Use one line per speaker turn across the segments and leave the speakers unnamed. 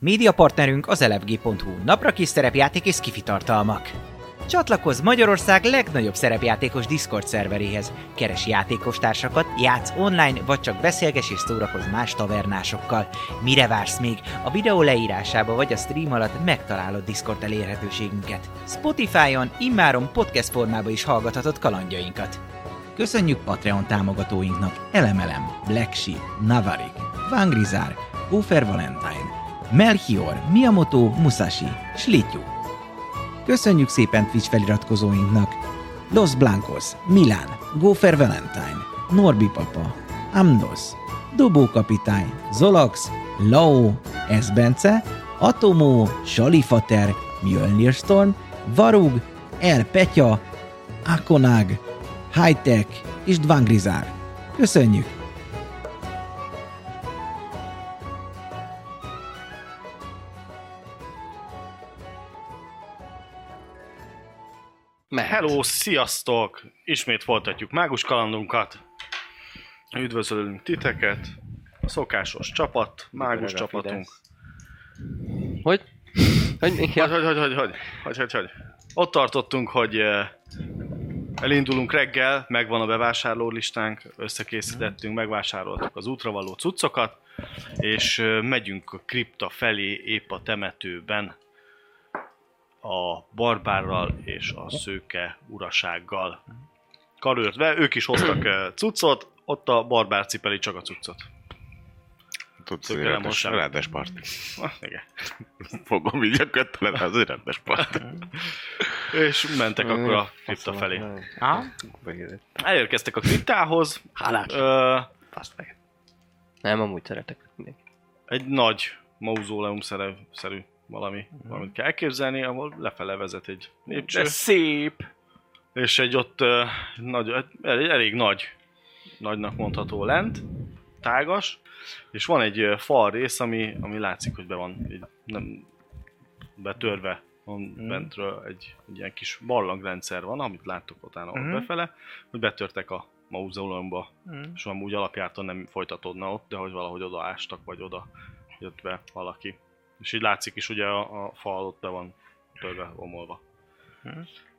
Médiapartnerünk az elefg.hu, napra kis szerepjáték és skifi tartalmak. Csatlakozz Magyarország legnagyobb szerepjátékos Discord szerveréhez. Keres játékostársakat, játsz online, vagy csak beszélges és szórakozz más tavernásokkal. Mire vársz még? A videó leírásába vagy a stream alatt megtalálod Discord elérhetőségünket. Spotify-on immáron podcast formába is hallgathatod kalandjainkat. Köszönjük Patreon támogatóinknak Elemelem, Black Sheep, Navarik, Vangrizár, Ufer Valentine, Melchior, Miyamoto, Musashi, Slityu. Köszönjük szépen Twitch feliratkozóinknak! Los Blancos, Milán, Gófer Valentine, Norbi Papa, Amnos, Dobó Kapitány, Zolax, Lao, Esbence, Atomó, Salifater, Mjölnir Storm, Varug, El Petya, Akonag, Hightech és Dvangrizár. Köszönjük!
Mehet.
Hello, sziasztok! Ismét folytatjuk mágus kalandunkat. Üdvözlünk titeket. A szokásos csapat, mágus
Öreg a
csapatunk.
Fidesz. Hogy? Hogy még?
Hogy, hogy, hogy, hogy, hogy, hogy, hogy, hogy. Ott tartottunk, hogy eh, elindulunk reggel, megvan a bevásárló listánk, összekészítettünk, megvásároltuk az útra való cuccokat, és eh, megyünk a kripta felé, épp a temetőben a barbárral és a szőke urasággal karöltve. Ők is hoztak eh, cuccot, ott a barbár cipeli csak a cuccot.
Tudsz,
Tök
hogy
elem
rendes,
most sem.
rendes part.
Ah, igen.
Fogom így a kötelet, az egy rendes part.
És mentek akkor a kripta felé.
Aha.
Elérkeztek a kriptához.
Hálás.
Ö,
Nem, amúgy szeretek mindenki.
egy nagy mauzóleum szere- szerű valami, valamit kell elképzelni, ahol lefele vezet egy lépcső,
Mhm. De szép!
és egy ott ö, nagy, elég, elég nagy, nagynak mondható lent, tágas, és van egy ö, fal rész, ami, ami látszik, hogy be van így, nem betörve, van
Mhm.
mm. bentről egy, egy ilyen kis barlangrendszer van, amit láttok utána mm.
Mhm.
befele, hogy betörtek a mauzóleumba
Mm.
és amúgy alapjártan nem folytatódna ott, de hogy valahogy odaástak, vagy oda jött be valaki. És így látszik is, ugye a, a fal ott be van törve, omolva.
Mhm.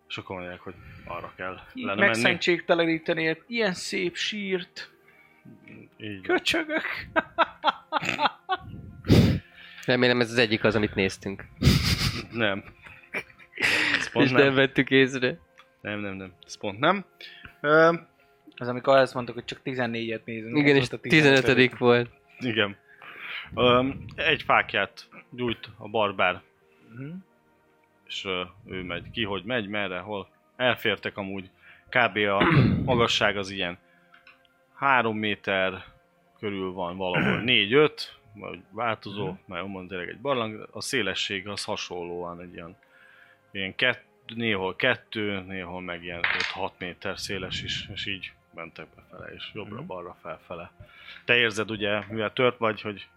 És akkor mondják, hogy arra kell
Így
lenne menni.
megszentségteleníteni egy ilyen szép sírt.
Így. van.
Köcsögök!
Remélem ez az egyik az, amit néztünk.
Nem.
Pont
Ez pont
és nem. nem
nem.
vettük észre.
Nem, nem, nem. Ez pont nem. Ö,
Az amikor azt mondtuk, hogy csak 14-et nézünk.
Igen,
ez
és
volt a 15.
15 volt.
igen. Ö, egy fákját gyújt a barbár,
Mhm.
és ö, ő megy ki, hogy megy, merre, hol. Elfértek amúgy. Kb. a magasság az ilyen három méter körül van valahol, négy-öt, vagy változó, mert onnan tényleg egy barlang, a szélesség az hasonlóan egy ilyen, ilyen kett, néhol kettő, néhol meg ilyen 5-6 méter széles is, és így mentek befele, és
Mhm.
jobbra-balra felfele. Te érzed ugye, mivel tört vagy, hogy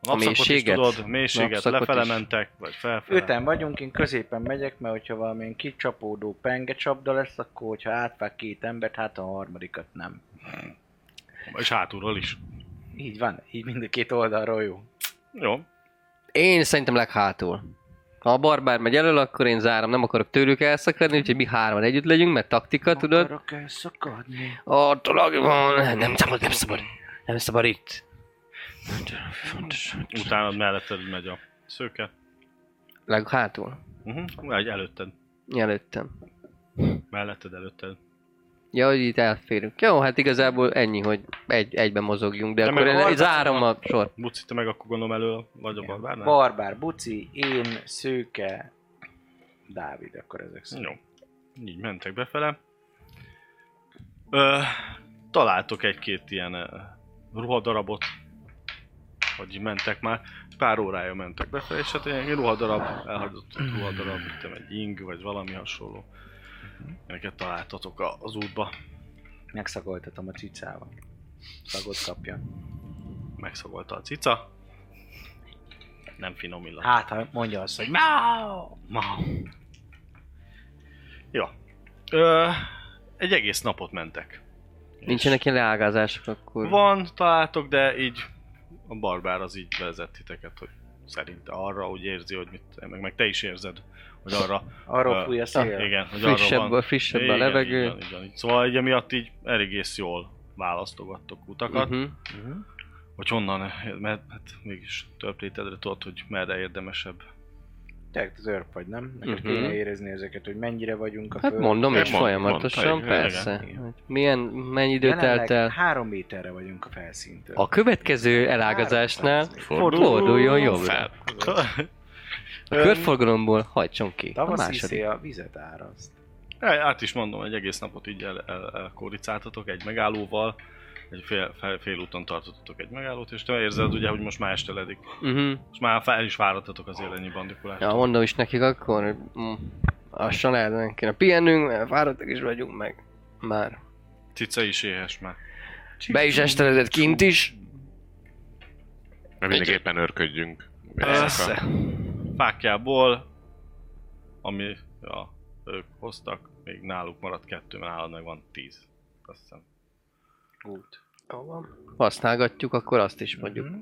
a napszakot is
mélységet?
tudod, mélységet,
Napszakot
lefele
is.
mentek, vagy felfele.
Öten vagyunk, én középen megyek, mert hogyha valamilyen kicsapódó penge csapda lesz, akkor hogyha átvág két embert, hát a harmadikat nem.
És hátulról is.
Így van, így mind a két oldalról jó.
Jó.
Én szerintem leghátul. Ha a barbár megy elől, akkor én zárom, nem akarok tőlük elszakadni, úgyhogy mi hárman együtt legyünk, mert taktika, tudod?
Akarok elszakadni.
A dolog van, nem szabad, nem szabad, nem szabad itt. Fontos.
Utána melletted megy a szőke.
Leghátul.
Uh-huh. Egy előtted.
Előttem.
Melletted, előtted.
Ja, hogy itt elférünk. Jó, hát igazából ennyi, hogy egy, egyben mozogjunk, de,
De
de akkor
meg a
én
harcos
zárom a sor.
Buci, te meg akkor gondolom elől vagy a barbárnál?
Barbár, Buci, én, Szőke, Dávid, akkor ezek szerint.
Jó. Így mentek befele. Ö, találtok egy-két ilyen ö, ruhadarabot, hogy így mentek már. Pár órája mentek befele, és hát ilyen ruhadarab, elhagyott ruhadarab, mit tudom, egy ing, vagy valami hasonló.
Mhm.
Ezeket találtatok a- az útba,
Megszagoltatom a csicával. Szagot kapjon.
megszagolta a cica. Nem finom illat.
Hát, ha mondja azt, hogy Máu!
Ma. Jó. Ö, egy egész napot mentek.
Nincsenek ilyen leágázások, akkor...
Van, találtok, de így a barbár az így vezet titeket, hogy szerinte arra úgy érzi, hogy mit, meg, meg te is érzed, hogy arra...
Arról
ö,
fúj a szél.
Igen, hogy arra
Frissebb,
van.
a, frissebb a
Igen,
levegő.
Így van, így van, így. Szóval így emiatt így egész jól választogattok utakat, uh-huh.
Uh-huh.
hogy honnan, mert hát mégis több létedre tudod, hogy merre érdemesebb.
Te az őrp vagy, nem? Neked
Mhm.
kéne érezni ezeket, hogy mennyire vagyunk a
Hát
föld.
mondom
Én
és
mond-
folyamatosan,
mondta, igen,
persze.
igen, igen.
Hogy Milyen, mennyi idő
Jelenleg
telt el?
Három méterre vagyunk a felszíntől.
A következő elágazásnál
300
forduljon jobbra.
Fel.
A körforgalomból hajtson ki. A
Tavaszi
második.
szél a vizet áraszt.
El- eh, Át is mondom, egy egész napot így el, el, elkoricáltatok egy megállóval, egy fél, fél, fél úton tartottatok egy megállót, és te érzed ugye, hogy most már esteledik.
Uh-huh.
Most már fel is váradtatok az élennyi bandikulást.
Ja, mondom is nekik akkor, hogy mm, lassan el kéne pihennünk, mert fáradtak is vagyunk meg. Már.
Cica is éhes már.
Be is esteledett kint is.
Mert mindenképpen örködjünk.
Persze. Fákjából, ami ja, ők hoztak, még náluk maradt kettő, mert nálad meg van tíz. Azt hiszem.
Út.
Használgatjuk, akkor azt is mondjuk.
Mhm.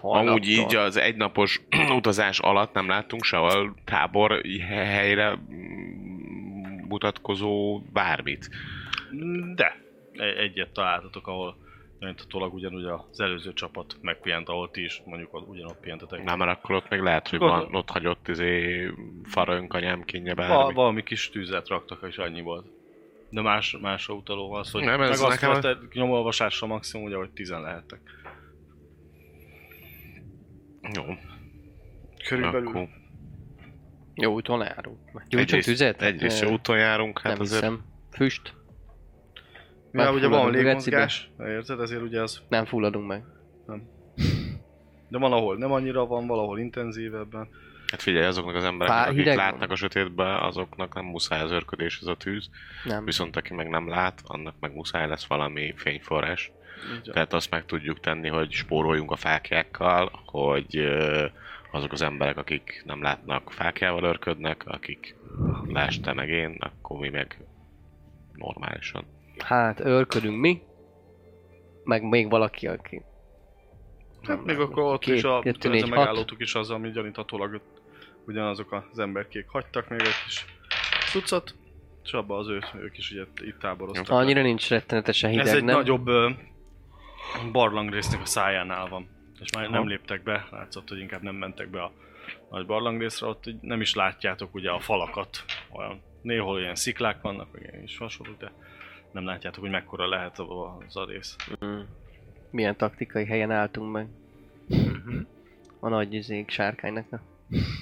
holnaptól.
Mhm. Amúgy így az egynapos utazás alatt nem láttunk sehol tábor helyre mm, mutatkozó bármit.
De e- egyet találtatok, ahol gyanítatólag ugyanúgy az előző csapat megpihent, ahol ti is mondjuk ott- ugyanott pihentetek.
Nem, mert akkor ott még lehet, hogy
Gondolom.
van, ott hagyott izé farönk, anyám, kínja,
Val-
bármi.
valami kis tűzet raktak, és annyi volt. De más, másra utaló van az, hogy
Nem,
meg
ez
azt nekem...
nekem-
vetted nyomolvasásra maximum, ugye, hogy tizen lehettek.
Jó,
Körülbelül.
akkor
Jó úton járunk. Gyújtsunk
egyrészt,
tüzet?
egyrészt
Ö,
jó úton járunk, hát
Nem
azért
hiszem. Füst.
Mivel ugye van
Megfulladunk a
légmozgás, érted, ezért ugye az,
Nem fulladunk meg.
de van ahol nem annyira van, valahol intenzívebben.
Hát figyelj, azoknak az embereknek,
Fá-
akik
hideg van.
látnak a sötétbe, azoknak nem muszáj az örködés, ez a tűz.
Nem.
Viszont aki meg nem lát, annak meg muszáj lesz valami fényforrás.
Így van.
Tehát azt meg tudjuk tenni, hogy spóroljunk a fákjákkal, hogy ö, azok az emberek, akik nem látnak, fákjával örködnek, akik lásd te meg én, akkor mi meg normálisan.
Hát örködünk mi, meg még valaki, aki.
Hát még akkor ott
Két,
is a,
kettő,
ez a
négy,
megállótuk is az, ami gyaníthatólag ott ugyanazok az emberkék hagytak még egy kis cuccot, és abban az ő, ők is ugye itt táboroztak.
Annyira nincs rettenetesen hideg,
Ez egy
nem?
nagyobb ö, barlangrésznek a szájánál van. És már nem léptek be, látszott, hogy inkább nem mentek be a nagy barlangrészre, ott így nem is látjátok ugye a falakat. Olyan, néhol ilyen sziklák vannak, meg ilyen is hasonló, de nem látjátok, hogy mekkora lehet a- az a rész.
Milyen taktikai helyen álltunk meg.
Mhm.
A nagy izék sárkánynak a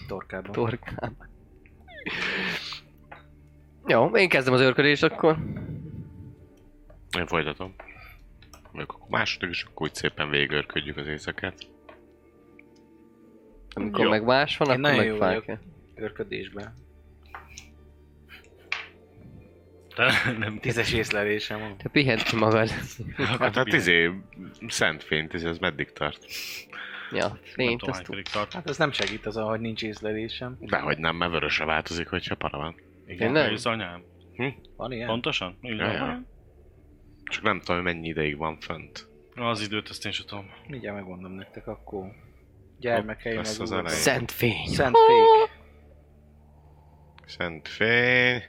Torkában. Tor-
torkában. Jó, én kezdem az örködést akkor.
Én folytatom. Még akkor második, és akkor úgy szépen végörködjük az éjszakát.
Amikor
Jó.
meg más van,
Én
akkor
nagyon
meg
jó
fákja.
Örködésben.
Te nem
Tízes észlelésem van.
Te pihent ki magad.
Hát, hát izé, szent fényt, izé, az meddig tart?
ja,
nem
fényt
tudom,
azt
hány
tud.
pedig tart.
Hát az nem segít az, hogy nincs észlelésem.
Dehogy nem, mert vörösre változik, hogyha para van.
Igen,
Nem.
Ez anyám.
van ilyen?
Pontosan? Így
Ja,
van.
ja. Csak nem tudom, hogy mennyi ideig van fönt.
Az időt azt én sem tudom.
Mindjárt megmondom nektek, akkor gyermekeim
Lesz
az,
az
az
elején.
Szent fény.
Szent fék.
Szent fény.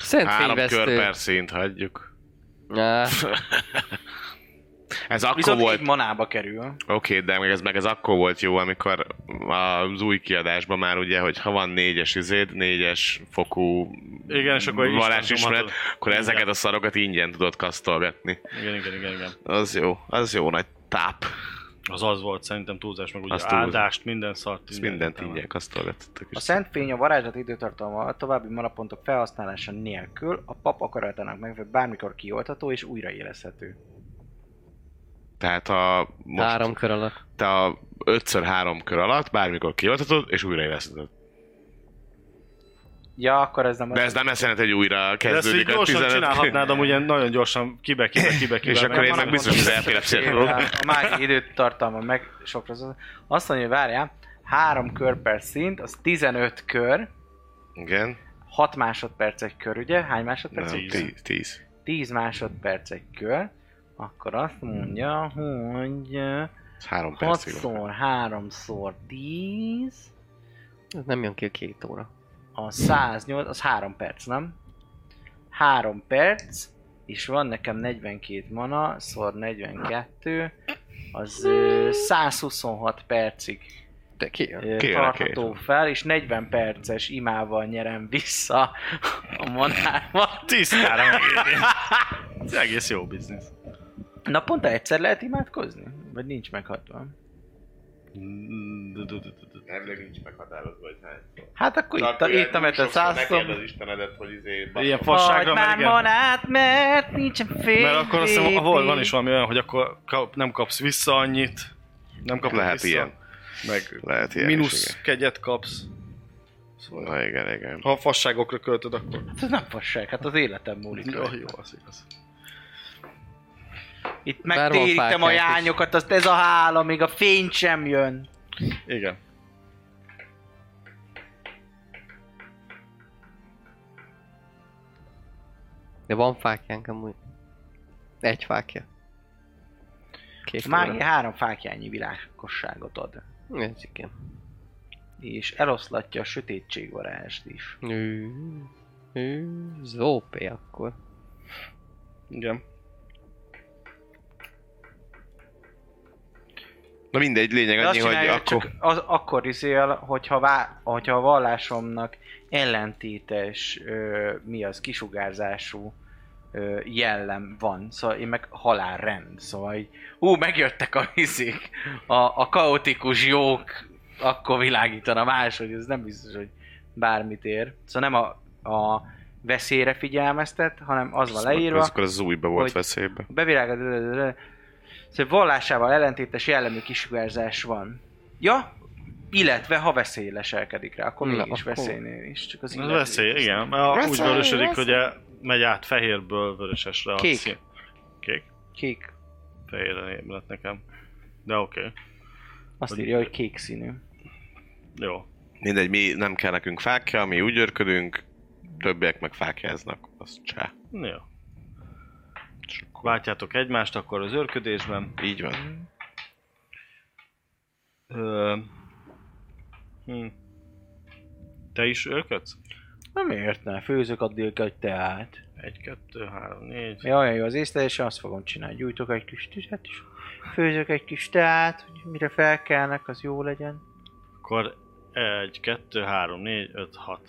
Szent
Három kör
fényvesztő.
per szint hagyjuk.
Á,
Ez akkor
Viszont
volt...
egy manába kerül.
Oké, de meg ez, meg ez akkor volt jó, amikor az új kiadásban már ugye, hogy ha van négyes izéd, négyes fokú
Igen, és akkor
vallás
Isten
ismeret,
nyomatod.
akkor ezeket a szarokat ingyen tudod kasztolgatni.
Igen, igen, igen, igen.
Az jó, az jó nagy táp.
Az az volt szerintem túlzás, meg ugye
Az túlzás.
áldást, minden szart.
Ezt mindent ingyen kasztolgatottak.
A szent fény a varázslat időtartalma a további manapontok felhasználása nélkül a pap akaratának megfelelően bármikor kioltható és újraélezhető.
Tehát a, most
három kör alatt.
te a 5x3 kör alatt bármikor kioltatod, és újra élesztetod.
Ja, akkor ez nem
De ez nem ezt jelenti, hogy újra
De ezt így
kezdődik a
gyorsan
15
csinálhatnád, amúgy ilyen nagyon gyorsan kibe, kibe, kibe, kibe.
És akkor én meg biztos, hogy az epilepsziát
Én,
fogok.
hát, A mági időtartalma meg sokra szól. Azt mondja, hogy várjál, három kör per szint, az 15 kör,
Igen.
6 másodperc egy kör, ugye? Hány másodperc?
Nem,
egy
Tíz.
10. 10.
10 másodperc egy kör, akkor azt mondja, hogy
Ez három percig van.
6-szor, 3-szor, 10,
Ez nem jön ki a két óra.
a 108, az 3 perc, nem? 3 perc, és van nekem 42 mana, szor 42, az ö, 126 percig
De ki jön?
ö,
Kérlek,
tartható fel, és 40 perces imával nyerem vissza a manámat.
Tisztára megérni. Ez egész jó biznisz.
Naponta egyszer lehet imádkozni? Vagy nincs meghatva?
Elvileg nincs meghatározva, hogy hány.
Hát akkor itt, a- itt a metod százszor.
az Istenedet, hogy izé...
Ilyen szóval fasságra, mert
már
igen.
manát, mert nincsen fény.
Mert akkor azt hiszem,
baby.
volt, van is valami olyan, hogy akkor kap, nem kapsz vissza annyit. Nem kapod
Lehet
vissza.
ilyen.
Meg
Lehet ilyen is,
mínusz
igen.
kegyet kapsz. Szóval,
Na igen, igen.
ha a fasságokra költöd, akkor
Hát Ez nem fasság, hát az életem múlik.
jó,
rajta.
jó, az igaz.
Itt
Bár van
megtérítem a
fákják is.
jányokat, azt ez a hála, még a fény sem jön.
Igen.
De van fákjánk amúgy. Egy fákja. Két
Már
óra.
három fákjányi világosságot ad.
Ez igen.
És eloszlatja a sötétség varázst is.
Ő, ő, Zópé akkor.
Igen.
Na mindegy, lényeg
De azt
annyi, hogy
csinálja,
akkor...
csak az, akkor izél, hogyha, vá, hogyha a vallásomnak ellentétes, ö, mi az, kisugárzású ö, jellem van. Szóval én meg halálrend. Szóval így, ú, megjöttek a vizék, a, a kaotikus jók, akkor világítana máshogy, ez nem biztos, hogy bármit ér. Szóval nem a, a veszélyre figyelmeztet, hanem az van leírva,
Ez akkor az újba volt
hogy-
veszélybe.
bevilágod... Szóval vallásával ellentétes jellemű kisugárzás van. Ja, illetve ha veszély leselkedik rá, akkor
Na,
mégis
akkor-
veszélynél is. Csak az
Ez
illető-
veszély, igen. Mert veszély, úgy
Veszély,
vörösödik,
veszély.
hogy e- megy át fehérből vörösesre. a
Kék.
szín. Kék.
Kék.
Fehéren éb lett nekem. De oké. Okay.
Azt
Hogy-
írja, hogy kék színű.
Jó.
Mindegy, mi nem kell nekünk fákja, mi úgy örködünk, többiek meg fákjáznak, azt csá.
Jó. Látjátok egymást akkor az őrködésben.
Így
Mhm.
van.
Ö... Hm. Te is őrködsz?
Na miért ne? Főzök addig egy teát.
Egy, kettő, három, négy.
Mi olyan jó az észlelése, azt fogom csinálni. Gyújtok egy kis tüzet is. Főzök egy kis teát, hogy mire felkelnek, az jó legyen.
Akkor egy, kettő, három, négy, öt, hat.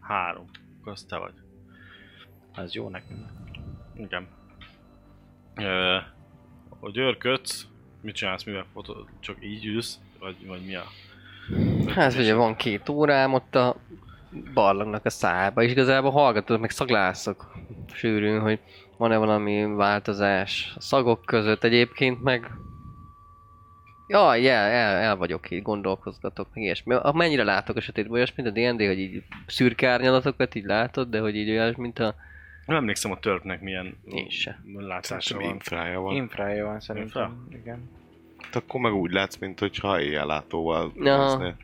Három. Akkor az te vagy.
Az jó nekem.
Igen. Ö, hogy őrködsz, mit csinálsz, mivel fotó, csak így ülsz, vagy, vagy mi a...
Hát ugye van két órám ott a barlangnak a szájába, és igazából hallgatod, meg szaglászok sűrűn, hogy van-e valami változás a szagok között egyébként, meg Jaj, el, el, el vagyok így, gondolkozgatok, meg ilyesmi. Amennyire látok a sötétből, olyasmi, mint a D&D, hogy így szürke árnyalatokat így látod, de hogy így olyas, mint a...
Nem emlékszem a törpnek milyen
Én se.
látása
Szerintem
van.
infrája van.
Infrája van szerintem. Igen.
Hát akkor meg úgy látsz, mint hogyha éjjellátóval
Aha.
néznél.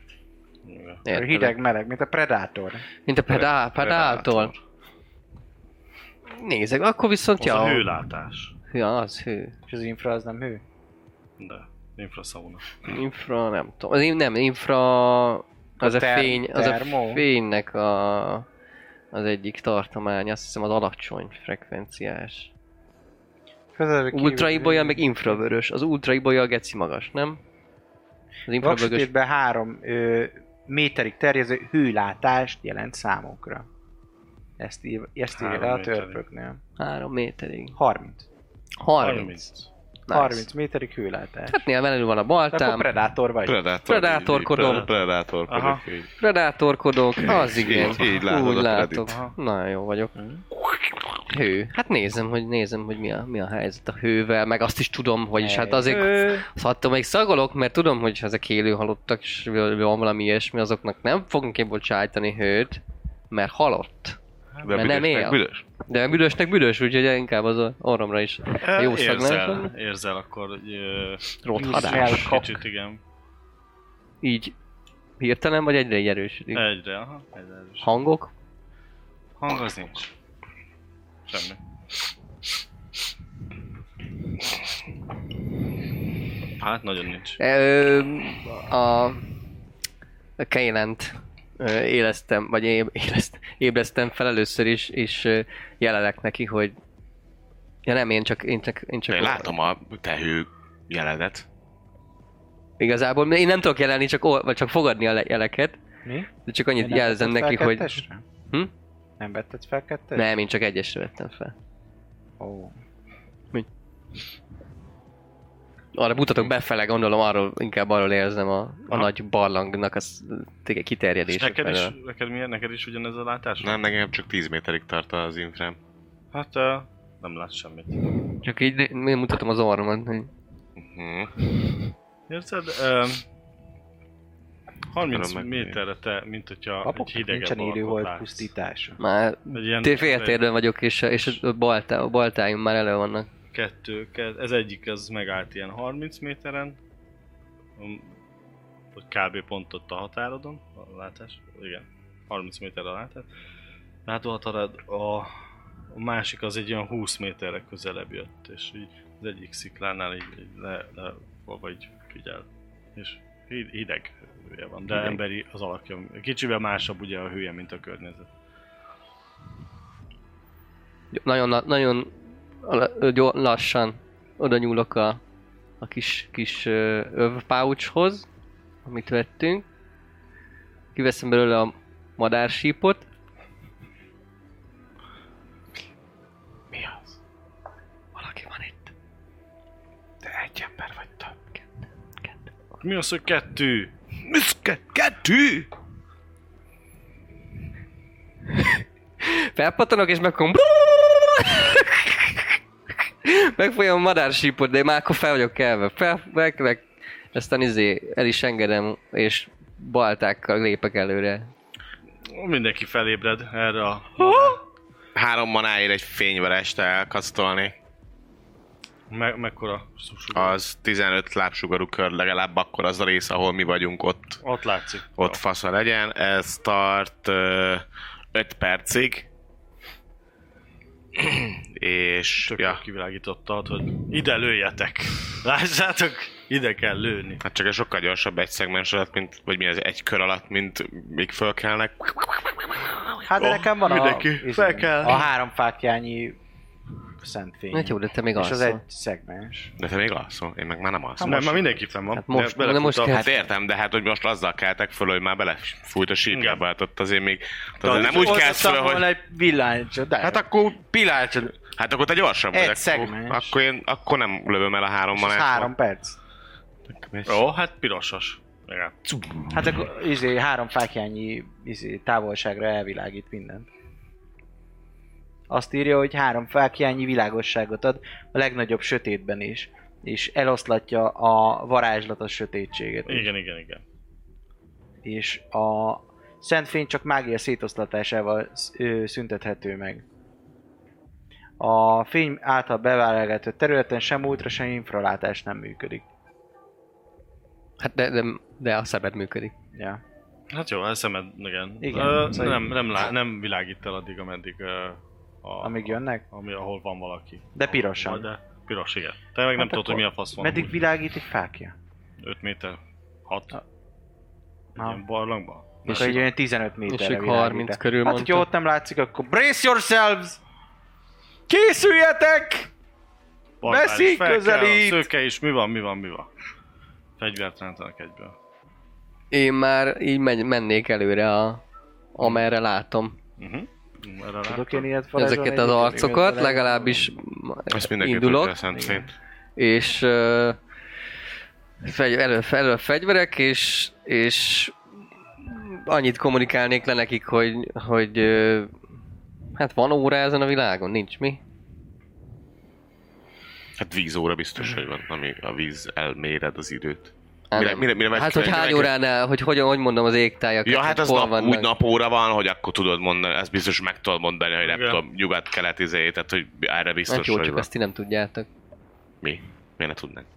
Igen.
értelek.
Hideg, meleg, mint a Predator.
Mint a pedál, pedáltól. Nézek, akkor viszont
Az a
ja,
hőlátás.
ja, az hő.
És az infra az nem hő?
De infraszauna.
Infra, nem tudom. Az in- nem, infra... Az a,
ter-
fény, az
termó?
a fénynek a, az egyik tartomány, azt hiszem az alacsony frekvenciás. Ultraibolya, meg infravörös. Az ultraibolya a geci magas, nem? Az infravörös...
Vaksütétben három ö, méterig terjező hőlátást jelent számunkra. Ezt, ír, ezt írja
Három
le a
méterig.
törpöknél.
3 méterig.
30.
30. Nice.
30 méterig hőlátás.
Hát néha velül van a
Tehát akkor
baltám,
predátor vagy.
Predátor.
Predátorkodom.
így- így- Predátorkodok.
Aha.
így.
Predátorkodok, az
Így-
igen.
így- így látod
Úgy
a
látok.
Predit.
Nagyon jó vagyok. Hő. Hát nézem, hogy nézem, hogy mi a, mi a helyzet a hővel, meg azt is tudom, vagyis hát azért
Ö,
azt attól még szagolok, mert tudom, hogy ha ezek élő halottak, és van valami ilyesmi, azoknak nem fogunk én bocsájtani hőt, mert halott.
De
Mert nem
büdös,
él.
meg büdös.
De büdösnek büdös, úgyhogy inkább az a orromra is a jó szag nem?
Érzel, érzel akkor hogy, ö,
Rothadás.
Smell.
kicsit,
Kak.
kicsit, igen.
Így hirtelen, vagy egyre így erősödik.
Egyre, aha. Egyre erős.
Hangok?
Hang az nincs. Semmi. Hát nagyon nincs.
Ö, a, a Kejlent élesztem, vagy éb, éleszt, ébresztem fel először is, és ö, jelelek neki, hogy Ja nem, én csak, én csak, én csak
Én látom a tehő jeledet.
Igazából én nem tudok jelenni, csak, ol- vagy csak fogadni a le- jeleket,
Mi?
de csak annyit
Nem
jelzem
vetted fel
neki, hogy
kettesre?
Hm?
Nem vetted fel kettesre?
nem, én csak egyesre vettem fel.
Ó.
Arra mutatok befele, gondolom arról, inkább arról érzem a, a
Ha.
nagy barlangnak a sz- téged
És
kiterjedése.
neked is,
felől.
neked, milyen, neked is ugyanez a látás?
Nem, nekem csak 10 méterig tart az infrám.
Hát ö, nem lát semmit.
Csak így né- én mutatom az orromat, hogy
Uh-huh.
Érzed? Ö, 30
Tudom megnézni.
méterre te, mint hogyha
Papok,
egy hidegebb
nincsen élő
alakot
volt
látsz.
pusztítása.
már
Egy ilyen
Té- féltérben vagyok, és, és a, baltá, a baltáim már elő vannak.
kettő, ke- ez egyik, ez megállt ilyen 30 méteren, Um, vagy kb. pont ott a határodon, a látás, igen, 30 méterre a látás. Látó határod, a, a másik az egy olyan 20 méterre közelebb jött, és így az egyik sziklánál így, így le, le, vagy figyel, és hi- hideg hője van, de
Hideg.
emberi az alakja, kicsivel másabb ugye a hője, mint a környezet.
Nagyon, la- nagyon la- gyor- lassan oda nyúlok a, a kis, kis ö, övpáucshoz, amit vettünk. Kiveszem belőle a madársípot,
Mi az?
Valaki van itt.
Te egy ember vagy több.
Mi az, hogy kettő?
Kettő!
Felpattanok és megkom... Megfolyam a madársípot, de én már akkor fel vagyok kelve. Fel, meg, meg. Aztán izé el is engedem, és baltákkal lépek előre.
Mindenki felébred erre a
Három manáért egy fényverest elkasztolni.
Me- mekkora szusú?
Az 15 lábsugarú kör legalább akkor az a rész, ahol mi vagyunk ott,
Ott látszik.
ott fasza legyen. Ez tart 5 percig. És
Tök ja.
ja,
kivilágítottad, hogy ide lőjetek. Lássátok, ide kell lőni.
hát csak ez sokkal gyorsabb egy szegmens alatt, mint, vagy mi az egy kör alatt, mint még fölkelnek.
Hát de
Ó,
nekem van
mindenki,
a, izé,
fel kell.
a három fátyányi szentfény.
Hát jó, de te még
És az
alszol.
egy szegmens.
De te még alszol? Én meg már nem alszom.
Nem, már mindenki fenn van.
Hát most-
Be-
de most
belefut a-
Hát értem, de hát hogy most azzal keltek föl, hogy már belefújt a sírgába, hát ott azért még...
De
Tehát nem úgy kelsz föl, hogy...
volna egy villánycsod, de
Hát akkor pillanat, hát akkor te gyorsabb
Egy
vagy. akkor-
szegmens.
Akkor, én, akkor nem lövöm el a hát három
az
manát.
három perc.
Jó, hát pirosas. Igen.
Mm.
Hát akkor izé, három fátyányi izé, távolságra elvilágít mindent. Azt írja, hogy három fátyányi világosságot ad a legnagyobb sötétben is, és eloszlatja a varázslatos sötétséget. is.
Igen, igen, igen.
És a szent fény csak mágia szétoszlatásával sz- ö, szüntethető meg. A fény által beválogatott területen sem ultra, sem infralátás nem működik.
Hát de, de, de a szemed működik.
Ja.
Hát jó, a szemed, igen.
Igen,
Ö,
szóval-
nem, nem, lá- nem világít el addig, ameddig... ö, a,
Amíg jönnek?
Ami, ahol van valaki.
De pirosan.
Vagy De piros, igen. Te meg nem
Hát
tudod, hogy
akkor-
mi a fasz van.
Meddig világít egy fákja?
5 méter? 6?
Na.
Ilyen barlangban?
És
És egy
így-
olyan 15 méterre
és ők
világít
30
el.
körül
Hát,
mondta.
hogyha ott nem látszik, akkor brace yourselves! Készüljetek!
Barbár is
Veszi,
fel kell,
közelít!
a Szőke is, mi van, mi van, mi van? Fegyvert rántanak egyből.
Én már így megy, mennék előre, a, amerre látom
Uh-huh. Erre
Tudok
láttam.
én ilyet varázsolni
ezeket az
egyébként?
arcokat,
Mivel-
legalábbis ma-
Ezt mindenki
indulok.
tudja, Szent Szent.
és ö, fegy, elő, elő fegyverek, és, és annyit kommunikálnék le nekik, hogy, hogy ö, hát van óra ezen a világon, nincs mi?
Hát vízóra biztos, hogy van, ami a víz elméred az időt.
Á,
Mire-
nem.
mire- mire
hát,
vetkődik?
hogy
Mire
hány
vetkődik?
óránál, hogy hogyan, hogy mondom az égtájakat,
Ja, hát
hogy
az
hol
nap,
vannak.
úgy napóra van, hogy akkor tudod mondani, ezt biztos meg tudod mondani, hogy nem
Igen.
tudom, nyugat-kelet izé, tehát hogy erre biztos,
Hát jó,
hogy
csak
van.
azt ti nem tudjátok.
Mi? Miért ne tudnánk?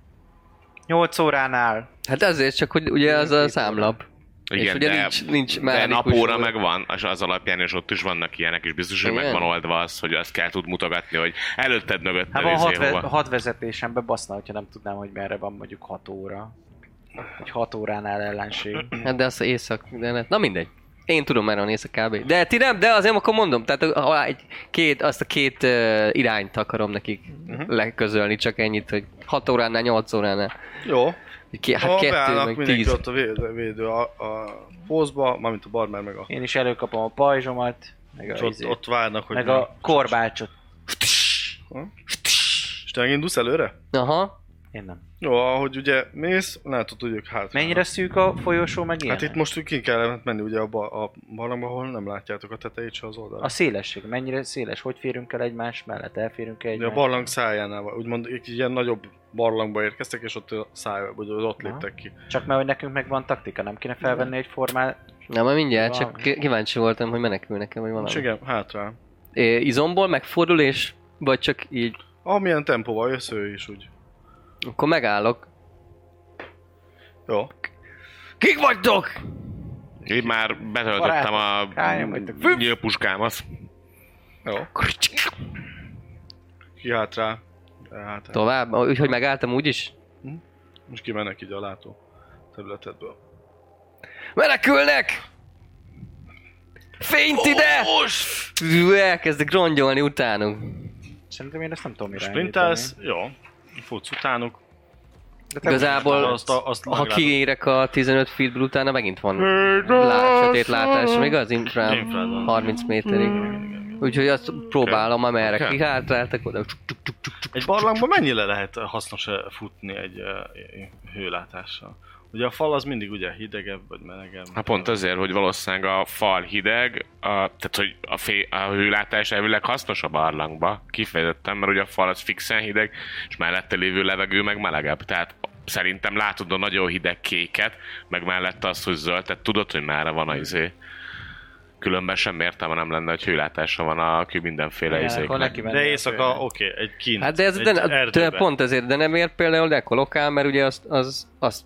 8 óránál.
Hát ezért csak, hogy ugye az a számlap.
Igen,
és ugye nincs, nincs
de
mágikus
napóra
óra.
megvan, és az alapján, és ott is vannak ilyenek, és biztos, hogy
Igen.
megvan oldva az, hogy azt kell tud mutogatni, hogy előtted mögötted
Hát van hat,
izé,
ve-
hova.
hat vezetésembe baszna, hogyha nem tudnám, hogy merre van mondjuk 6 óra. Hogy 6 óránál ellenség.
Hát de az éjszak, de ne. na mindegy. Én tudom, merre van éjszak kb. De ti nem, de azért akkor mondom, tehát alá egy, két, azt a két uh, irányt akarom nekik
Mhm.
uh-huh. leközölni, csak ennyit, hogy 6 óránál, 8 óránál.
Jó.
Ki, hát
Ha
kettő,
beállnak
meg
mindenki
10.
ott a védő, védő a, a pózba, mármint a barmer meg a...
Én is előkapom a pajzsomat, meg
És
a,
ott,
izét,
ott várnak, hogy...
izé. meg a korbácsot.
És te megindulsz előre?
Aha.
Én nem.
Jó, ahogy ugye mész, látod, hogy ők hátra.
Mennyire szűk a folyosó meg
Hát
ilyenek?
itt most ki kellene menni ugye abba a barlangba, ahol nem látjátok a tetejét se az oldalát.
A szélesség, mennyire széles? Hogy férünk el egymás mellett? Elférünk
Ugye
el
a
egymás?
barlang szájánál, van, úgymond egy ilyen nagyobb barlangba érkeztek, és ott a száj, vagy az ott
Aha.
léptek ki.
Csak mert hogy nekünk meg van taktika, nem kéne felvenni egy formál...
Na, majd mindjárt, csak
Valami.
ki- kíváncsi voltam, hogy menekülnek-e, vagy
És
valami.
igen, hátra.
É, izomból megfordul, és vagy csak így,
Amilyen tempóval jössz ő is úgy.
akkor megállok.
Jó.
Kik vagytok?
Én már betöltöttem a
Kályom vagytok.
nyílpuskámat.
Jó. Ki hátrá. Hát,
Tovább, úgyhogy megálltam úgy is.
most kimennek így a látó területedből.
Menekülnek! Fényt ide! Most! Elkezdek rongyolni utánuk.
Szerintem én ezt nem tudom irányítani.
Sprintelsz, jó. Futsz utánuk.
De te
Igazából,
most azt a- azt
ha
meglátod.
kiérek a 15 feetből utána megint van lá- sötét látás, még az infrám
Infrád van.
30 méterig. Úgyhogy azt próbálom, amerre
Oké.
kihátráltak, oda csuk, csuk, csuk, csuk, csuk.
Egy barlangban mennyire lehet hasznos eh, futni egy eh, hőlátással? Ugye a fal az mindig ugye hidegebb vagy melegebb.
Hát pont azért, hogy valószínűleg a fal hideg, a, tehát hogy a, fé, a hőlátás elvileg hasznos a barlangba, kifejezetten, mert ugye a fal az fixen hideg, és mellette lévő levegő meg melegebb. Tehát szerintem látod a nagyon hideg kéket, meg mellette azt, hogy zöld, tehát tudod, hogy merre van a izé. Különben sem értelme nem lenne, hogy hőlátása van a kül mindenféle
Igen, akkor
izéknek.
neki menni
De
a
éjszaka, oké, okay, egy kint.
Hát de ez
egy
de, de
erdőben.
pont ezért, de nem ér például dekolokál, mert ugye azt, az, azt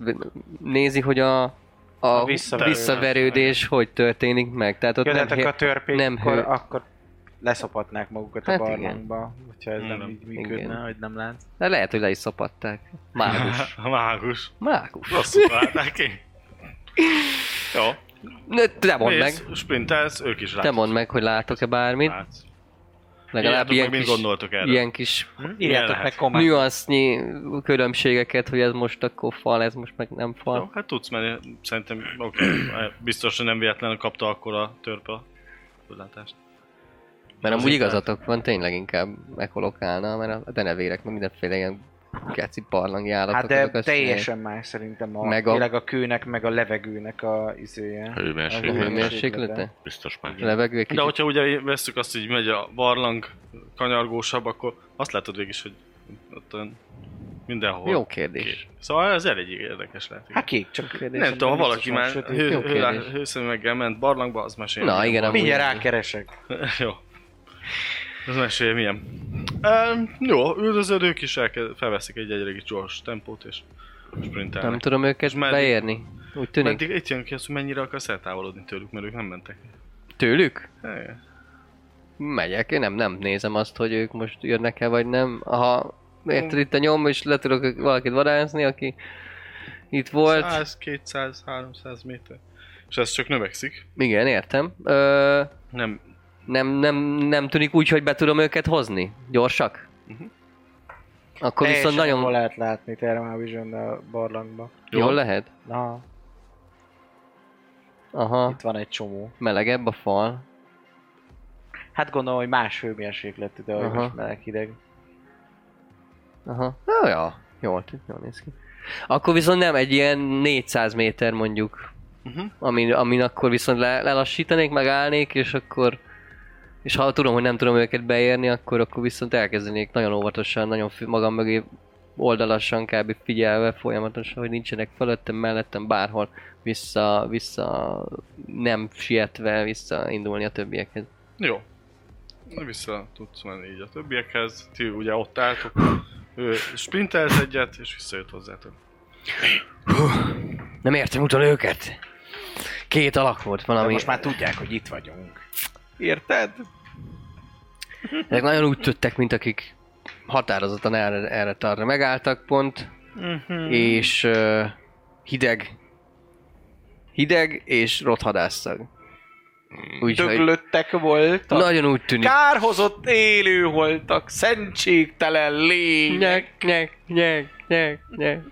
nézi, hogy a, a
A
visszaverődés,
visszaverődés.
hogy történik meg. Tehát ott
Jó, de
nem
hát
hé-
akkor a törpék,
nem
nem akkor,
hő.
akkor leszopatnák magukat
Hát
a
igen.
barlangba, hogyha ez nem,
Nem.
így működne,
Igen.
hogy nem lát.
De lehet, hogy le is szapadták. Mágus.
Mágus.
Mágus.
Rosszul találták ki. Jó.
Ne, te mondd meg.
Mész, sprintelsz, ők is
Te
látsz.
mondd meg, hogy látok-e bármit.
Látsz.
Legalább
Írjátok
ilyen
meg, mit
kis,
gondoltok erről.
ilyen kis
Hm? Írjátok
lehet?
meg komment.
nüansznyi különbségeket, hogy ez most akkor fal, ez most meg nem
Jó,
fal.
hát tudsz menni, szerintem oké. hát Biztos, hogy nem véletlenül kapta akkor a törpe a hőlátást.
Mert amúgy
azért
igazatok van, tényleg inkább ekolokálna, mert a denevérek meg mindenféle ilyen keci barlangi állatok.
Hát de
azok azt
teljesen más szerintem a,
Meg
meg
a-
a... tényleg a kőnek, meg a levegőnek a izéje.
csinálják. A
Hőmérséklet,
hőmérséklete?
biztos már.
A levegő egy
De
kicsit...
hogyha ugye veszük azt, hogy megy a barlang kanyargósabb, akkor azt látod végig is, hogy ott olyan mindenhol.
Jó kérdés.
Kék. Szóval ez elég érdekes lehet. igen.
Hát kék, csak
Kérdés.
nem tudom, ha
biztos
valaki
van
már
sötét.
hő-
Jó
hőlá-
kérdés.
hőszömeggel ment barlangba, az mesél.
Na igen, amúgy.
mindjárt rákeresek.
Jó. Ez mesélje milyen. Um, jó, üldöződők is elke- felveszik egy egyre kis gyors tempót és sprintelnek.
Nem tudom őket
És meddig-
beérni. Úgy tűnik.
Meddig itt jön ki az, hogy mennyire akarsz eltávolodni tőlük, mert ők nem mentek.
Tőlük?
Igen.
Megyek, én nem, nem nézem azt, hogy ők most jönnek-e vagy nem. Ha érted itt a nyom, és le tudok valakit vadászni, aki itt volt.
100, 200, 300 méter. És ez csak növekszik.
Igen, értem. Ö,
Nem.
nem, nem, nem tűnik úgy, hogy be tudom őket hozni. Gyorsak? Akkor viszont
Mhm. Teljesen
nagyon
jól lehet látni Thermal vision a barlangba.
jól lehet.
Na,
Aha,
itt van egy csomó.
melegebb a fal.
Hát gondolom, hogy más hőmérsékletű, de hogy
Aha.
most meleg hideg.
Aha, jó, jó. Jól, tűnt, jól néz ki. Akkor viszont nem egy ilyen 400 méter mondjuk,
Uh-huh.
amin, amin akkor viszont le, lelassítanék, megállnék, és akkor és ha tudom, hogy nem tudom őket beérni, akkor, akkor viszont elkezdenék nagyon óvatosan, nagyon fi- magam mögé oldalassan, kb. figyelve folyamatosan, hogy nincsenek fölöttem, mellettem, bárhol vissza, vissza nem sietve visszaindulni a többiekhez.
Jó. Vissza tudsz menni így a többiekhez. Ti ugye ott álltok. Ő sprintelsz egyet, és visszajött hozzátok.
Nem értem utol őket! Két alak volt
De
valami.
most már tudják, hogy itt vagyunk. Érted?
Ezek nagyon úgy tűntek, mint akik határozottan erre, erre tarra megálltak pont, Hmm.
Uh-huh.
és ö, hideg. Hideg és rothadásszag. Hmm. Úgyhogy
Döglöttek voltak.
nagyon úgy tűnik.
Kárhozott élőholtak, szentségtelen lények.
Nyek, nyek, nyek, nyek, nyek.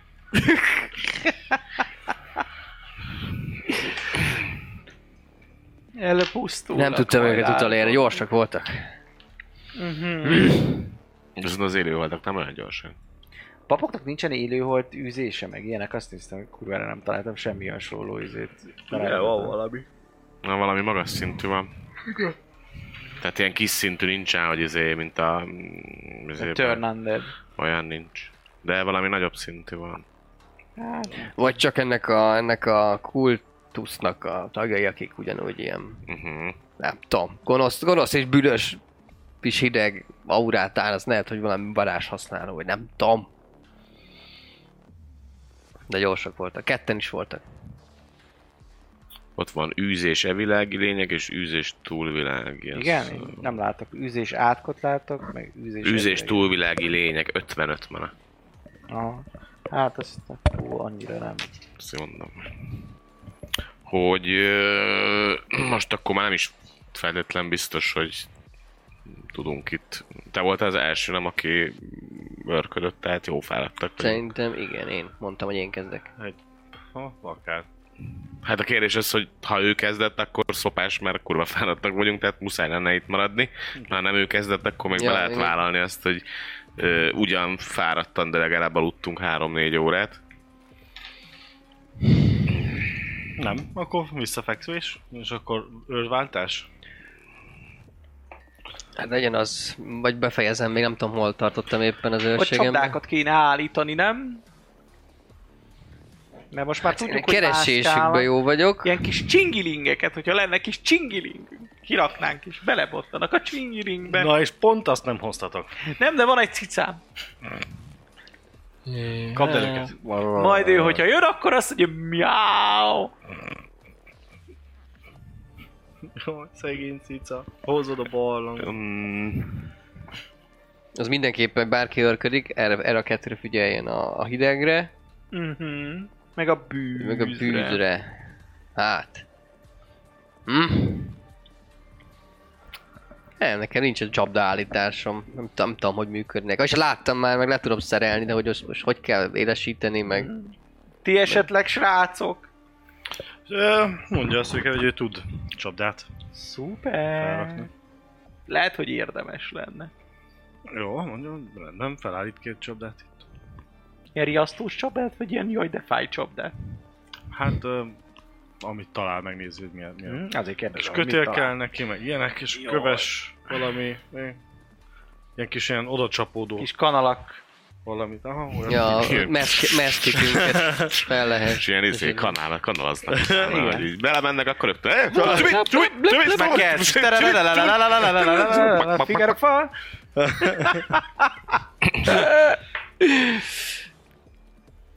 Elpusztulnak.
Nem tudtam őket
hajrá.
utalérni, gyorsak voltak.
Mhm.
Viszont az élőholtak nem olyan gyorsan.
Papoknak nincsen élőholt űzése, meg ilyenek, azt néztem, hogy kurvára nem találtam semmi hasonló ízét.
De van valami.
Na, valami magas szintű van. Tehát ilyen kis szintű nincsen, hogy izé, mint a... mm, Izé,
Turn under.
olyan nincs. De valami nagyobb szintű van.
Vagy csak ennek a, ennek a kultusznak a tagjai, akik ugyanúgy ilyen,
Uh-huh.
nem tudom, gonosz, gonosz és büdös kis hideg aurát áll, az lehet, hogy valami varázs használó, vagy nem tudom. De gyorsak voltak, ketten is voltak.
Ott van űzés evilági lények és űzés túlvilági. Ez,
Igen?
ö,
Én nem látok. Űzés átkot látok, meg űzés...
Űzés
elvileg.
túlvilági lények 55 mana.
Aha. Hát azt ó, annyira nem.
Azt mondom. Hogy ö, most akkor már nem is feltétlen biztos, hogy tudunk itt. Te voltál az első, nem, aki örködött, tehát jó fáradtak. vagyunk.
Szerintem igen, én mondtam, hogy én kezdek.
Ha, akár.
Hát a kérdés az, hogy ha ő kezdett, akkor szopás, mert kurva fáradtak vagyunk, tehát muszáj lenne itt maradni. Ha nem ő kezdett, akkor még
Ja,
ja, be lehet
igen.
vállalni azt, hogy ö, ugyan fáradtan, de legalább aludtunk 3-4 órát.
Nem, akkor visszafekvés, és akkor őrváltás.
Hát legyen az, vagy befejezem, még nem tudom, hol tartottam éppen az
Hogy
őrségemben.
csapdákat kéne állítani, nem? Mert most már tudjuk, hogy
Keresésükben
mászkálnak.
Hát jó vagyok.
Ilyen kis csingilingeket, hogyha lenne kis csingilingünk, kiraknánk és belebottanak a csingilingbe.
Na és pont azt nem hoztatok.
Nem, de van egy cicám.
Kapd el őket.
Majd ő, hogyha jön, akkor azt mondja, miau.
Jó, Szegény cica. Hozod a barlang.
Um,
Az mindenképpen bárki örködik, erre, erre a kettőre figyeljen a, a hidegre,
Mhm. Meg a bűz.
meg a bűzre. Hát. Hm? Nem, nekem nincs egy csapdaállításom. Nem, tudom- nem tudom, hogy működnek. És láttam már, meg le tudom szerelni, de hogy most, most hogy kell élesíteni, meg...
Ti esetleg srácok?
Ö, Mondja azt, hogy kell, hogy ő tud csapdát.
Szuper.
Felrakni.
Lehet, hogy érdemes lenne.
Jó, mondja, rendben, felállít két csapdát itt.
Ilyen riasztós csapdát, vagy ilyen jaj de fáj csapdát?
Hát, ö, amit talál, megnézi, hogy milyen. Hát, milyen.
Azért
Mm, És
kérdezem, hogy mit
kötél
talál.
kell neki, meg ilyenek, és
Jaj.
köves valami. ö, Ilyen kis ilyen odacsapódó
Kis kanalak.
valamit. Aha, olyan.
Ja, a
Jön.
meszk- meszkikünket fel lehet.
és ilyen izé, kanál, kanalaznak. Igen. Hogy így belemennek, akkor rögtön. Eh,
Blub, blub, blub, blub.
Meg kezd. Figaro fa.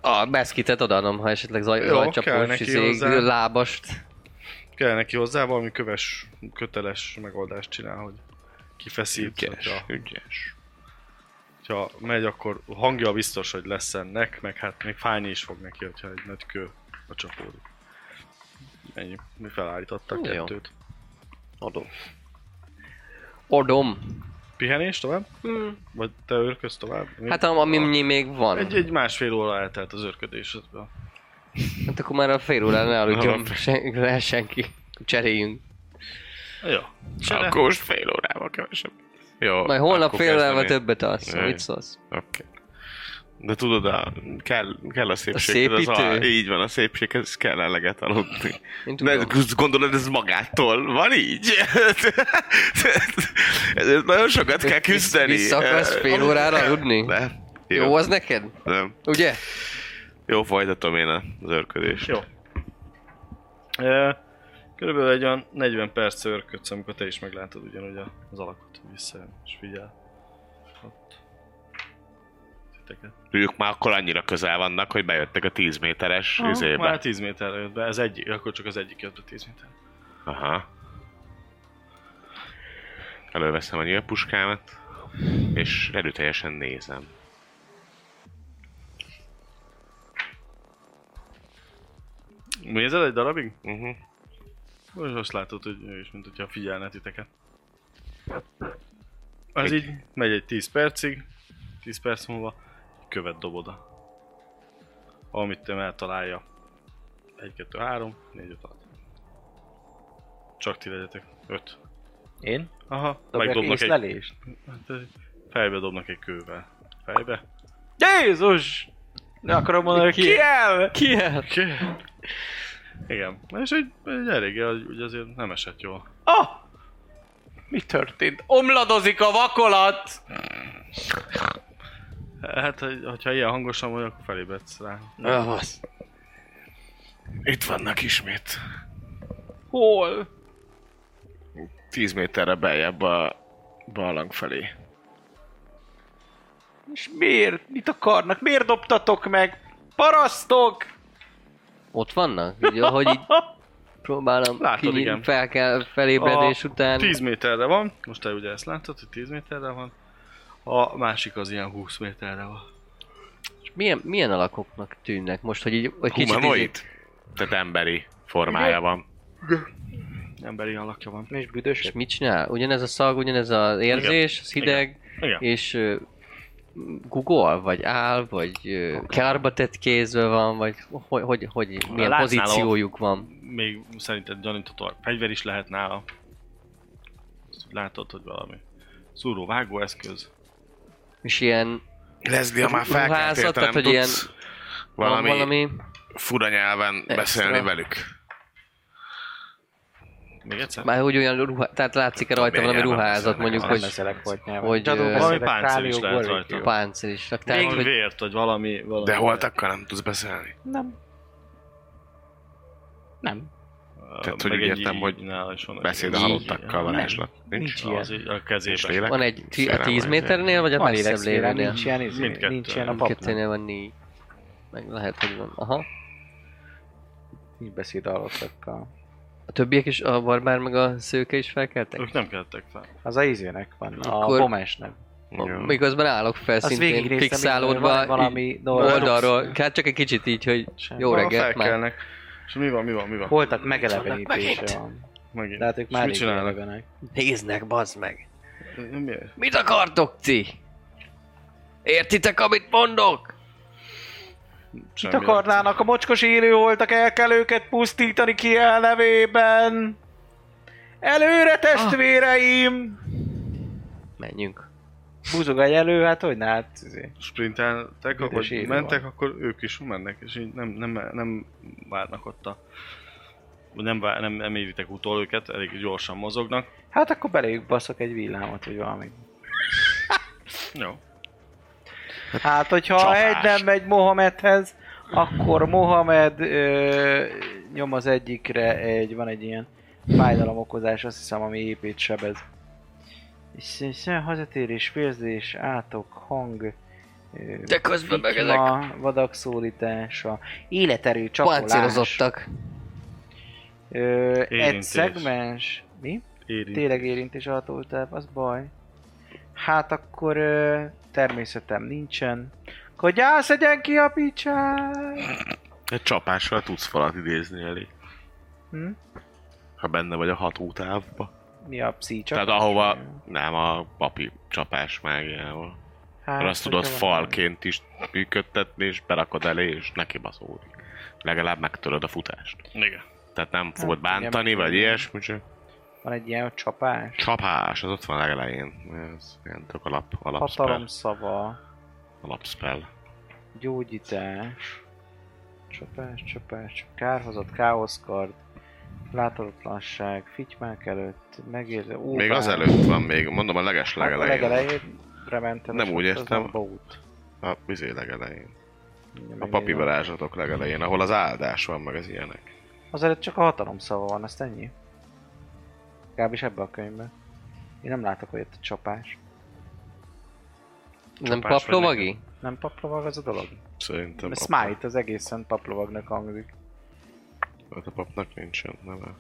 A meszkitet odaadom, ha esetleg zaj,
Jó, kell
zajcsapós,
neki
izé,
hozzá.
lábast.
Kell neki hozzá valami köves, köteles megoldást csinál, hogy kifeszít.
Ügyes,
hogyha-
ügyes.
hogyha megy, akkor hangja biztos, hogy lesz ennek, meg hát még fájni is fog neki, hogyha egy nagy kő a csapódik. Ennyi. Mi felállítottak
Jó.
kettőt.
Adom. Adom.
Pihenés tovább?
Hmm.
Vagy te örködsz tovább? Mi?
Hát am- ami még van.
Egy, egy másfél óra eltelt az örködés.
Hát akkor már a fél órán ne aludjon sen- le senki. Cseréljünk.
Jó. Csere.
Akkor most fél órával kevesebb. Jó,
Majd holnap
akkor
fél órával
kezdeni.
többet alsz.
Jaj.
Mit szólsz?
Oké. Okay. De tudod, a, kell, kell a szépség.
szépítő?
Az a, így van, a szépség, ez kell eleget aludni.
Én
De
tudom.
ez- gondolod, ez magától van így? ez nagyon sokat kell küzdeni.
Vissza akarsz fél
Eh,
órára aludni?
Nem. Jó,
Hm. Jó az neked?
nem.
Ugye?
Jó, folytatom én az örködést.
Jó. E, körülbelül egy olyan 40 perc örködsz, amikor te is meglátod ugyanúgy az alakot hogy visszajön, és figyel. Ott. Te titeket.
Ők már akkor annyira közel vannak, hogy bejöttek a 10 méteres
Aha,
izébe.
Már 10 méterre jött be, ez egy, akkor csak az egyik jött be 10 méter.
Aha. Előveszem a nyílpuskámat, és erőteljesen nézem.
Nézel egy darabig?
Uh-huh.
Most azt látod, hogy ő is, mint hogyha figyelne titeket. Ez így megy egy 10 percig, 10 perc múlva követ dob oda. Amit te eltalálja. 1, 2, 3, 4, 5, 6. Csak ti legyetek. 5.
Én?
Aha,
Dobjak
megdobnak egy... Hát,
észlelést?
Fejbe dobnak egy kővel. Fejbe.
Jézus! Nem akarom mondani, hogy ki el?
Ki el?
Igen. És egy, egy eléggé, hogy ugye azért nem esett jól.
Ah! Mi történt? Omladozik a vakolat!
Hát, hogy- hogyha ilyen hangosan vagy, akkor felébredsz rá.
Ah, basz.
Itt vannak ismét.
Hol?
10 méterre beljebb a barlang felé.
És miért? Mit akarnak? Miért dobtatok meg? Parasztok!
Ott vannak? Így, ahogy így próbálom
Látod, igen.
fel kell felébredés után.
10 méterre van, most te ugye ezt látod, hogy 10 méterre van. A másik az ilyen 20 méterre van.
Milyen, milyen alakoknak tűnnek most, hogy így hogy kicsit
Humanoid? Tehát emberi formája van.
Emberi alakja van.
És
És
büdös?
mit csinál? Ugyanez a szag, ugyanez az érzés, az hideg,
Igen.
és ö, gugol, vagy áll, vagy ö, kárba tett kézbe van, vagy hogy, hogy, hogy milyen
Látnál,
pozíciójuk van.
Még szerinted gyanítható, a fegyver is lehet nála. Azt úgy látod, hogy valami szúró vágó eszköz.
És ilyen
Leslie, ha már felkeltél,
Ruházat,
te
tehát,
nem
hogy
tudsz
ilyen-
valami, valami
valami...
fura nyelven beszélni velük.
Még egyszer?
Már hogy olyan ruha, tehát látszik -e rajta
Milyen
valami
nyelven
ruházat,
beszélnek,
mondjuk,
Nem
hogy
beszélek volt nyelven.
hogy,
Zsadó
ö,
beszélek,
valami páncél is
rálió,
lehet
gorlityó.
rajta.
páncél is. Tehát,
Valami
hogy
vért, vagy valami... valami
De holtakkal nem tudsz beszélni.
Nem. Nem.
Tehát, hogy úgy értem, hogy Beszéd a
Így.
halottakkal varázslat. Nincs?
Nincs
Az így a kezében.
lélek?
van egy tí- a
Félre
10
van,
méternél, vagy a
Van
messzebb
élexére,
lévőnél?
nincs ilyen, izé,
Mindkettő.
nincs ilyen a papnak.
Kettőnél van négy. Meg lehet, hogy van. Aha.
Nincs beszéd alattakkal.
A többiek is, a barbár meg a szőke is felkeltek?
Ők nem keltek fel.
Az a izének van, a
Akkor-
bomesnek.
Jó.
Miközben állok fel
Azt
szintén,
végignéztem,
fixálódva,
így valami
így
dolog.
oldalról, hát csak egy kicsit így, hogy
Sem.
jó reggelt már.
Felkelnek. És mi van, mi van, mi van?
Voltak megelevenítése van.
Megint.
De hát ők
És
már
mit csinálnak?
elevenek.
Néznek, bazd meg!
Miért?
Mit akartok ti? Értitek, amit mondok?
Mit akarnának? A mocskos élőholtak el kell őket pusztítani ki el nevében!
Ah.
Előre testvéreim!
Menjünk.
Búzogány elő, hát hogy ne, hát izé.
sprinteltek,
Üres
ahogy
élő
mentek,
van.
akkor ők is mennek, és így nem, nem, nem várnak ott a... vagy Nem, vár, nem, nem évitek utol őket, elég gyorsan mozognak.
Hát akkor beléjük baszok egy villámot, vagy valami.
Jó.
Hát, hogyha
Csapás.
egy nem megy Mohamedhez, akkor Mohamed ö, nyom az egyikre egy, van egy ilyen fájdalomokozás, azt hiszem, ami épít sebez. És szem hazatérés, férzés, átok, hang, ö,
De közben meg ezek
fikma, vadak szólítása, életerő csapolás.
páncélozottak.
Ö, egy
Érintés.
szegmens. Mi?
Érint.
Tényleg érintés alatt oltább, az baj. Hát akkor ö, természetem nincsen. Akkor gyász egyen ki a picsát!
Egy csapással tudsz falat idézni elé.
Hm?
Ha benne vagy a hat útávba.
Mi a pszi csak?
Tehát ahova... Nem, a papi csapás mágiával.
Hát,
Mert azt tudod
hogyha
falként is működtetni, és berakod elé, és neki baszódik. Legalább megtöröd a futást.
Igen.
Tehát nem fogod
igen,
bántani,
meg-
vagy ilyesmi, csak
Van egy ilyen csapás.
csapás, az ott van legelején. Ez ilyen tök alap, alapspell.
Hatalom szava,
Alapspell.
gyógyítás, csapás, csapás, kárhozat, káoszkard, láthatatlanság, fitymák előtt, megérző, óvás.
Még az előtt van még, mondom a leges
Hát a
legelején.
legelejére mentem,
Nem
és
úgy
ott az
értem.
a boat.
A vizé legelején. A
Megnézem.
papi varázslatok legelején, ahol az áldás van, meg az ilyenek.
Az előtt csak a hatalom szava van, azt ennyi. Legalábbis ebben a könyvben. Én nem látok olyat a csapás.
Nem
Csapás vagy
paplovagi?
Nem paplovag az a dolog?
Szerintem
A
apa-
Smite az egészen paplovagnak hangzik.
Hát a papnak nincsen neve.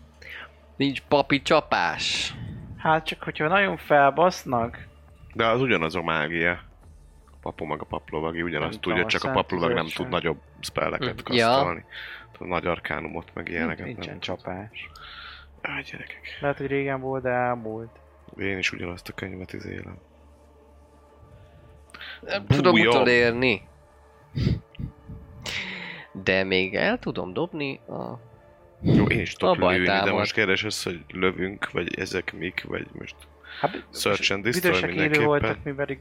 Nincs papi csapás.
Hát csak hogyha nagyon felbasznak,
De az ugyanaz a mágia. A papu meg a paplovagi ugyanazt
Nem
tudja,
tudom,
csak a
a
paplovag nem
Szent
tud
Bizottság.
nagyobb spelleket
Mm, ja.
kasztolni. A nagy arkánumot meg ilyeneket
nincsen
nem.
csapás.
Á, gyerekek.
Lehet, hogy régen volt, de elmúlt.
Én is ugyanazt a könyvet izélem.
Nem tudom
Bújjon.
utolérni. De még el tudom dobni a...
Jó, én is tudok
Abba
lőni, de
eltámad.
most kérdés az, hogy lövünk, vagy ezek mik, vagy most
Hát,
Search and Destroy
Büdösek élő
Szóval mindenképpen.
voltak, mi pedig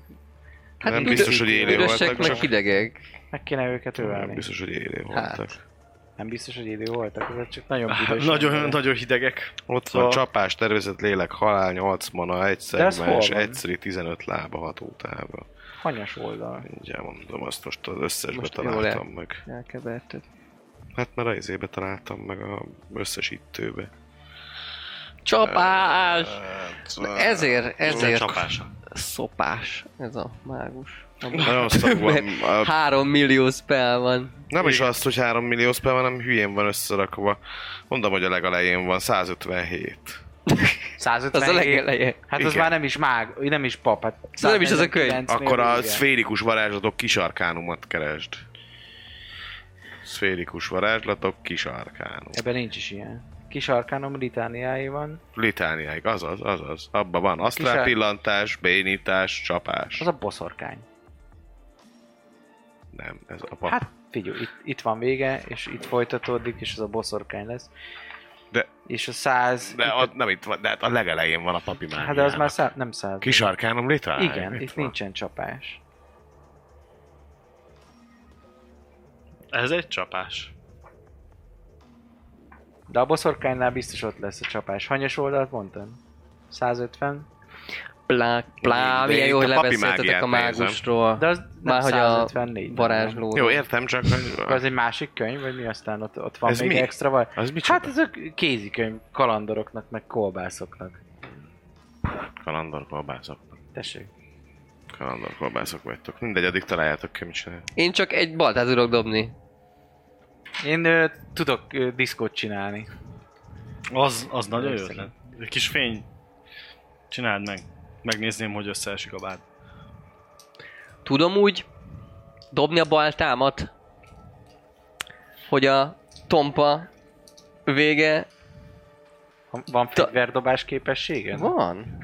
Hát
nem
üdö-
biztos, hogy élő
üdösek
voltak,
meg
csak
hidegek.
meg kéne őket
nem
ölni.
biztos, hogy élő
Hát.
voltak.
Nem biztos, hogy élő voltak, ezek csak nagyon büdösek.
Hát, Nagyon, nagyon hidegek.
Ott
Szóval-
van csapás, tervezett lélek, halál, 8 mana, egy
De ez
szegmens,
hol van?
egyszerű 15 lába hatótávra.
Hanyas oldal.
Mindjárt mondom, azt most az összesbe
Most jól
találtam meg.
Elkeverted.
Hát már az izébe találtam meg, a összesítőbe.
Csapás! Szóval Ezért,
Ezért.
ezért
Csapása.
szopás ez a mágus.
Nagyon szak van. A-
Három millió spell van.
Nem is azt, hogy 3 millió spell van, hanem hülyén van összerakva. Mondom, hogy a legelején van, 157.
150
Az a legeleje.
Hát az
Igen.
már nem is mág, nem is pap, hát
De nem is az a könyv.
149 -nél
Akkor a
vége.
szférikus varázslatok kisarkánumot keresd. Szférikus varázslatok kisarkánum.
Ebben nincs is ilyen. Kis arkánom litániái van.
Litániáig, azaz, azaz. Abban van asztrál
Kisár-
pillantás, bénítás, csapás.
Az a boszorkány.
Nem, ez a pap.
Hát figyelj, itt, itt van vége, és itt folytatódik, és az a boszorkány lesz.
De-
És a száz...
de a, nem itt van, de hát a legelején van a papi mágiának.
Hát de az már szá, nem száz.
Kisarkánum litániáig?
Igen, itt,
van.
nincsen csapás.
Ez egy csapás.
De a boszorkánynál biztos ott lesz a csapás. Hanyas oldalt mondtam? 150?
Plá, plá,
De
milyen
itt
jó, hogy
a papi
lebeszéltetek
mágiát
a
nézem.
mágusról.
De az nem
Már hogy a
154. nem?
varázsló.
Jó, értem, csak hogy...
Akkor az egy másik könyv, vagy mi aztán ott, ott van
Ez
még
mi?
extra? Vagy?
Az micsoda?
Hát ezek kézikönyv kalandoroknak, meg kolbászoknak.
Kalandor kolbászok.
Tessék.
Kalandor kolbászok vagytok. Mindegy, addig találjátok ki, mit csinál.
Én csak egy baltát tudok dobni.
Én ö, tudok ö, diszkót csinálni.
Az, az nagyon jó
Szerintem.
ötlet. Egy kis fény. Csináld meg. Megnézném, hogy összeesik a bád.
Tudom úgy dobni a baltámat, hogy a tompa vége
Ha Van fegyverdobás képessége?
van.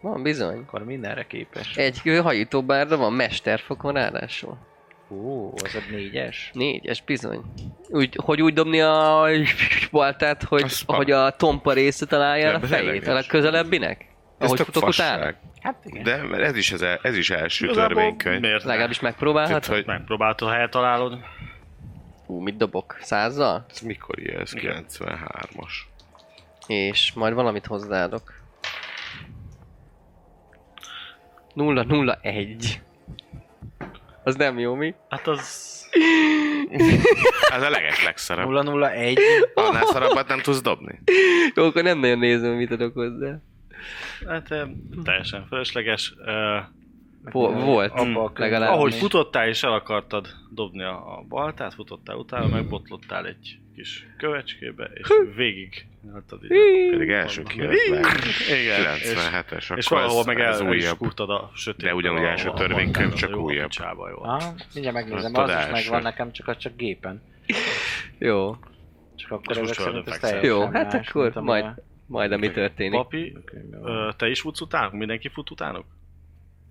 Van bizony.
Akkor mindenre képes.
Egy ö, hajítóbárda van, mesterfok van ráadásul.
Ó, az a négyes?
Négyes, bizony. Úgy, hogy úgy dobni a baltát, hogy,
Az pa-
hogy a tompa része találja el
Nem,
a
ez elég
fejét, el a
nincs.
közelebbinek. Ahogy
tök
futok
fasság.
utána.
Hát igen. De...
De mert ez is, az, el- ez is első törvénykönyv.
Miért? Legalábbis.
Legalábbis megpróbálhat.
Tehát, hogy
Megpróbáltad, ha eltalálod.
Ú, mit dobok? Százzal?
ez mikor ilyen, ez 93-as.
És majd valamit hozzáadok. 001. Az nem jó, mi?
Hát az...
Ez a legeslegszarabb.
001.
Annál szarabbat nem tudsz dobni.
Jó, akkor nem nagyon nézem, mit adok hozzá.
Hát eh, teljesen fölösleges. Eh,
Vo- volt,
Mm.
Abba a könyvben.
legalább.
ahogy
mi?
futottál és el akartad dobni a, a baltát, futottál utána,
Hmm.
megbotlottál egy kis kövecskébe, és végig nyaltad így.
Hmm.
a-
Pedig első kiadvány.
Igen, és,
97-es, akkor
és valahol
ez-
meg
ez
el is
újabb.
kurtad a sötét.
De ugyanúgy első törvénykönyv, csak újabb.
Csába, jó.
Ah, mindjárt megnézem,
Az
az, is
tudás.
megvan nekem, csak az csak gépen.
Jó,
Csak akkor
most
ezek szerint ez
földöfekszel.
teljesen
Jó, hát
más,
akkor
mint ami
majd-
a
majd ami történik.
Papi,
könyvben van.
ö, te is futsz utánok? Mindenki fut utánok?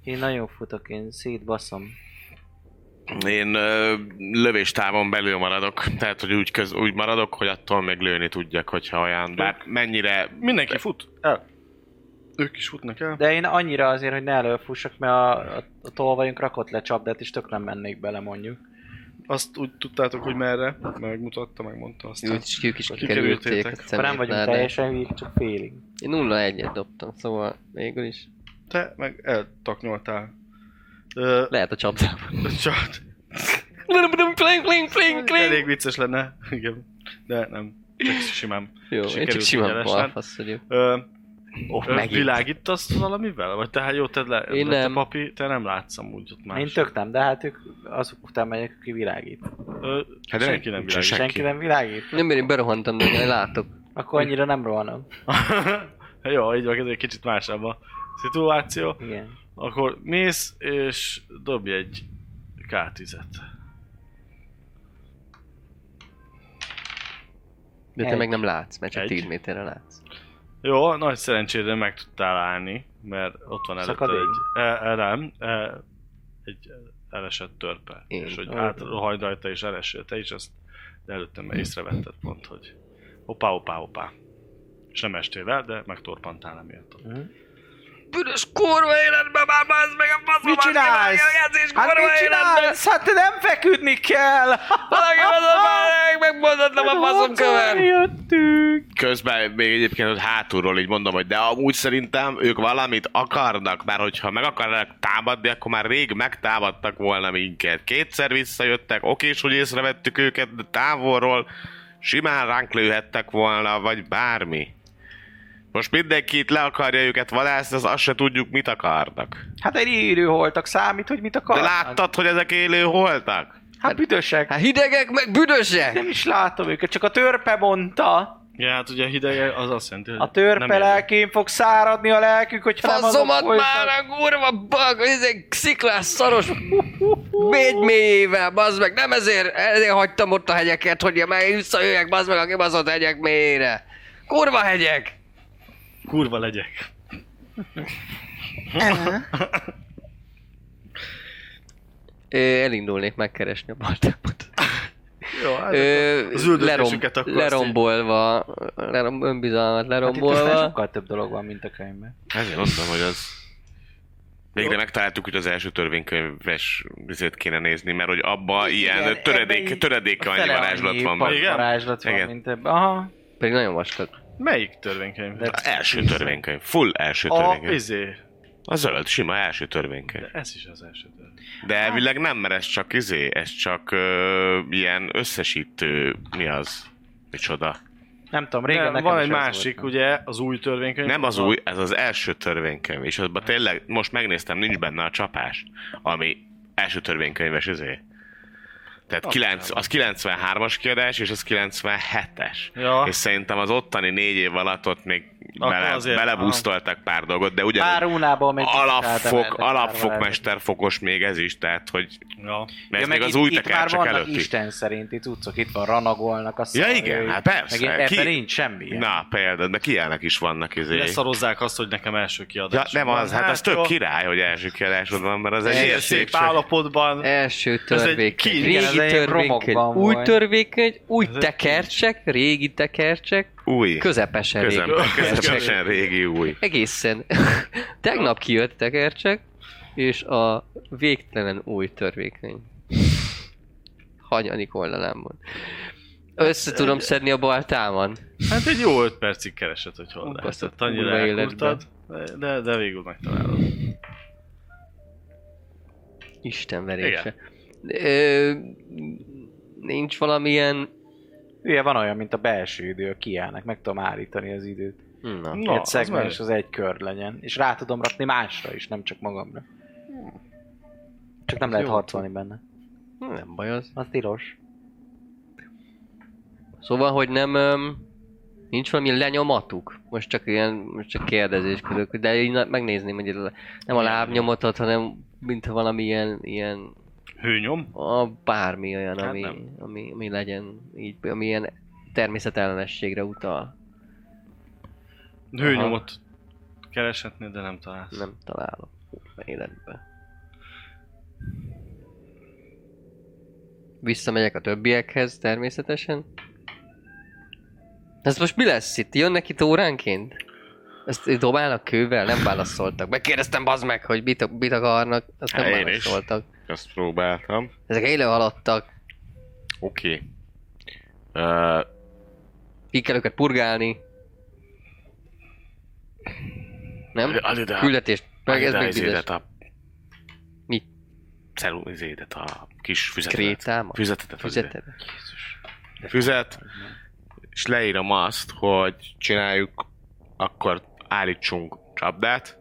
Én nagyon futok, én szétbaszom.
Én ö, lövéstávon belül maradok, tehát hogy úgy, köz, úgy maradok, hogy attól még lőni tudjak, hogyha olyan, bár mennyire...
Mindenki fut el. Ők is futnak el.
De én annyira azért, hogy ne előfussak, mert a, a, a tolvajunk rakott le csapdát, és tök nem mennék bele mondjuk.
Azt úgy tudtátok, hogy merre, megmutatta, megmondta
Jó,
aztán.
és ők is
Kikerültétek.
kikerülték a
Akkor
Akkor nem vagyunk
szemétládába.
teljesen hülyék, csak félig.
Én 0-1-et dobtam, szóval végül is.
Te meg eltaknyoltál. Ö,
Lehet a csapdában.
csak,
Pling, pling, pling,
elég
pling.
vicces lenne, igen, de nem, csak simán.
Jó, én csak
Sikerült
simán
egyenesen.
balfasz vagyok.
Ö,
Oh,
Ö,
megint.
Világítasz valamivel? Vagy tehát jó, te, le,
Én
de te
nem.
papi, te nem látsz amúgy ott más.
Én tök nem, de hát ők azok után megyek, aki világít.
Ö,
Hát
hát
de
senki
nem-
nem világít.
Senki.
Senki nem világít?
Nem, mert én berohantam, de én látok.
Akkor annyira nem rohanom.
jó, így van, ez egy kicsit másabb a szituáció.
Igen.
Akkor mész, és dobj egy K10-et.
De te
Egy.
meg nem látsz, mert csak
Egy.
10 méterre látsz.
Jó, nagy szerencsére meg tudtál állni, mert ott van előtte
Szakadék?
egy... E, e, nem, e, egy elesett törpe.
Én.
És hogy
Ó.
átrohajt rajta és elesél te is, azt de előtte már észrevetted pont, hogy hoppá, hoppá, hoppá. És nem estél el, de megtorpantál emiatt.
Mhm.
Büdös kurva életben már bazd meg a faszom!
Mit csinálsz? Hát mit csinálsz? Hát te nem feküdni kell!
Valaki bazd meg, megmozdatlam a faszom követ!
Jöttünk!
Közben még egyébként ott hátulról így mondom, hogy de amúgy szerintem ők valamit akarnak, mert hogyha meg akarnak támadni, akkor már rég megtámadtak volna minket. Kétszer visszajöttek, oké, és hogy észrevettük őket, de távolról simán ránk lőhettek volna, vagy bármi. Most mindenki itt le akarja őket valászni, az azt se tudjuk, mit akarnak.
Hát egy írő holtak számít, hogy mit
De
akarnak.
láttad, hogy ezek élő holtak?
Hát büdösek.
Hát hidegek, meg büdösek!
Nem is látom őket, csak a törpe mondta.
Ja, hát ugye a hideg az azt jelenti, hogy
A
nem
törpe
érdekel.
lelkén fog száradni a lelkük, hogyha nem azok
Faszomat
voltak. Hát
már a kurva bag, ez egy sziklás szaros mégy mélyével, bazd meg, nem ezért, ezért hagytam ott a hegyeket, hogy meg visszajöjjek, bazd meg a kibaszott hegyek mélyére. Kurva hegyek!
Kurva legyek.
Ö, elindulnék megkeresni a baltámat.
Jó, hát
Ö,
akkor az üldözésünket akkor azt így-
lerombolva, lerom, önbizalmat
Hát itt aztán
lerombolva.
sokkal több dolog van, mint a könyvben.
Ezért mondtam, hogy az... Végre megtaláltuk, hogy az első törvénykönyves vizet kéne nézni, mert hogy abba
Igen,
ilyen
ebben
töredék,
így
töredék
a
annyi
fele
varázslat
annyi
van.
pa-
benne.
Igen?
Varázslat van,
Igen.
mint ebben. Aha.
Pedig nagyon vastag.
Melyik Hát törvénykönyv?
De-
Az első törvénykönyv, full első
A,
törvénykönyv.
izé.
A zöld, sima első törvénykönyv.
De ez is az első törvény.
De
Hát-
elvileg nem, mert ez csak izé, ez csak ö, ilyen összesítő, mi az? Micsoda?
Nem tudom, régen
Régen
nekem
van
is
egy
ez
másik,
volt.
ugye, az új törvénykönyv.
Nem az
Van-
új, ez az első törvénykönyv, és abban tényleg, most megnéztem, nincs benne a csapás, ami első törvénykönyves izé. Tehát kilenc, az 93-as kiadás, és az 97-es.
Ja.
És szerintem az ottani négy év alatt ott még
Akkor
bele,
azért,
belebusztoltak pár dolgot, de
Pár
ugyanúgy
rúnából még kicsit
alapfok,
eltemeltek már
alapfok,
varázslat.
mesterfokos még ez is, tehát hogy
Ja.
mert ez
meg
még az
itt-
új
itt már
tekercsek
vannak
előtti.
Isten szerinti cuccok, itt van ranagolnak a
Ja
szarjai.
igen, hát persze.
Meg ebben nincs semmi. ilyen.
Na például, de ilyenek is vannak izé.
Leszarozzák azt, hogy nekem első
Ja,
kiadás.
nem
van.
az, hát az
jó.
tök király, hogy első kiadásod van, mert az egy
Ilyen
ilyen
Ilyen szép állapotban.
E-
Első törvénykönyv,
kincs.
régi
Igen, ez egy
törvénykönyv,
romokban
új
volt.
törvénykönyv, új
Ez egy
tekercsek, régi tekercsek,
új.
közepesen régi.
Közemben, közepesen régi új.
Egészen. Tegnap kijött tekercsek, és a végtelen új törvénykönyv. Hanyadik oldalán van. Össze tudom szedni a baltámon.
Hát egy jó öt percig keresett, hogy hol
Ú,
lehet.
baszott,
Tehát annyira
kurva
elkurtad, de, de végül megtalálod.
Isten verése. Ö, nincs valamilyen...
Ugye van olyan, mint a belső idő, a kiállnak, meg tudom állítani az időt.
Na.
Na,
egy
az
szegmens
menő.
az egy kör legyen, és rá tudom rakni másra is, nem csak magamra. Csak nem lehet
Jó.
harcolni benne.
Nem baj az.
Az tilos.
Szóval, hogy nem... Öm, nincs valami lenyomatuk? Most csak ilyen, most csak kérdezésködök, de így na- megnézném, hogy le- nem a lábnyomatot, hanem mint valamilyen ilyen
Hőnyom?
a bármi olyan,
Hát
ami,
nem.
ami, ami legyen, így, ami ilyen természetellenességre utal.
Hőnyomot kereshetnél, de nem találsz.
Nem találok életbe. Visszamegyek a többiekhez természetesen. Ez most mi lesz itt? Jönnek itt óránként? Ezt dobálnak kővel? Nem válaszoltak. Megkérdeztem bazd meg, hogy mit, mit akarnak. Azt nem
Hát Én is.
válaszoltak.
Ezt próbáltam.
Ezek élő haladtak.
Oké. Okay.
Ki kell őket purgálni. Nem?
Add ide a-
Küldetést. Meg ez
add ide
még
izédet
bizonyos.
a...
Mi?
Celu, izédet, a kis füzetet.
Krétámat?
Füzetetet. add ide.
Füzeted.
Füzet. És leírom azt, hogy csináljuk akkor állítsunk csapdát.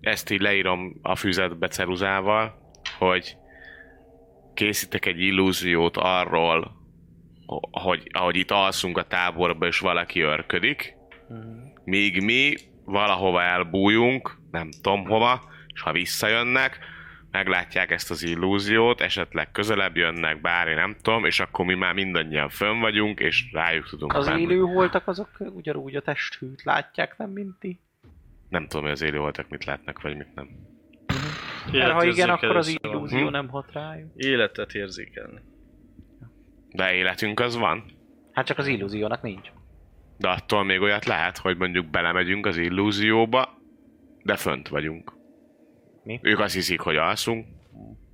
Ezt így leírom a füzetbe ceruzával, hogy készítek egy illúziót arról, hogy ahogy itt alszunk a táborba, és valaki örködik, míg mi valahova elbújunk, nem tudom hova, és ha visszajönnek, meglátják ezt az illúziót, esetleg közelebb jönnek, bár én nem tudom, és akkor mi már mindannyian fönn vagyunk, és rájuk tudunk
Az
menni.
élő voltak azok ugyanúgy a testhűt látják, nem mint ti?
Nem tudom, hogy az élő voltak mit látnak, vagy mit nem.
Mert ha igen, akkor az
Életérzékelés van.
Mhm.
Hm?
illúzió nem hat rájuk.
Életet érzékelni.
De életünk az van.
Hát csak az illúziónak nincs.
De attól még olyat lehet, hogy mondjuk belemegyünk az illúzióba, de fönt vagyunk.
Mi?
Ők azt hiszik, hogy alszunk.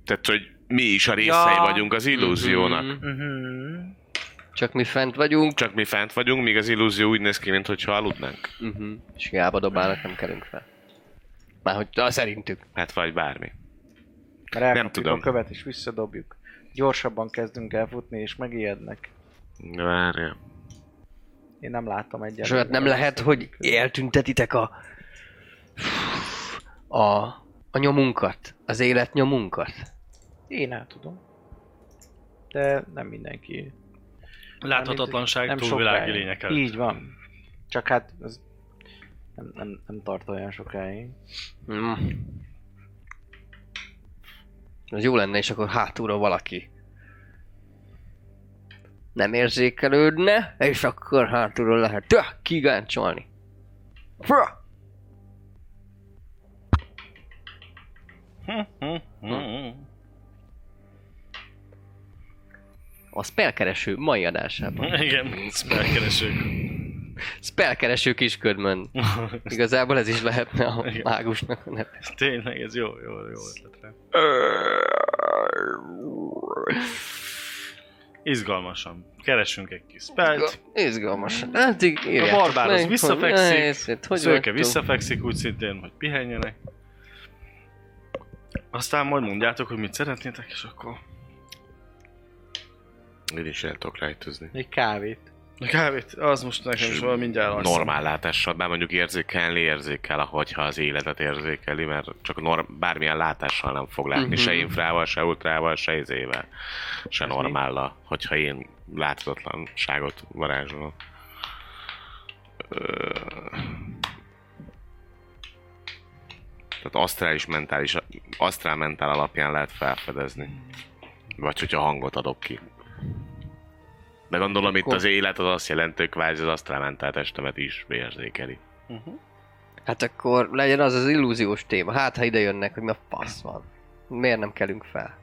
Tehát, hogy mi is a részei
Ja.
vagyunk az illúziónak.
Mhm.
Mhm.
Csak mi fent vagyunk,
Csak mi fent vagyunk, míg az illúzió úgy néz ki, mintha aludnánk.
uh-huh. és hiába dobálnak, nem kerünk fel. Márhogy ah, szerintük.
Hát vagy bármi.
Mert elkapjuk
tudom.
a követ és visszadobjuk. Gyorsabban kezdünk el futni és megijednek.
Várja.
Én nem látom egyet.
És olyat hát nem lehet, hogy eltüntetitek a... a... a nyomunkat. Az élet nyomunkat.
Én el tudom. De nem mindenki.
Láthatatlanság
Nem
túlvilági
sokáig.
lények előtt.
Így van. Csak hát ez nem, nem, nem tart olyan sokáig.
Mm. Az jó lenne, és akkor hátulra valaki nem érzékelődne, és akkor hátulról lehet tö, kigáncsolni. Fö!
Hm?
A spellkereső mai adásában.
Hm? Igen, spellkeresők.
Spellkereső kisködmön. Igazából ez is lehetne a
Igen.
mágusnak a neve.
Tényleg, ez jó, jó, jó ötletre. Izgalmasan. Keresünk egy kis spelt.
Izgalmas. Hát így
A
írjátok
barbár az
meg,
visszafekszik,
hogy- helyzet,
A
hogy
szőke
vagytok?
visszafekszik úgy szintén, hogy pihenjenek. Aztán majd mondjátok, hogy mit szeretnétek, és akkor...
Én is el tudok rejtőzni.
Egy kávét.
A kávét, az most nekem is valami mindjárt alszom.
Normál látással, bár mondjuk érzékelni érzékel, ahogyha az életet érzékeli, mert csak norm- bármilyen látással nem fog látni,
Mhm.
mm-hmm. se infrával, se ultrával, se izével, se normállal, hogyha én láthatatlanságot varázsolom. Ö, Tehát asztrális mentális, asztrál mentál alapján lehet felfedezni. Vagy hogyha hangot adok ki. De gondolom itt
Akkor-
az élet az azt jelenti, hogy kvázi az asztrálmentál testemet is érzékeli.
Hát akkor legyen az az illúziós téma. Hát, ha ide jönnek, hogy mi a fasz van. Miért nem kelünk fel?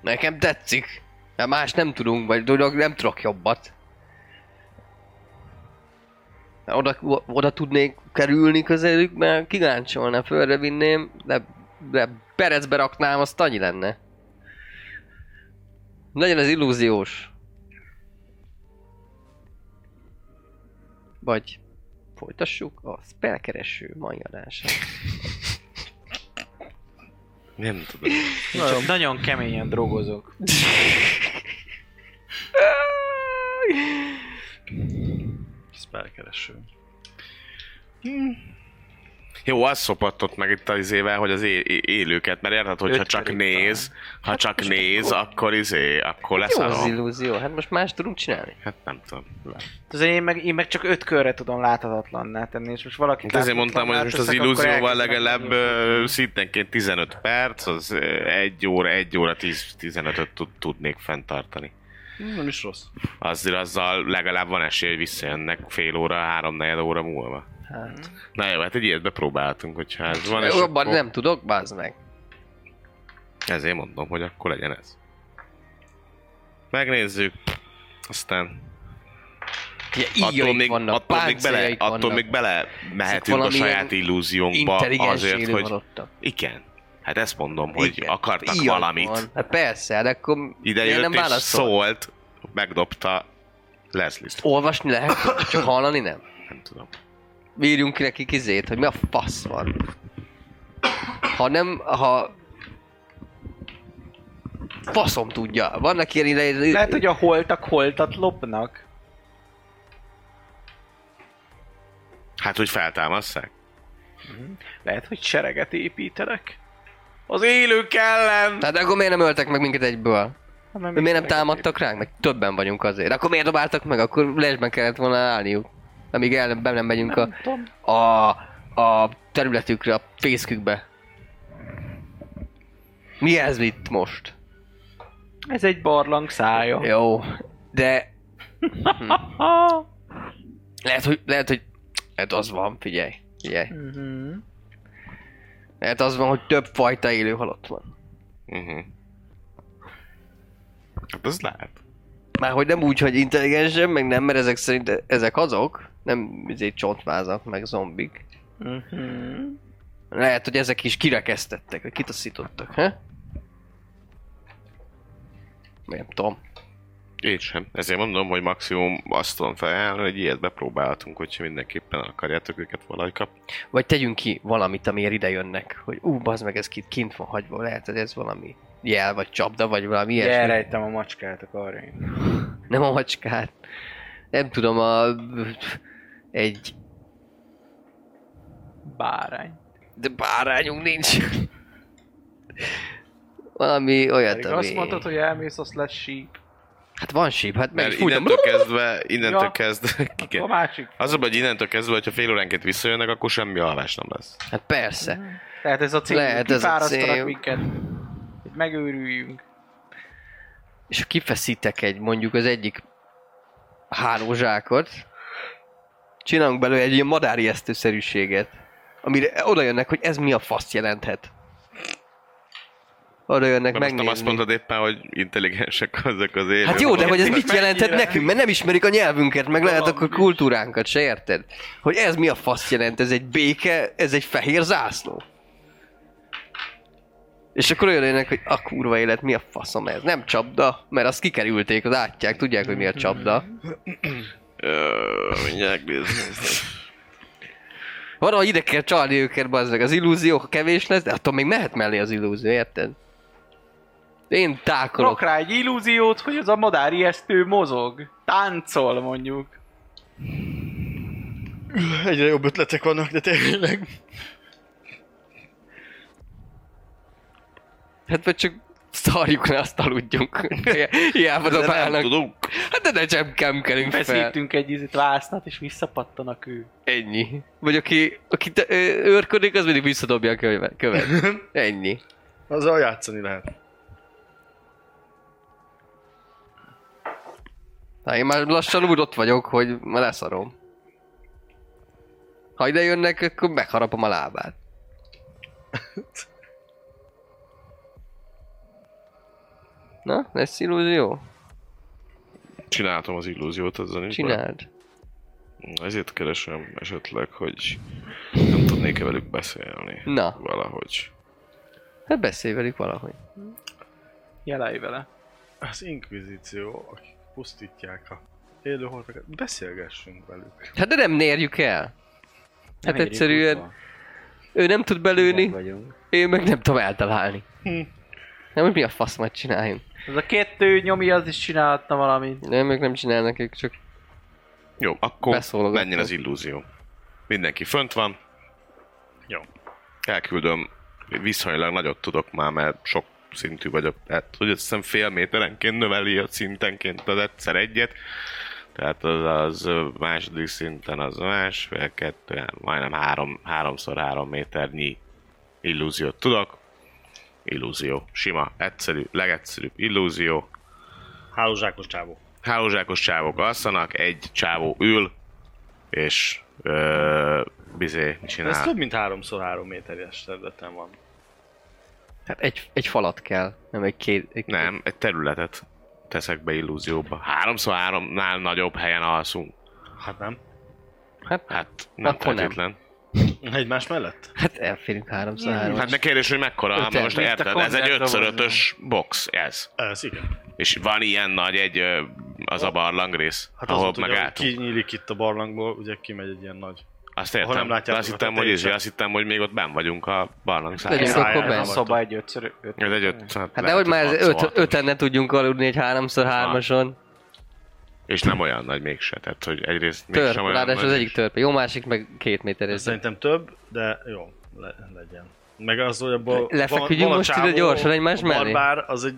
Nekem tetszik. Mert más nem tudunk, vagy tudok, nem tudok jobbat. Mert Hát Oda, oda tudnék kerülni közelük, mert kigáncsolna, fölre vinném, de, de perecbe raknám, azt annyi lenne. Legyen az illúziós. Vagy folytassuk a spellkereső mai adását.
Nem tudom.
Nagyon, nagyon keményen drogozok.
Spellkereső.
Jó, az szopattott meg itt az izével, hogy az é- é- élőket, mert érted, hogyha
Öt
csak
kerék
néz, ha csak néz, akkor izé, akkor lesz
Jó az
a...
illúzió, hát most más tudunk csinálni.
Hát nem tudom.
Azért én meg, én meg csak öt körre tudom láthatatlanná tenni, és most valaki...
Hát ezért mondtam, hogy most az illúzióval legalább ö, szintenként 15 perc, az ö, egy óra, egy óra 10, 15-öt tud, tudnék fenntartani.
Nem is rossz.
Azért azzal legalább van esély, hogy visszajönnek fél óra, három negyed óra múlva.
Hát.
Na jó, hát egy ilyet bepróbáltunk, hogyha ez van, és
Jobban
akkor
nem tudok, bázd meg.
ezért mondom, hogy akkor legyen ez. Megnézzük, aztán
Ugye
attól
íjaik
még,
vannak,
attól még bele,
páncéljaik
attól
vannak,
még bele mehetünk a
valamilyen
saját illúziónkba
intelligens
azért,
élő
hogy...
van ott.
Igen. Hát ezt mondom, hogy
Igen,
akartak
íjaik
valamit.
Van. Hát persze, de akkor
Ide
miért
jött
nem
és
válaszol?
szólt, megdobta Leslie-t.
Olvasni lehet, csak hallani nem.
Nem tudom.
Írjunk ki nekik izét, hogy mi a fasz van. Ha nem, ha... Faszom tudja. Vannak ilyen ide...
Lehet, hogy a holtak holtat lopnak.
Hát, hogy feltámasszák?
Lehet, hogy sereget építenek? Az élők ellen!
Tehát akkor miért nem öltek meg minket egyből?
Hát, mert még
Miért nem
sereget
támadtak ránk? Meg többen vagyunk azért. Akkor miért dobáltak meg? Akkor lesben kellett volna állniuk. Amíg el be nem megyünk a,
tudom.
a, a területükre, a fészkükbe. Mi ez itt most?
építik. Ez egy barlang szája.
Jó, de lehet, hogy, lehet, hogy lehet az van, figyelj, figyelj.
Mhm.
Lehet az van, hogy több fajta élő halott van.
Uh-huh. Hát az lehet.
Már hogy nem úgy, hogy intelligensen, meg nem, mert ezek szerint ezek azok, nem izé csontvázak, meg zombik.
Mhm.
Lehet, hogy ezek is kirekesztettek, vagy kitaszítottak, he? Nem tudom.
Én sem. Ezért mondom, hogy maximum azt tudom felajánlani, hogy ilyet bepróbálhatunk, hogyha mindenképpen el akarjátok őket valahogy kap.
Vagy tegyünk ki valamit, amiért ide jönnek, hogy ú, bazd meg, ez kint, kint van hagyva, lehet, hogy ez valami jel, vagy csapda, vagy valami ilyesmi.
Elrejtem a macskát a karjaim.
Nem a macskát. Nem tudom, a... Egy...
Bárány.
De bárányunk nincs. Valami olyat,
Pedig azt
ami...
mondtad, hogy elmész, az lesz síp.
Hát van síp, hát meg
Mert
is fújtam.
innentől kezdve, innentől
Ja.
kezdve,
A
igen.
másik.
Az a baj, hogy innentől kezdve, hogyha fél óránként visszajönnek, akkor semmi alvás nem lesz.
Hát persze.
Lehet ez a cél,
Lehet ez a cél.
kifárasztanak minket. Hogy megőrüljünk.
És ha kifeszítek egy, mondjuk az egyik hálózsákot, csinálunk belőle egy ilyen madárijesztőszerűséget, amire oda jönnek, hogy ez mi a fasz jelenthet. Oda jönnek
Mert most nem
megnézni.
azt mondtad éppen, hogy intelligensek azok az élők.
Hát jó, de hogy ez mit
Megírják.
jelenthet nekünk, mert nem ismerik a nyelvünket, meg lehet
Valami
akkor
is.
kultúránkat, se érted? Hogy ez mi a fasz jelent, ez egy béke, ez egy fehér zászló. És akkor jönnek, hogy a kurva élet, mi a faszom ez? Nem csapda, mert azt kikerülték, az átják, tudják, hogy mi a csapda.
Ö, mindjárt nézni.
Valahogy ide kell csalni őket, bazdmeg. Az illúzió, ha kevés lesz, de attól még mehet mellé az illúzió, érted? Én
Rak
tákolok.
rá egy illúziót, hogy az a madár ijesztő mozog. Táncol mondjuk.
Egyre jobb ötletek vannak, de tényleg.
Hát vagy csak szarjuk le, azt aludjunk. Hiába dobálnak.
Tudunk?
Hát de ne sem kemkelünk fel.
Feszítünk egy ízit vásznat, és visszapattanak ő.
Ennyi. Vagy aki, aki te, ö, őrködik, az mindig visszadobja a követ. követ. Ennyi.
Azzal játszani lehet.
Na, én már lassan úgy ott vagyok, hogy már leszarom. Ha ide jönnek, akkor megharapom a lábát. Na, lesz illúzió?
Csináltam az illúziót azzal nincs baj.
Csináld.
Ezért keresem esetleg, hogy nem tudnék-e velük beszélni.
Na.
Valahogy.
Hát beszélj velük valahogy.
Jelej vele.
Az inkvizíció, akik pusztítják a élőholtakat, beszélgessünk velük.
Hát de nem nérjük el. Hát egyszerűen ő nem tud belőni,
vagyunk.
én meg nem tudom eltalálni. Nem, hogy mi a fasz majd csináljunk.
Ez a kettő nyomi, az is csinálhatna valamit.
Nem, ők nem csinálnak, ők csak
Jó, akkor
Beszólogatok.
menjen az illúzió. Mindenki fönt van.
Jó.
Elküldöm. Viszonylag nagyot tudok már, mert sok szintű vagyok. Tehát, hogy azt hiszem fél méterenként növeli a szintenként az egyszer egyet. Tehát az, az második szinten az másfél, kettő, majdnem három, háromszor három méternyi illúziót tudok. Illúzió. Sima, egyszerű, legegyszerűbb illúzió.
Hálózsákos csávó.
hálózsákos csávok alszanak, egy csávó ül, és ö, bizé
Ez
csinál.
több mint háromszor három méteres területen van.
Hát egy, egy falat kell, nem egy két... Egy
Nem, egy területet teszek be illúzióba. Háromszor háromnál nagyobb helyen alszunk.
Hát nem.
Hát nem
Akkor nem.
feltétlen.
Egymás mellett?
Hát elférünk háromszor három.
Hát ne kérdés, hogy mekkora,
Öten.
hát most
Mint a
érted, ez egy
konzervdoboz.
5x5-ös box, ez.
Ez igen.
És van ilyen nagy egy, ö, az a barlang rész,
Hát az
ahol
ott ugye, hogy
megálltunk.
kinyílik itt a barlangból, ugye kimegy egy ilyen nagy.
Azt
ahol nem
értem,
látjátok
de azt
a
hittem, hogy, ez,
tetejét.
azt hittem, hogy még ott benn vagyunk a barlang
Legyünk
száján.
akkor Hát
Száján
benne.
A
nem adtak.
szoba egy ötször öt.
Ez egy öt, Hát,
Hát nehogy már ez öt, öten ne tudjunk aludni egy háromszor hármason.
És nem olyan nagy mégse, tehát hogy egyrészt
Törp,
mégsem olyan
ráadásul
nagy,
az egyik törpe. Jó, másik meg két méteres.
Ez szerintem több, de jó, le, legyen. Meg az, hogy abban
Lefeküdjünk most ide gyorsan egymás
a
mellé?
Barbár, az egy,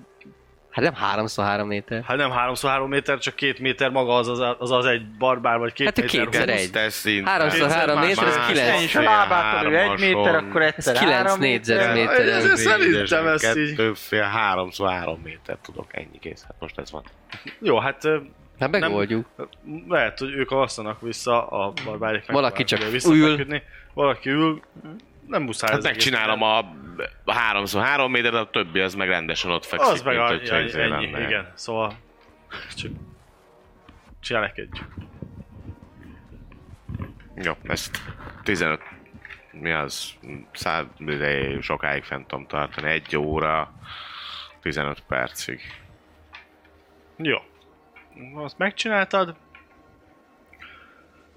Hát nem háromszor három méter.
hát nem 3x3 méter, csak két méter maga az az, az, az egy barbár, vagy két
Hát ő
méter.
kétszer
húsz.
egy.
Ez te szinte.
Háromszor
Kétszer
három
más-
méter, ez
más-
kilenc.
Ennyi, és a lábától ő egy
Hármason.
méter, akkor egyszer
Ez kilenc
három méter.
négyzetméter.
Ez- ez- ez szerintem
Négyesen,
ezt így.
Kettő, fél, háromszor három méter tudok, ennyi kész. Hát most ez van.
Jó, hát ö,
Hát megoldjuk.
lehet, hogy ők alszanak vissza, a barbárik meg
Valaki
próbálnak
csak
ugye visszafeküdni. Valaki ül, nem muszáj.
Hát
az egész.
megcsinálom a háromszor három méter, de a többi az meg rendesen ott fekszik.
Az meg a,
hogyha
ennyi,
izé
ennyi,
lenne.
igen, szóval csak cselekedjük.
Jó, ezt 15, mi az, száz, de sokáig fent tudom tartani, egy óra, 15 percig.
Jó. Azt megcsináltad.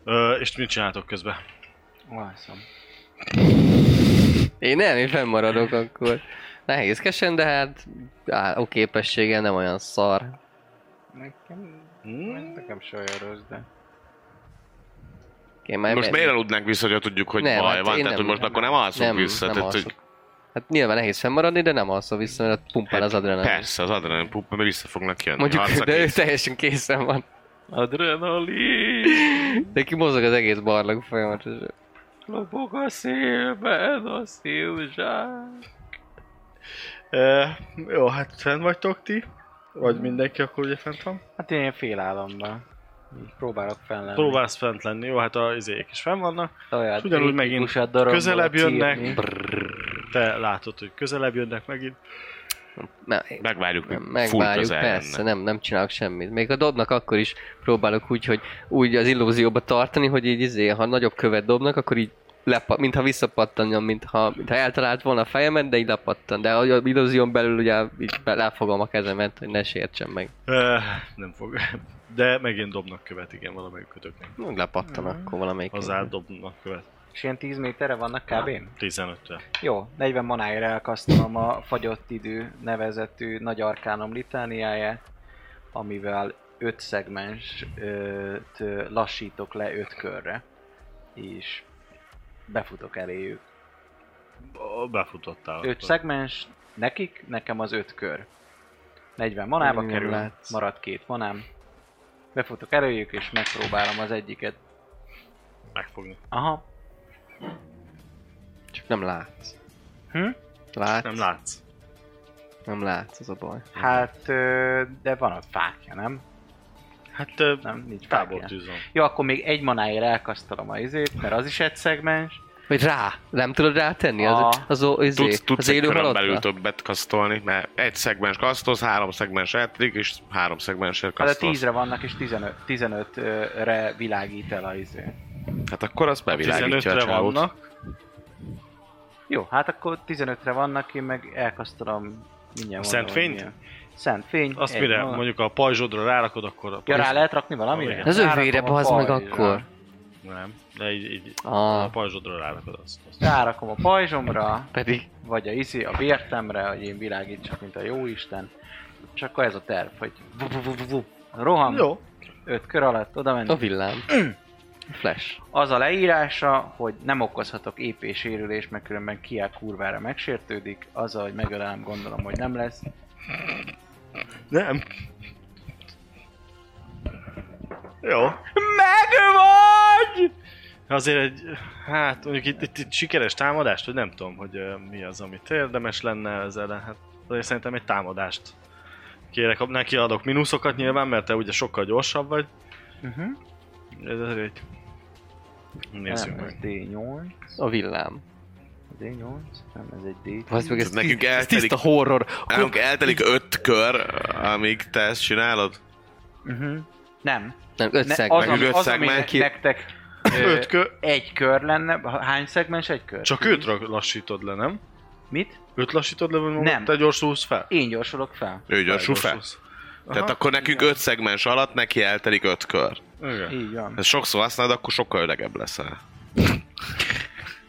Ö, és mit csináltok közben?
Alszom.
Én nem, én fennmaradok akkor. Nehézkesen, de hát á, ó, képessége nem olyan szar.
Nekem,
Hmm?
nekem se olyan rossz, de...
Én már
most miért aludnánk vissza, hogyha tudjuk, hogy
Nem,
baj
hát
van?
én
Tehát,
nem-
hogy most
nem-
akkor nem alszunk
nem,
vissza.
nem
tehát,
alszok. Hát nyilván nehéz fennmaradni, de nem alszol vissza, mert ott pumpál az
hogy
adrenalin.
Hát, persze, az adrenalin pumpa, mert vissza fognak jönni.
Mondjuk,
Harca
de ő
kész.
teljesen készen van.
Adrenalin,
De ki mozog az egész barlang folyamatosan.
lobog a szélben, a szélzsák.
Ö, jó, hát fent vagytok ti? Vagy mindenki akkor ugye fent van?
Hát én ilyen félállamban. Így próbálok fel lenni.
Próbálsz fent lenni, jó, hát a izék is fenn vannak.
Olyan
És ugyanúgy megint
kritikusat darabból
közelebb jönnek.
círni.
Brrr, te látod, hogy közelebb jönnek megint.
Na,
Megvárjuk,
Nem,
hogy full
Megvárjuk,
közel
persze,
lenne.
nem, nem csinálok semmit. Még a dobnak akkor is próbálok úgy, hogy úgy az illúzióba tartani, hogy így izé, ha nagyobb követ dobnak, akkor így lepa, mintha visszapattanjon, mintha, mintha eltalált volna a fejemet, de így lepattan. De az illúzión belül ugye így be- lefogom a kezemet, hogy ne sértsen meg.
Ö, nem fog. De megint dobnak követ, igen, valamelyik kötöknek.
Mondjuk lepattan akkor valamelyik.
Hozzád dobnak követ.
És ilyen 10 méterre vannak kb.
15-tel.
Jó, 40 manáért elkasztolom a fagyott idő nevezetű nagy arkánom litániáját, amivel 5 szegmens ö, t lassítok le 5 körre, és befutok eléjük.
Ó, Befutottál.
5 szegmens nekik, nekem az 5 kör. 40 manába
Jól
kerül,
látsz.
marad két manám. Befutok eléjük, és megpróbálom az egyiket.
Megfogni.
Aha,
Csak nem látsz.
Hm?
Látsz?
Nem látsz.
Nem látsz, az a baj.
hát ö, de van ott fákja, nem?
Hát ö,
Nem, nincs fákja.
tábortűz van.
Jó, akkor még egy manáért elkasztalom a izét, mert az is egy szegmens. Hát
Vagy rá, nem tudod rátenni?
Ah.
Az, az, az, izé,
Tudsz, tudsz
az
egy
élő
körön
halottra?
belül többet kasztolni, mert egy szegmens kasztolsz, három szegmens etrik, és három szegmensért
Hát a
kasztolsz.
10-re vannak, és 15, 15-re világít el a izé.
Hát akkor azt bevilágítja a
15-re
csávót.
vannak.
Jó, hát akkor 15-re vannak, én meg elkasztalom mindjárt.
A
mondom,
szent
hogy
fényt?
milyen. Szent fény.
Azt
egy
mire?
vonal.
Mondjuk a pajzsodra rárakod, akkor a
Ja,
pajzs-
rá lehet rakni valamire?
Igen.
Az
Rárakom
övére,
a
bazd meg
pajzsra.
akkor.
Nem, de így, így a
Ah,
pajzsodra rárakod azt. azt.
Rárakom a pajzsomra,
pedig.
vagy a izé, a vértemre, hogy én világítsak, mint a jóisten. És akkor ez a terv, hogy vu- vu- vu- vu- vu. roham,
Jó.
öt kör alatt oda menni.
A villám. Flash.
az a leírása, hogy nem okozhatok ép és sérülést, mert különben kiáll kurvára megsértődik, az, hogy megölelem, gondolom, hogy nem lesz.
Nem. Jó.
Megvagy!
Azért egy, hát mondjuk itt, itt, itt sikeres támadást, vagy nem tudom, hogy ö, mi az, amit érdemes lenne ezzel, de hát azért szerintem egy támadást kérek, neki adok mínuszokat nyilván, mert te ugye sokkal gyorsabb vagy.
Uh-huh.
Ez azért egy... Nézzük
nem, ez
meg.
D8,
A villám.
D8, nem, ez egy D10.
Az meg ez,
Ez nekünk
tíz- ez
eltelik.
tiszta horror.
Nálunk eltelik öt kör, amíg te ezt csinálod.
Uh-huh. Nem.
Nem, öt
Ne, az,
szegmens.
ami,
öt
az, ami
szegmens.
ne-
Ki-
nektek
Öt
ö,
kö...
egy kör lenne, Ha- hány szegmens egy kör?
Csak őt rak- lassítod le, nem?
Mit?
Őt lassítod le, vagy magad?
Nem.
te gyorsulsz fel?
Én gyorsulok fel.
Ő gyorsul fel.
Felgyorsulsz.
Tehát akkor nekünk öt szegmens alatt neki eltelik öt kör.
Igen.
Így van.
Ez sokszor használod, akkor sokkal öregebb leszel.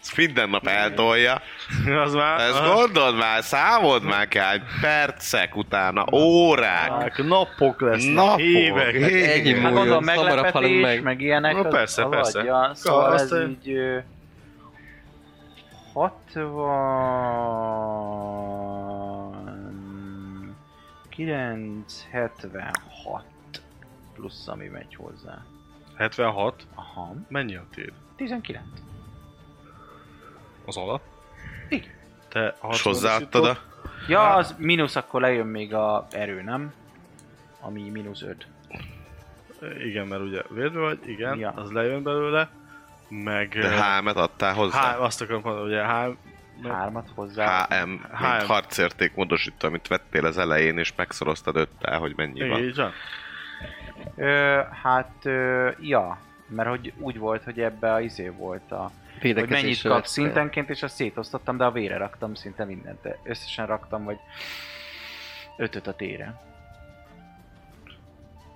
Ezt minden nap eltolja.
Az már...
Ezt
az-
gondold már, számod már kell, percek utána, órák.
Napok lesznek,
Napok.
évek.
Ennyi
Igen.
Hát
múljon,
gondolom
hamarabb halunk
meglepetés, meg.
meg.
meg ilyenek,
Na,
az
persze, persze.
Ja, szóval
azt eh,
ez
én-
így... ö, 60... 976 plusz, ami megy hozzá.
76.
Aha,
Mennyi a tiéd?
19.
Az alap?
Igen.
Te
És
60-as
hozzáadtad
jutott?
a...
Ja,
Hát-
az mínusz, akkor lejön még a erő, nem? Ami mínusz 5.
Igen, mert ugye védve vagy, igen,
Ja.
az lejön belőle, meg...
De HM-et adtál hozzá?
H, azt akarom mondani, ugye H...
Hármat hozzá.
HM,
HM.
mint harcérték módosító, amit vettél az elején, és megszoroztad öttel, hogy mennyi van.
Így van.
Ö, hát, ö, ja. Mert hogy úgy volt, hogy ebbe a izé volt a... Hogy mennyit
Védekezésre
kap
vettél.
szintenként, és azt szétosztottam, de a vére raktam szinte mindent. De Összesen raktam, vagy ötöt a tére.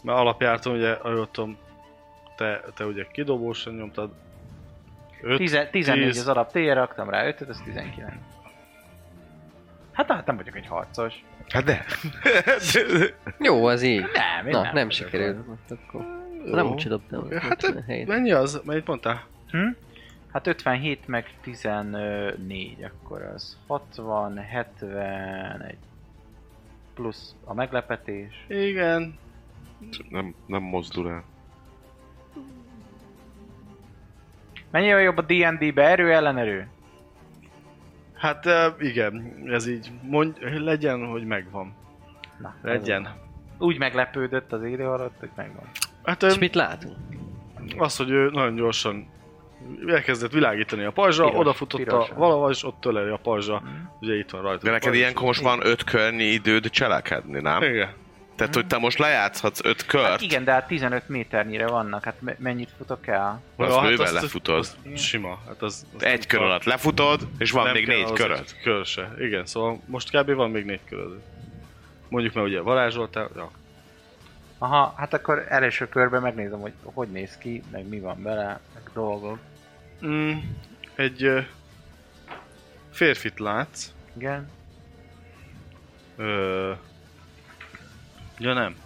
Mert alapjártam, ugye, ahogy ott tudom, te, te ugye kidobósan nyomtad. 5,
Tize- 14
tíz.
az alap tére, raktam rá ötöt, az 19. Hát, hát nem vagyok egy harcos.
Hát de.
Jó, az így.
Nem, én
Na,
nem.
nem sikerült. Most akkor. Nem úgy dobtam.
Hát
Most a helyét.
mennyi az? Mennyit mondtál?
Hm? Hát 57 meg 14, akkor az 60, 71 plusz a meglepetés.
Igen.
Nem, nem mozdul el.
Mennyivel jobb a D&D-be erő ellenerő?
Hát eh, igen, ez így mondj, legyen, hogy megvan.
Na, ez az.
Legyen.
Úgy meglepődött az élő alatt, hogy megvan.
Hát
És
eh,
mit látunk?
az, hogy ő nagyon gyorsan elkezdett világítani a pajzsa,
Piros, Mhm.
odafutott a
pirosan.
valahol, és ott töleli a pajzsa. Ugye itt van rajta.
De
a
neked
pajzs.
ilyenkor most van öt környi időd cselekedni, nem?
Igen.
Tehát, hogy te most lejátszhatsz öt
Hát
kört.
igen, de hát 15 méternyire vannak, hát me- mennyit futok el?
Azt bőven lefutod.
hát Azt, sima. Hát az, az
Egy kör alatt lefutod, és van még
kell
négy
ahhoz
köröd.
egy Kör se. Igen, szóval most kb. van még négy köröd. Mondjuk mert ugye varázsoltál, ja.
Aha, hát akkor első körben megnézem, hogy hogy néz ki, meg mi van vele, meg dolgok.
Mm, egy ö, férfit látsz.
Igen.
Ö, ja nem.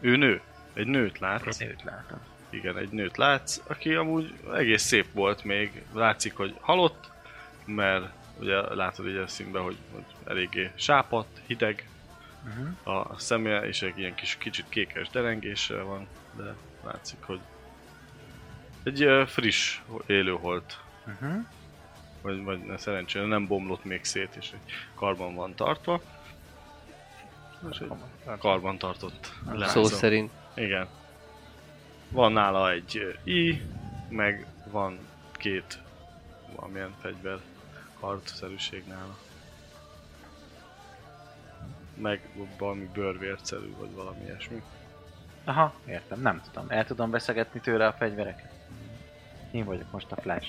Ő nő. Egy nőt látsz.
Nőt látom.
Igen, egy nőt látsz, aki amúgy egész szép volt még. Látszik, hogy halott, mert ugye látod így a színben, hogy, hogy eléggé sápadt, hideg
Uh-huh.
a szemje, és egy ilyen kis kicsit kékes derengéssel van, de látszik, hogy egy ö, friss élőholt, Mhm.
Uh-huh.
vagy, vagy ne, szerencsére nem bomlott még szét, és egy karban van tartva. És egy karban tartott
Szó
lázom.
szerint.
Igen. Van nála egy ö, i, meg van két valamilyen fegyver harcszerűség nála. Meg valami bőrvércelű, vagy valami ilyesmi.
Aha, értem, nem tudom. El tudom beszegetni tőle a fegyvereket. Én vagyok most a Flash.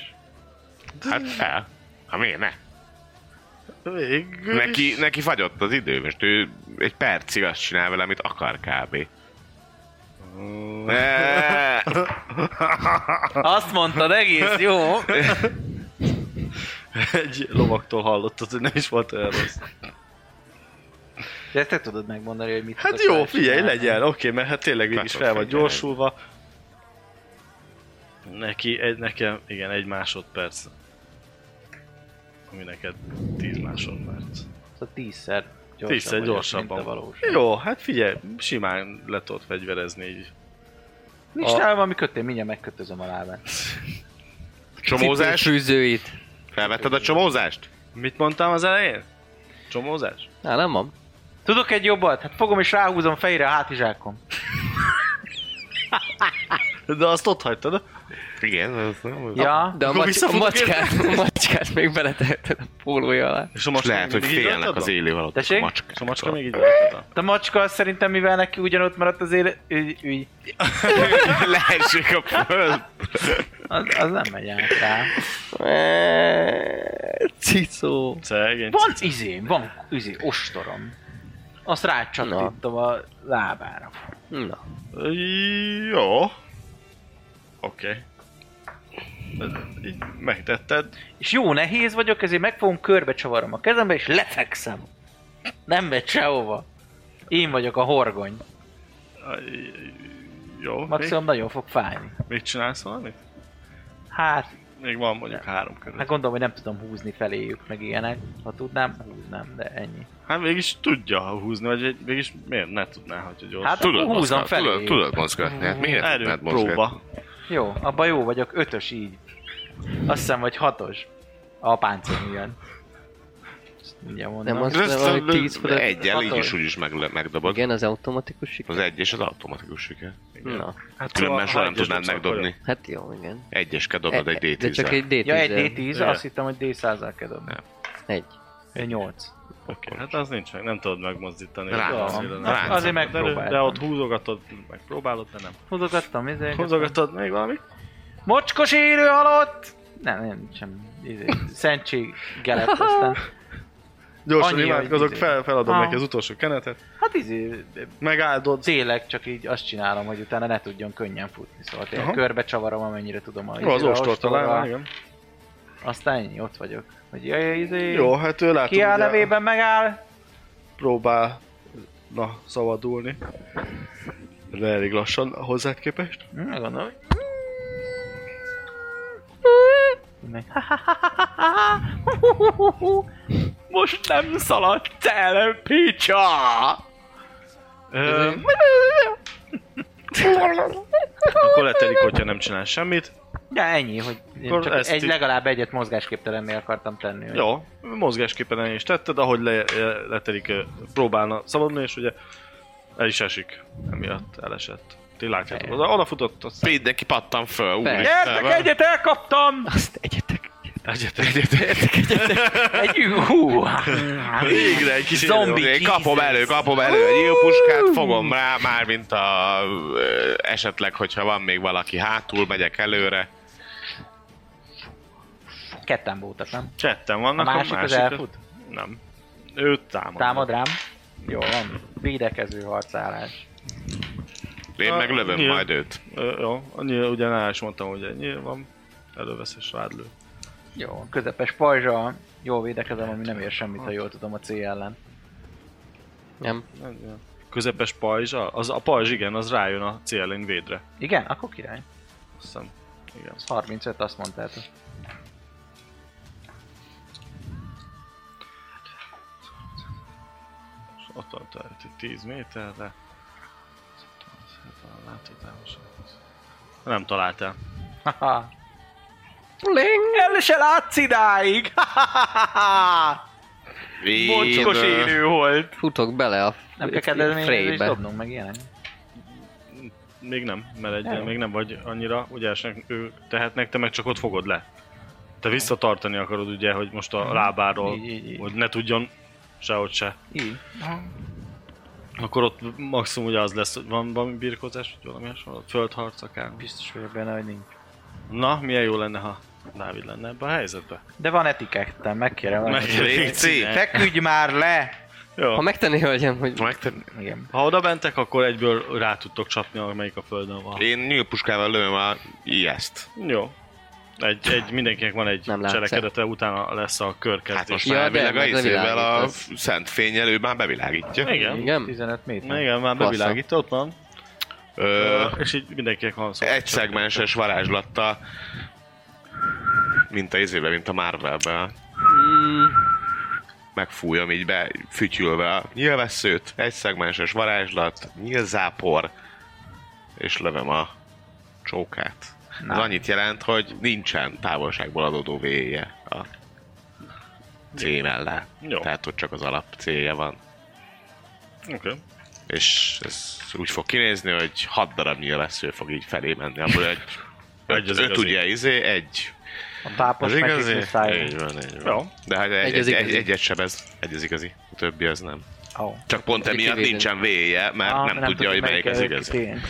Hát el. Hát miért ne?
Végül
Neki, neki fagyott az idő, most ő egy percig azt csinál vele, amit akar kb. Ne.
Azt mondtad egész, jó?
Egy lovaktól hallottad, hogy nem is volt olyan rossz.
De ezt te tudod megmondani, hogy mit
Hát
tudok
jó,
vele
figyelj,
csinálni.
legyen, oké, okay, mert hát tényleg mégis
Látom,
fel vagy
figyelj.
gyorsulva. Neki, egy, nekem, igen, egy másodperc. Ami neked 10 másodperc.
Szóval tízszer gyorsabb
Tízszer
vagyok,
gyorsabban
mint a
van.
valós.
Jó, hát figyelj, simán le tudod fegyverezni így.
Nincs
A-
nálam valami kötél, mindjárt megkötözöm a lábát.
Csomózás?
Fűzőit.
Felvetted a csomózást?
Mit mondtam az elején? Csomózás?
Á, nem van.
Tudok egy jobbat? Hát fogom és ráhúzom fejre a hátizsákom.
De azt ott hagytad.
Igen, az nem...
Ja.
De a,
Akkor
mac- a
visszafogok
macskát, a macskát még beletetted a pólója alá.
És a
Most lehet, hogy
még így
félnek
rajtad
az
van?
élő halottak a
Tessék?
És a macska
macskától.
még így rajtad
A macska szerintem, mivel neki ugyanott maradt az élet, ügy, ügy,
Leesik a föld.
az, az nem megy át rá.
Cicó.
Szegény.
Van izém, van izé, ostorom. Azt rácsattítom a lábára.
Na.
Jó. Oké. Okay. így megtetted.
És jó nehéz vagyok, ezért megfogom, körbe csavarom a kezembe, és lefekszem. Nem megy sehova. Én vagyok a horgony.
Aj, Jó,
Maximum
még,
nagyon fog fájni.
még csinálsz valamit?
Hát,
Még van mondjuk három körül.
meg gondolom, hogy nem tudom húzni feléjük, meg ilyenek. Ha tudnám, húznám, de ennyi.
Hát mégis tudja húzni, vagy egy- mégis miért ne tudná, hogy gyors.
Hát akkor húzom
mozgatni,
felé.
tudod, tudod mozgatni, hát miért
Erő
tudnád mozgatni?
próba.
Jó, abban jó vagyok, ötös így. Azt hiszem, hogy hatos. A páncél jön. Ezt mindjárt mondom.
Nem az-
Ez
Valami tíz fölött
Egyel így
hatos.
is úgyis meg, megdobod.
Igen, az automatikus siker.
Az egy és az automatikus siker.
Na,
Hát
Különben soha nem
egyes
tudnád
dobsz,
megdobni.
hát jó, igen. E-
Egyes kell dobnod egy d
de
10
csak egy d
Ja, egy D10,
Ja.
azt hittem, hogy D100-al kell dobni.
Egy.
Ő 8.
akkor- Hát az nincs meg, nem tudod megmozdítani.
Rá.
Az azért
Rá.
nem
Azért
tudod.
megpróbáltam.
De ott húzogatod, megpróbálod, de nem.
Húzogattam, izé.
Húzogatod még valami?
Mocskos érő halott! Nem, nem, sem. Izé, szentséggel lett aztán.
Gyorsan
Annyi,
imádkozok,
hogy-
fel, feladom
Ah.
neki az utolsó kenetet.
Hát izé,
Megáldod.
tényleg csak így azt csinálom, hogy utána ne tudjon könnyen futni. Szóval tényleg
Aha.
körbe csavarom, amennyire tudom. A,
Jó, az
izé, a
ostor
ostorral.
talán, igen.
Aztán ennyi, ott vagyok. Hogy jaj, izé,
Jó, hát ő látod,
ki áll
ugye
nevében megáll.
próbál na, szabadulni. De elég lassan hozzád képest.
Hm, Gondolom, hogy... Meg... Most nem szaladt el, picsa!
Ö, Akkor letelik, hogyha nem csinál semmit.
De ennyi, hogy én
Akkor
csak
ezt
egy,
így-
legalább egyet mozgásképtelenné akartam tenni. hogy-
Jó, mozgásképpen is tetted, ahogy le, letelik, ö, próbálna szabadulni, és ugye el is esik, emiatt elesett. Ti látjátok, oda, odafutott, azt
Mindenki pattan föl,
Persze.
úristen.
Gyertek, egyet elkaptam!
Azt egyetek.
egyetek, egyetek,
Egy hú!
Végre egy kis
Hát, Zombi
Én
Jesus.
kapom elő, kapom elő egy puskát, fogom rá, már mint a... ö, esetleg, hogyha van még valaki hátul, megyek előre.
Ketten voltak, nem?
Csetten
A
vannak,
másik az elfut?
Nem. Ő támad.
Támad rám? Jó van. Védekező harcálás.
Én
Na,
meg lövöm
nyilv-
majd őt.
Ö, jó, annyi, ugye nál is mondtam, hogy ennyi van. Elővesz és rád lő.
Jó, közepes pajzsa. Jól védekezem, ami nem ér semmit, ha jól tudom a C ellen.
Nem.
Közepes pajzs, a- az, a pajzs igen, az rájön a célén védre.
Igen? Akkor király.
Azt hiszem. Igen.
Az 35, azt mondtátok.
És Ott van tehát egy 10 méterre. hát Talán Láthatámosan. Nem találtál.
Haha. El se látsz idáig! Hahaha.
Én,
Mocskos
ö,
élő volt!
Futok bele a f-
Nem kell
frébe.
kezdeményezést dobnunk meg ilyenek.
Még nem, mert
Nem.
egy, még nem vagy annyira ugyásnak ő tehetnek, te meg csak ott fogod le. Te visszatartani akarod ugye, hogy most a lábáról,
Így, így, így.
hogy ne tudjon sehogy se.
Így.
Akkor ott maximum ugye az lesz, hogy van valami birkózás, vagy valami hasonló, földharc akár.
Biztos vagyok benne, hogy nincs.
Na, milyen jó lenne, ha Dávid lenne ebben a helyzetben.
De van etikettem, megkérem.
Meg-
Meg...
Léci,
Feküdj már le!
Jó.
Ha megtenné, hölgyem, hogy
megtenni?
Igen.
Ha oda bentek, akkor egyből rá tudtok csapni, amelyik a földön van.
Én nyílpuskával lövöm a ijeszt.
Jó. Egy, egy, mindenkinek van egy
Nem látsz.
cselekedete, utána lesz a
Hát
körkezdés.
most
Ja,
már
de,
elvileg a
meg
izével a
levilágít
szent fényel ő már bevilágítja.
igen.
Igen.
15 méter.
Igen, már
Bassza.
bevilágít, ott van.
Ö,
Ö, és így mindenkinek van szó.
egy szegmenses varázslattal, mint a izébe, mint a Marvelbe. Megfújom így be, fütyülve a nyilvesszőt, egy szegmenses varázslat, nyilzápor, és lövöm a csókát. Ez annyit jelent, hogy nincsen távolságból adódó véje a cémellel.
Jó.
Tehát ott csak az alap célja van.
Oké. Okay.
És ez úgy fog kinézni, hogy hat darab nyilvessző fog így felé menni, abból egy
Egy
egy
az
öt, öt
igazi.
ugye izé, egy
A tápos
az igazi?
megkikmuszáj.
Így van, így van.
Jó.
De hát egy,
Egy az
egy, egy,
igazi.
egyet sebez, egy az igazi, a többi az nem.
Ó.
Csak pont emiatt
kivédeni.
nincsen véje, mert
Ah,
nem, nem tudja, hogy melyik az
a
igazi.
tény.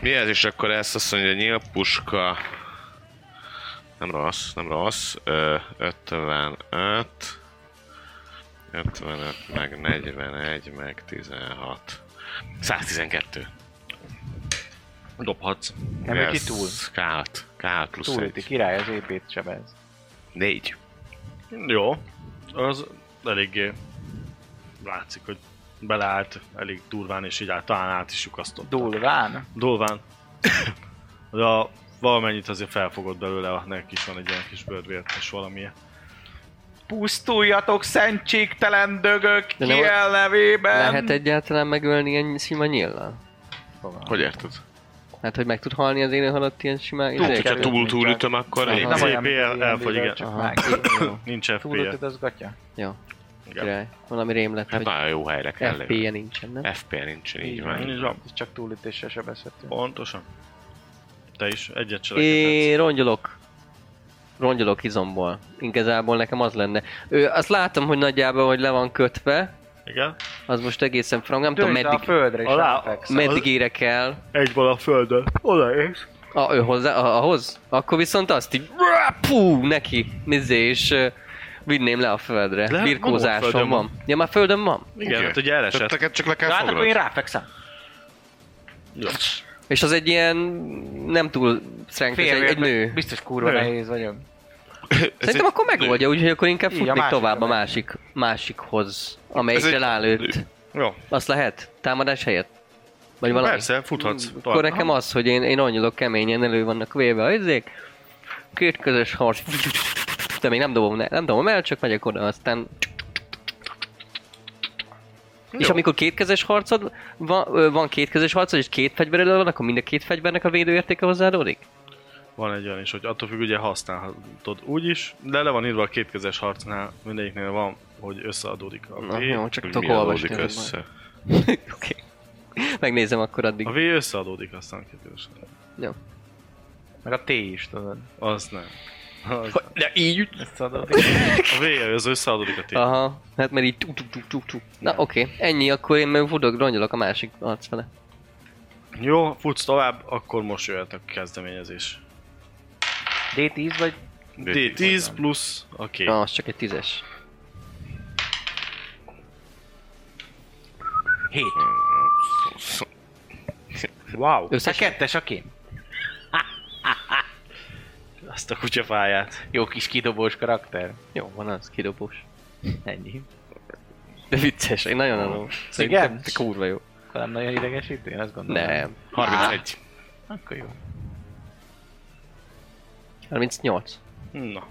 Mi ez, és akkor ezt azt mondja, nyilpuska... Nem rossz, nem rossz. Ö, 55... 55, meg 41, meg 16. 112.
Dobhatsz.
Nem megy ki
Ez
túl.
K6. K plusz
Túléti
egy.
király az épét sebez.
Négy.
Jó, az eléggé látszik, hogy beleállt elég durván, és így át, talán át is lyukasztott.
Dulván?
Dolván. De a, valamennyit azért felfogott belőle, ah, neki is van egy ilyen kis bőrvért és valamilyen.
Pusztuljatok, szentségtelen dögök, ki
De nem-
el nevében!
Lehet egyáltalán megölni ilyen sima nyíllal?
Hogy érted?
Hát, hogy meg tud halni az élő halott ilyen sima Izé, izék?
Hogyha
kerül,
túl
mint
túl
csak.
ütöm, akkor
Aha.
én.
Nem olyan, mint
CPL
ilyen
elfogy,
liga,
igen.
Csak
Aha.
már
Nincs E. FP-je.
Túlöltöd, az gatya.
Jó,
Igen.
király. Valami rém lett,
Hát
hogy
nagyon jó helyre kell
FP-je nincsen, nem?
FP-je nincsen, így
Így
van.
Így van.
Ez csak túlütéssel sebezhető.
Pontosan. Te is egyet
É,
cselekedhetsz.
rongyolok. Rongyolok izomból. Igazából nekem az lenne. Ő, azt látom, hogy nagyjából, hogy le van kötve.
Igen?
Az most egészen frank, nem tudom,
Dönts a
meddig,
földre, és
Alá-
lefeksz.
meddig érek el.
Egy van a földön. Odaérsz.
A, ő hozzá, a, ahhoz? Akkor viszont azt így, rá, pú, neki, nézzé, és ö, vinném le a földre.
De maga
Birkózásom
földön
van. Ja, már földön van.
Igen,
Oké.
hát ugye elesett.
Tehát neked csak le kell
Hát akkor én
fognod.
ráfekszem.
És az egy ilyen nem túl szrenk, egy, egy nő.
Biztos kurva
Nő.
nehéz vagyok.
Szerintem akkor megoldja, úgyhogy akkor inkább
Így, a
futnék
másikra
tovább a
megy.
másik, másikhoz, amelyikre áll őt.
Jó.
Azt lehet? Támadás helyett? Vagy valami? Hmm,
Persze, futhatsz.
Akkor
tovább.
nekem az, hogy én, én annyilok keményen elő vannak véve a izék, két közös harc, de még nem dobom, ne, nem dobom el, csak megyek oda, aztán... És amikor kétkezes harcod, van, ö, van kétkezes harcod, és két fegyvered van, akkor mind a két fegyvernek a védőértéke hozzáadódik?
Ah, Van egy olyan is, hogy attól függ, ugye használhatod úgy is, de le van írva a kétkezes harcnál, mindegyiknél van, hogy összeadódik a
Na,
V.
jó, csak
Hogy mi
tudok olvasni.
adódik
ez a baj.
össze.
Oké. Megnézem akkor addig.
A V összeadódik aztán a kétkezes.
Meg a T is, tudod.
Az nem. Az,
De így
Ezt tudod.
a V az összeadódik a T.
Aha, hát mert így tuk tuk tuk tuk tuk. Na oké, okay. ennyi, akkor én meg fudok, rongyolok a másik arc fele.
Jó, futsz tovább, akkor most jöhet a kezdeményezés.
D10 vagy
D10 plusz a két.
Na, az csak egy tízes.
7.
Wow!
A
Összesen?
kettes a kém.
Azt a kutyafáját.
Jó kis kidobós karakter.
Jó, van az, kidobós.
Ennyi.
De vicces, én nagyon adom. Szerintem te kurva jó.
Akkor nem nagyon idegesítő, én azt gondolom.
Nem.
31.
Akkor jó.
38.
Na.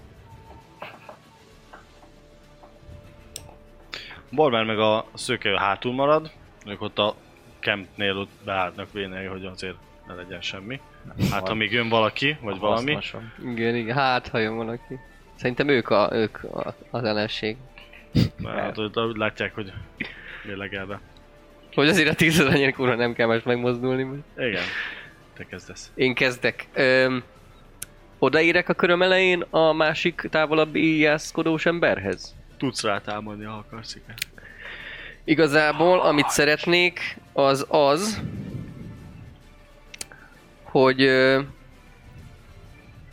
Barbár meg a szőke hátul marad, ők ott a kempnél ott beállnak vénei, hogy azért ne legyen semmi. Hát ha még jön valaki, vagy valami.
Hasznosom.
Igen, igen, hát ha jön valaki. Szerintem ők, a, ők a, az ellenség.
Mert hát, ott úgy látják, hogy mérlegel be.
Hogy azért a tízezer annyira kurva nem kell most megmozdulni. Mert...
Igen. Te kezdesz.
Én kezdek. Öm, odaérek a köröm elején a másik távolabb íjászkodós emberhez?
Tudsz rá támadni, ha akarsz, igen.
Igazából, amit szeretnék, az az, hogy ö,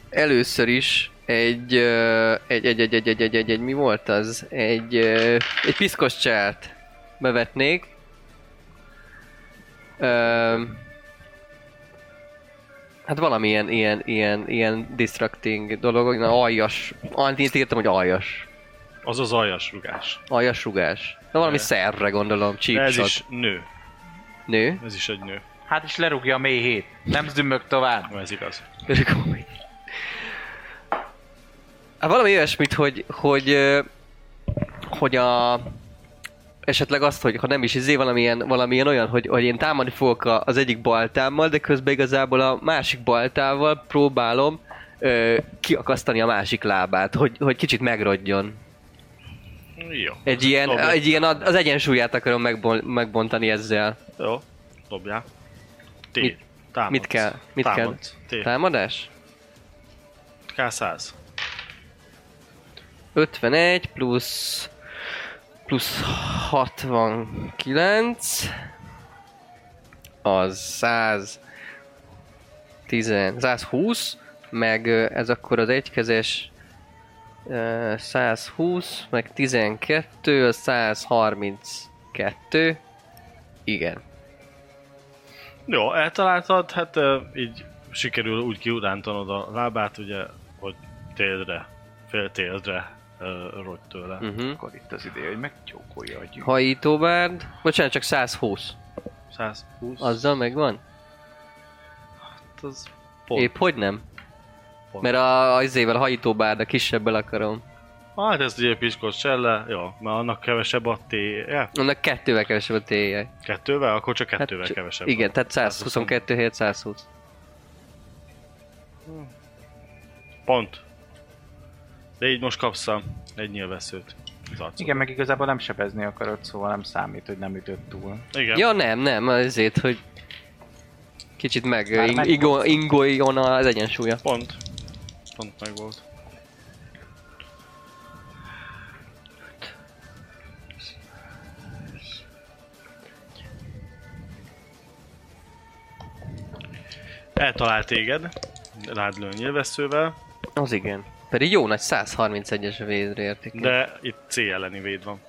először is egy, ö, egy, egy, egy, egy, egy, egy, egy, egy, mi volt az? Egy, ö, egy piszkos csárt bevetnék. Ö, hát valamilyen ilyen, ilyen, ilyen distracting dolog, olyan aljas, annyit írtam, hogy aljas.
Az az aljas rugás.
Aljas rugás. Na valami
Ne.
szerre gondolom,
De ez
csípsot.
is nő.
Nő.
Ez is egy nő.
Hát is lerúgja a mély hét. Nem zümmög tovább.
Ez igaz.
Örülkomi. Hát valami olyasmit, hogy, hogy, ö, hogy a, esetleg azt, hogy ha nem is izé, valamilyen, valamilyen olyan, hogy, hogy én támadni fogok a- az egyik baltámmal, de közben igazából a másik baltával próbálom ö, kiakasztani a másik lábát, hogy, hogy kicsit megrodjon.
Jó.
Egy ilyen,
Dobja.
egy ilyen ad- az egyensúlyát akarom megbon, megbontani ezzel.
Jó. Dobjál. T.
Mit-
Támadsz.
mit kell- mit kell?
Támadsz. T.
Támadás?
K100.
51 plusz plusz 69 az 100 10, 120 meg ö, ez akkor az egykezes ö, 120 meg 12 az 132 igen
Jó, eltaláltad, hát ö, így sikerül úgy kiurántanod a lábát, ugye, hogy téldre, fél téldre uh, rogy tőle. Mm.
Uh-huh.
Akkor itt az ideje, hogy megtyókolja a gyűjt.
Hajítóbárd, bocsánat, csak 120.
120.
Azzal megvan?
hát az
Pont. Épp hogy nem?
Pont.
Mert a, az ével a hajítóbárd a kisebbel akarom.
Hát ez ugye piskos selle, jó, mert annak kevesebb a téje.
Annak kettővel kevesebb a téje.
Kettővel? Akkor csak
Hát
kettővel
csak-
kevesebb.
Igen, tehát 122 helyett 120.
Pont. De így most kapsz a- egy nyilvesszőt. Az arcodra.
Igen, meg igazából nem sebezni akarod, szóval nem számít, hogy nem ütött túl.
Igen.
Ja nem, nem, azért, hogy kicsit meg
Már
ing-
megvolt.
igo- ingoljon az egyensúlya.
Pont. Pont meg volt. Eltalált téged, rád lő nyilvesszővel,
Az igen. Pedig jó nagy 131-es a védre érték.
de itt C elleni véd van.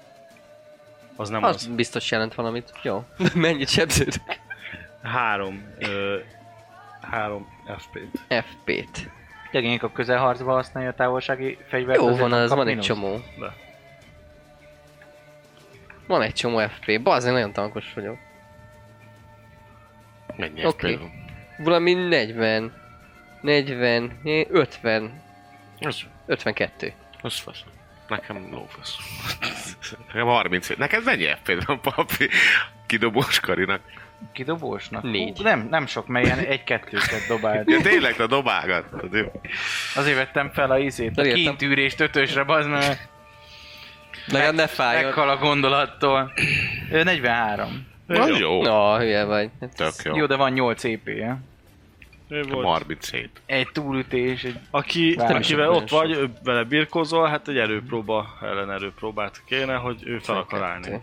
Az nem az.
Az biztos jelent valamit. Jó. Mennyit sebződök?
Három, ö, három FP-t.
FP-t.
Legények a közelharcba használja a távolsági fegyvert.
Jó
azért
van,
nem
az
kap
van egy
mínuszt.
csomó.
De.
Van egy csomó FP. Bazen nagyon tankos vagyok.
Mennyi
Oké.
okay.
Valami 40. 40. 50.
Az,
52.
az fasz. Nekem lófasz. Nekem 30. Nekem mennyi FP van, papi? Kidobós Karinak.
Kidobósnak?
Négy.
Hú, nem, nem sok, mert ilyen egy-kettőket dobált.
Ja, tényleg, te Hát dobálgatod, jó?
Azért vettem fel a izét, a
Elértem.
kintűrést ötösre, bazd meg.
Legalább ne fájjon.
Meghal a gondolattól. Ő 43.
Az jó.
Na, hülye vagy. Hát ez-
Tök
Jó,
jó.
Jó de van 8 EP-je.
Ő volt.
37.
Egy túlütés, egy...
Aki,
Nem is
akivel
olyan
ott vagy, ő vele birkózol, hát egy erőpróba, ellen erőpróbát kéne, hogy ő fel akar állni.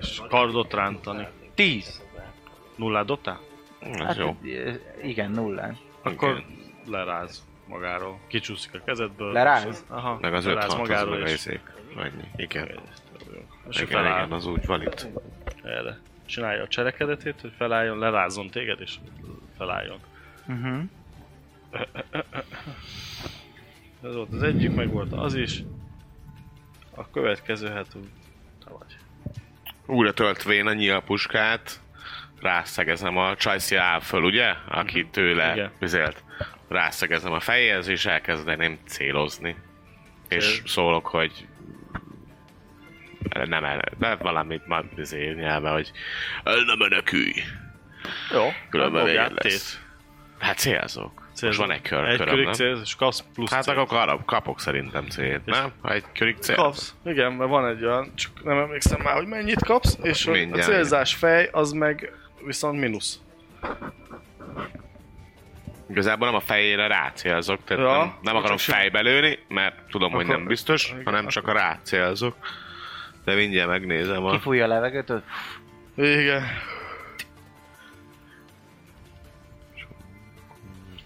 És kardot rántani.
10.
Nullát dobtál?
Ez hát, jó.
ö, Igen, nullán.
Akkor leráz magáról. Kicsúszik a kezedből.
Leráz?
és- Aha,
Meg az 5
leráz
6 az meg
magáról
a
és...
izék. Annyi. Igen.
És ő
Igen, igen,
feláll
az úgy van itt.
erre. Csinálja a cselekedetét, hogy felálljon, lerázzon téged és felálljon.
Mhm.
Uh-huh.
Ez volt az egyik, meg volt az is. A következő, hát úgy, te vagy.
Újra töltvén a nyílpuskát, rászegezem a Csajci áll föl, ugye? Aki tőle
Mhm. Igen.
vizelt. Rászegezem a fejéhez, és elkezdeném célozni. És
Cél.
szólok, hogy nem el, de valamit már izé nyelve, hogy el ne menekülj.
Jó,
Különben
dobjál,
vége lesz.
tét.
Hát célzok.
Célzod.
Most van egy kör,
Egy
köröm,
körig
nem?
célz, és kapsz plusz
Hát
célt.
akkor kap- kapok szerintem célt, nem? Ha egy körig cél.
Kapsz. Igen, mert van egy olyan, csak nem emlékszem már, hogy mennyit kapsz, és hogy a
Mindjárt.
célzás fej, az meg viszont mínusz.
Igazából nem a fejére rácélzok, tehát
Ja.
ja, nem, nem akarom
Csak
fejbe lőni, mert tudom, hogy
Akkor-
nem biztos,
igen,
hanem csak a rácélzok. De mindjárt megnézem a...
Kifújja a levegőt, tudod?
Igen.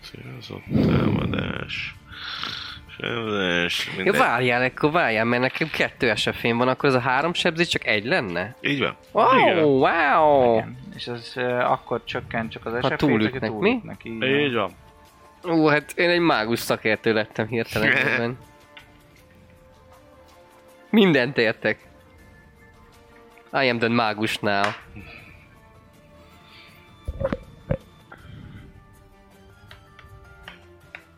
Célzok, támadás... Sebzés,
Ja,
mindegy.
várjál, akkor várjál, mert nekem kettő sf van, akkor ez a három sebzés csak egy lenne?
Így van.
Wow,
Igen.
wow!
Igen. És az ö, akkor csökken csak az esep,
túlütnek, mi?
túlütnek. Így van.
Így van.
Ó, hát én egy mágus szakértő lettem hirtelen ebben. Mindent értek. I am the mágus now.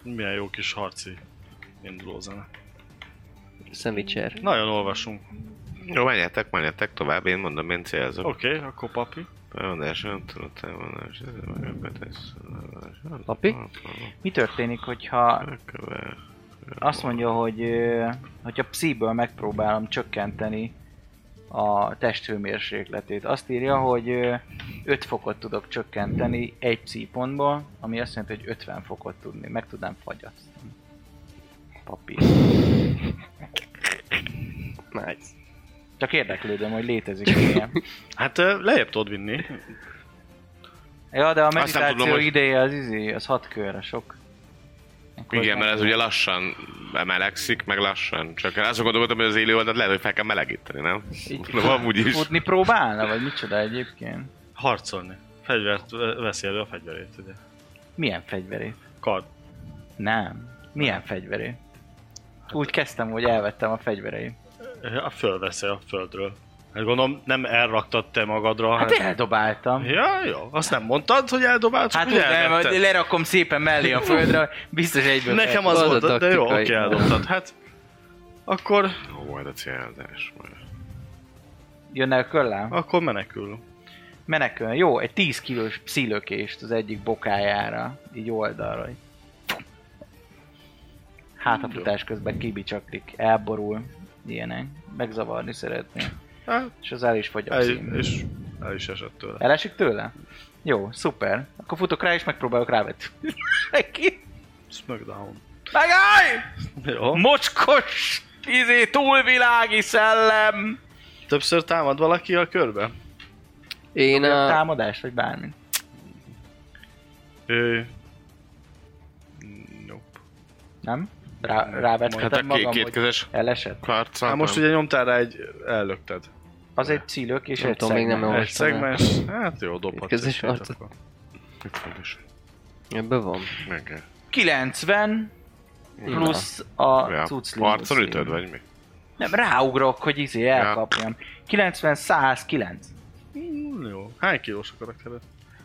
Milyen jó kis harci induló zene.
Szemicser.
Nagyon olvasunk.
Jó, menjetek, menjetek tovább, én mondom, én célzok.
Oké, okay, akkor papi.
Támadás, nem tudod, támadás, ez meg a betesz, támadás, nem
Papi?
tudom,
Mi történik, hogyha
elkövet.
azt mondja, hogy ö, hogyha psziből megpróbálom csökkenteni a testhőmérsékletét. Azt írja, hogy ö, 5 fokot tudok csökkenteni egy pszi pontból, ami azt jelenti, hogy 50 fokot tudni. Meg tudnám fagyasztani. Papír.
Nice.
Csak érdeklődöm, hogy létezik ilyen.
Hát ö, lejjebb tudod vinni.
Ja, de a
nem
meditáció
tudom, hogy-
ideje az izé, az hat körre sok. Akkor
Igen, mert ez
nem-
ugye lassan melegszik, meg lassan. Csak azon gondolkodtam, hogy az élő oldalt lehet, hogy fel kell melegíteni, nem?
Így-
De amúgy is.
Futni próbálna, vagy micsoda egyébként?
Harcolni. fegyvert ve- veszi elő a fegyverét, ugye.
Milyen fegyverét?
Kard.
Nem. Milyen fegyverét?
Hát-
Úgy kezdtem, hogy elvettem a fegyvereim.
Ja, fölveszi a földről. Hát gondolom, nem elraktad te magadra,
Hát eldobáltam.
Ja, jó. Azt nem mondtad, hogy eldobált,
Hát
hát,
úgy
ugye
nem,
elvetted.
hogy lerakom szépen mellé a földre, biztos egyből
Nekem
fel-
az
Az a
volt, de jó,
taktikai.
oké, eldobtad. Hát, akkor,
Jó, majd a célzás. Majd.
Jön el köllám?
akkor menekül.
Menekül. Jó, egy 10 kilós szílökést az egyik bokájára, így oldalra. Így. Hátafutás közben kibicsaklik, elborul, ilyenek. Megzavarni szeretné.
Hát,
És az el is fogy a
el,
szín.
és el is esett tőle.
Elesik tőle? Jó, szuper. Akkor futok rá és megpróbálok rávetni. Neki!
Smackdown.
Megállj!
Jó.
Hm? Mocskos! Izé, túlvilági szellem!
Többször támad valaki a körbe?
Én
Na.
a...
Támadás, vagy bármi.
Ő... Nope.
Nem? Rá, rávettem
Hát a
magam, hogy
kétkezes
elesett.
karca.
Hát most ugye nyomtál rá egy... Ellökted.
Az egy cílök és
Nem
egy
tudom, még nem
szegmens.
olvastam.
egy szegmens. Hát jó, dobhatsz.
Kétkezes
egy hét
arcot.
akkor.
Ebben van.
Meg.
90 plusz a
Ja.
cucli.
Harcon
muszli.
ütöd, vagy mi?
Nem, ráugrok, hogy izé elkapjam. 90, 109.
Mm, Jó. Hány kilós a karaktered?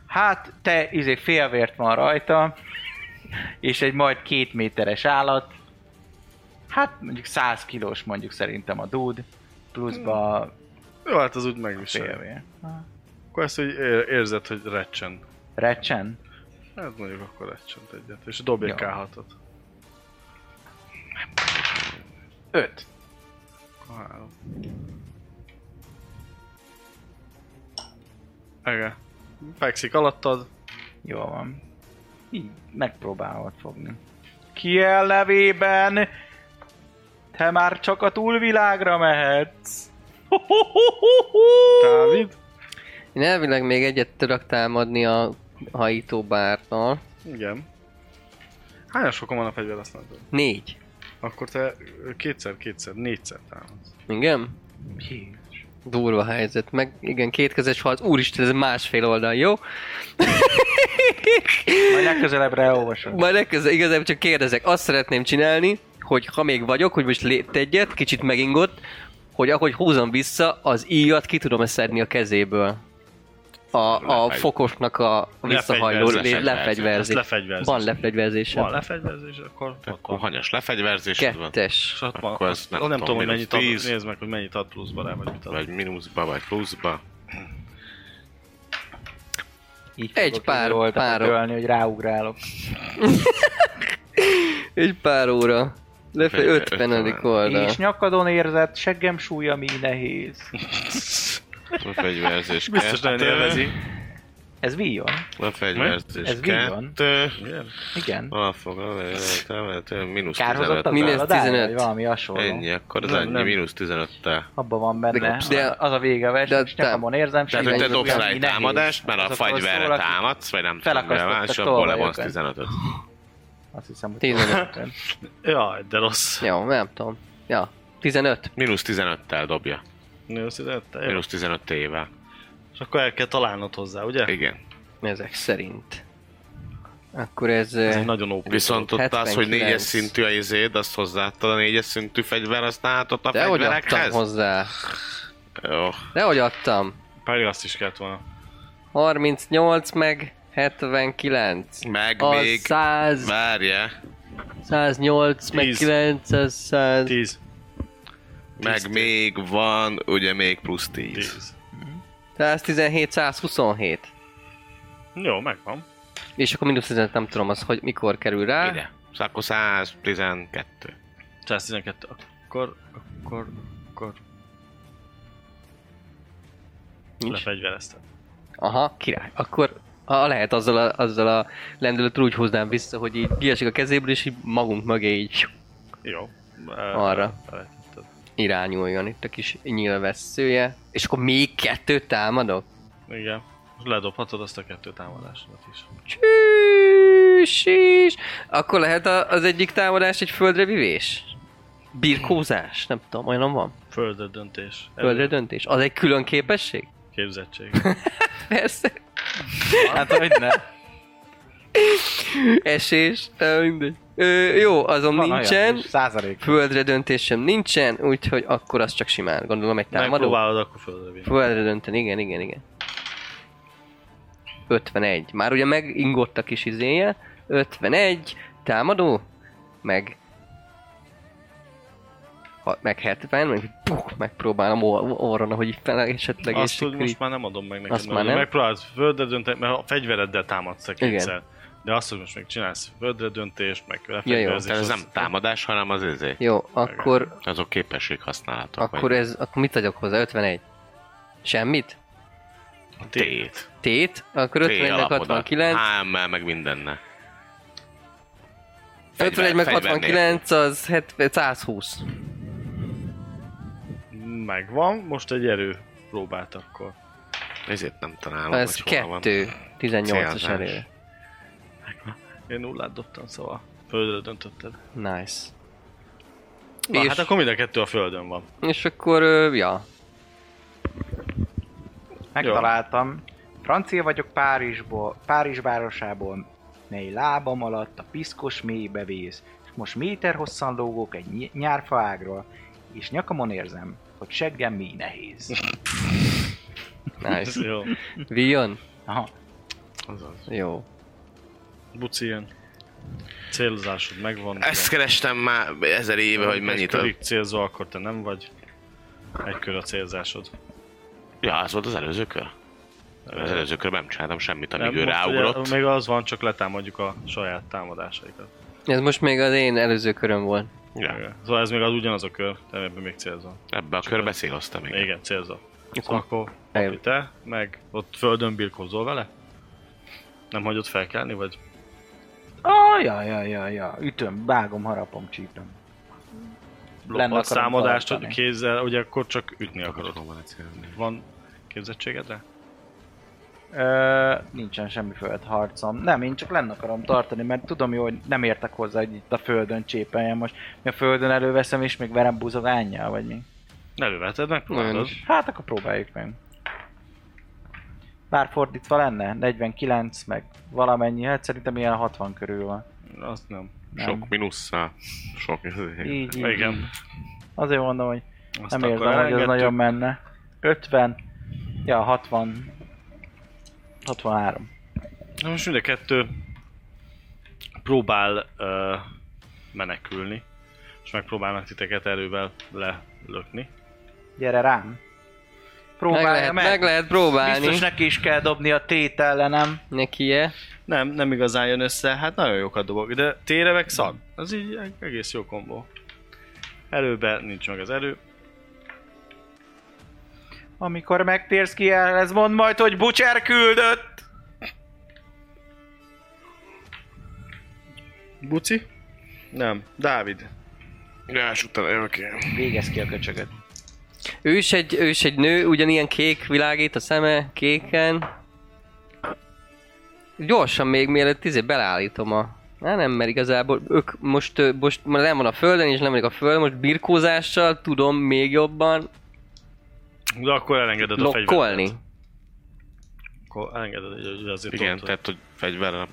Hát, te izé félvért van rajta, és egy majd két méteres állat. Hát mondjuk 100 kilós mondjuk szerintem a dúd, pluszba
Jó, hát az úgy megvisel.
félvér.
Akkor ezt, hogy ér- érzed, hogy recsen.
Recsen?
Hát mondjuk akkor recsent egyet. És dobj egy
Jó.
K6-ot.
5.
Három. Igen. Fekszik alattad.
Jó van. Így megpróbálod fogni. Ki el levében? Te már csak a túlvilágra mehetsz.
Dávid.
Én elvileg még egyet tudok támadni a hajítóbártól.
Igen. Hányas fokon van a fegyver, azt nem tudom.
Négy.
Akkor te kétszer, kétszer, négyszer támadsz.
Igen? Durva helyzet. Meg igen, kétkezes harc. Úristen, ez másfél oldal, jó?
Majd legközelebbre elolvasom.
Majd legközelebb igazából csak kérdezek. Azt szeretném csinálni, hogy ha még vagyok, hogy most lépt egyet, kicsit megingott, hogy ahogy húzom vissza, az íjat ki tudom szedni a kezéből. A, a
Lefegy-
fokosnak a visszahajló
Lefegyverzi.
lé- lefegyverzi.
Lefegyverzi.
Van lefegyverzése.
Van lefegyverzés, akkor ott
Akkor
van.
hanyas lefegyverzésed van?
Kettes.
És ott van.
Akkor ez
nem,
nem
nem
tudom,
tudom, hogy
mínusz
mennyit ad,
10.
nézd meg, hogy mennyit ad pluszba rá, vagy mit ad.
Vagy mínuszba, vagy pluszba.
Így
Egy
fogok
pár-
így oldalt
párok.
ölni, hogy ráugrálok.
Egy pár óra. Lefe-
Fegyver,
50.
ötven.
oldal.
És nyakadon érzett, seggem súlya, mi nehéz.
Lefegyverzés
Biztos nagyon
kettő.
élvezi.
Ez víjon?
Lefegyverzés
Ez víjon?
kettő.
Igen?
Igen.
Alfogal, mínusz
Kárhozott a
15.
Mínusz
feladája,
15.
vagy valami hasonló.
Ennyi, akkor az
Nem,
ennyi,
nem.
mínusz 15-tel.
Abban van benne.
De- de-
az a vége a verseny,
de-
és nyakamon érzem,
Tehát, hogy te
seggem
dobsz
súlya,
rá
mi
egy
nehéz.
támadást, mert a
Azokról szól,
fagyverre
aki-
támadsz, vagy nem tudom, mivel
felakasztottak
más, és abból levonsz
tolvajokat.
15-öt.
Azt hiszem, hogy
15.
15.
Jaj, de rossz.
Jó, nem tudom. Ja, 15.
Mínusz 15-tel dobja.
Nézd, ide, te jó.
Mínusz 15 ével.
És akkor el kell találnod hozzá, ugye?
Igen.
Ezek szerint. Akkor ez...
Ez
eh,
egy nagyon ópus.
Viszont ott az, hogy
79.
négyes szintű a izéd, azt hozzáadtad a négyes szintű fegyver, azt állhatott a
De hogy adtam
fegyverekhez? Öh,
hozzá?
Jó.
De hogy adtam?
Pedig azt is kellett volna.
38 meg 79.
Meg
Az
még...
100,
Várja.
108 meg
10.
900, 100...
10.
Meg még van, ugye még plusz 10.
10.
117, 127.
Jó, megvan.
És akkor mínusz 15, nem tudom az, hogy mikor kerül rá.
Ide. Szóval Akkor 112.
112. Akkor, akkor, akkor
Nincs.
lefegyvereztem.
Aha, király. Akkor ha lehet azzal a, azzal a lendülettel úgy húznám vissza, hogy így kiesik a kezéből, és így magunk mögé így
Jó. E,
Arra.
elejtetted.
irányuljon itt a kis nyilvesszője. És akkor még kettőt támadok?
Igen. Ledobhatod azt a kettő támadásodat is.
Csűs is. Akkor lehet a, az egyik támadás egy földre vivés? Birkózás? Nem tudom, olyan van?
Földre döntés.
Földre döntés? Az egy külön képesség?
Képzettség.
Persze.
Hát hogy ne?
Esés, de mindegy. Ö, jó, azon
Van
nincsen.
Olyan, is, százalék.
Földre döntés sem nincsen, úgyhogy akkor az csak simán. Gondolom egy támadó.
Megpróbálod, akkor földre
Földre dönten, igen, igen, igen. 51. Már ugye megingott a kis izéje. 51. Támadó. Meg... Ha, meg 70, meg puh, megpróbálom or- orron, ahogy fel esetleg
Azt
és
tud,
kri-
most már nem adom meg neked,
Azt
azt
már
mert
nem.
nem. megpróbálsz földre dönteni, mert a fegyvereddel támadsz a
Igen.
kétszer. De azt, hogy most még csinálsz földre döntést, meg
jó,
lefegyverzést.
Tehát ez
az-
nem támadás, hanem az ezé.
Jó, akkor,
Azok képesség használatok.
akkor, ez, akkor mit adok hozzá? 51. Semmit?
Tét.
Tét? Akkor
Tét
51 meg 69.
HM-mel, meg mindenne.
51 meg
Fegyver- fegyver
69 az 70, 120.
Megvan, most egy erő próbált akkor.
Ezért nem találom,
Ez
hogy hol van.
2. 18-as
Célzás.
elő.
Én nullát dobtam, szóval földre döntötted.
Nice.
Na,
és,
hát akkor mind a kettő a földön van.
és akkor, ö, ja.
Megtaláltam. Francia vagyok Párizsból, Párizs városából, mely lábam alatt a piszkos mélybe vész. Most méter hosszan lógok egy ny- nyárfa ágról, és nyakamon érzem, hogy seggem mi nehéz.
Ez
Nice.
jó.
Vion?
Aha.
Azaz.
Jó.
Buci ilyen. Célzásod megvan.
Ezt kerestem már ezer éve, hogy mennyit
Egy
a...
körig célzol, akkor te nem vagy. Egy kör a célzásod.
Ja, az volt az előző kör. Az előző körben nem csináltam semmit, amíg ő
most
ráugrott.
Ugye, még az van, csak letámadjuk a saját támadásaikat.
Ez most még az én előző köröm volt.
Ja,
Szóval ez még az ugyanaz a kör, de ebben még célzol.
ebbe a körbe széloztam még.
Igen, célzol.
Akkor-
Szóval akkor
Eljön.
Papi, te, meg ott földön birkózol vele? Nem hagyod felkelni, vagy?
Ah, ja, ja, ja, ja. Ütöm, vágom, harapom, csípem. Lenne
Lopatsz
akarom
támadást, hogy
tartani.
kézzel, ugye akkor csak ütni akarod.
Kommunikáció.
Van képzettségedre?
Ö, nincsen semmi földharcom. Nem, én csak lenn akarom tartani, mert tudom jó, hogy nem értek hozzá, hogy itt a földön csépeljem most. Mi a földön előveszem, és még verem buzogánnyal, vagy mi?
Ne löveted,
Olyan
megpróbálod.
is.
Hát akkor próbáljuk meg. Bár fordítva lenne, 49 meg valamennyi, hát szerintem ilyen 60 körül van.
Azt nem.
Nem.
Sok minussza. Sok...
Így, így, így.
Igen.
Azért mondom, hogy
Azt
nem
akkor
érzem, hogy ez
elengedtük.
nagyon menne. 50, ja 60, 63.
Na most mind a kettő próbál ö, menekülni, és megpróbálnak titeket erővel lelökni.
Gyere rám.
Meg
Próbálja
lehet, meg. lehet próbálni.
Biztos neki is kell dobni a tét ellenem.
Neki -e.
Nem, nem igazán jön össze, hát nagyon jókat dobok, de tére meg szag. Az így egy egész jó kombó. Erőben nincs meg az erő.
Amikor megtérsz ki el, ez mond majd, hogy Bucser küldött.
Buci? Nem, Dávid.
Ja, és utána jövök én.
Végez ki a köcsögöt.
Ő is, egy, ő is egy nő, ugyanilyen kék világít a szeme, kéken. Gyorsan még mielőtt izé belállítom a... Na nem, mert igazából ők most, ö, most már nem van a földön, és nem vagyok a földön, most birkózással tudom még jobban
De akkor elengeded a fegyvert.
lokkolni.
Akkor elengeded, hogy hogy azért
Igen,
tudod,
tehát, hogy fegyverrel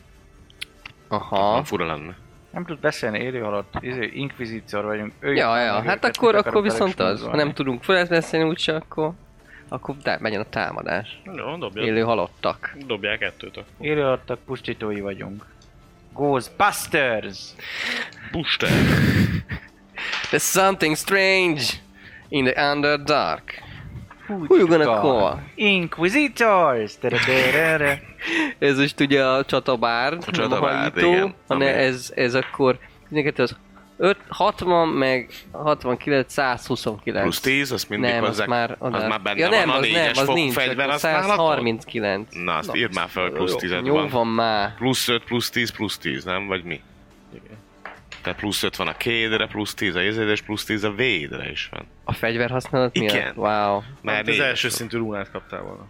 Aha.
nem fura lenne.
Nem tud beszélni, élő halott, izé, inkvizítor vagyunk. Ő
Ja,
jön
ja,
meg
hát
őket,
akkor,
mit
akkor
akarunk
viszont
velük
az, ha
smúzolni?
nem tudunk fölött beszélni úgyse, akkor, akkor tá- megyen a támadás.
Jó, dobjad.
Élő halottak.
Dobják kettőt akkor.
Élő halottak pusztítói vagyunk. Ghostbusters!
Buster!
There's something strange in the underdark. Who you gonna call?
Inquisitors! Tere-tere-re.
Ez most ugye a csatabárd,
A
nem a
csatabárd,
hajító,
igen.
hanem
Ami-
ez, ez akkor mindenket az 5, 60 meg 69, 129.
Plusz 10, azt mindig
nem,
hozzá...
az már,
az
oda-
már benne
ja,
van
nem,
a
az nem,
négyes
az
fok
nincs,
fegyver
akkor
használaton?
139.
Na, azt írd már fel, hogy plusz 10
Jó
van.
van, már.
Plusz 5, plusz 10, plusz 10, nem? Vagy mi?
Igen.
Tehát plusz 5 van a kédre, plusz 10 a izédre, és plusz 10 a védre is van.
A fegyver használat miatt?
Igen.
Wow.
Már
Hát az első szintű rúnát kaptál volna.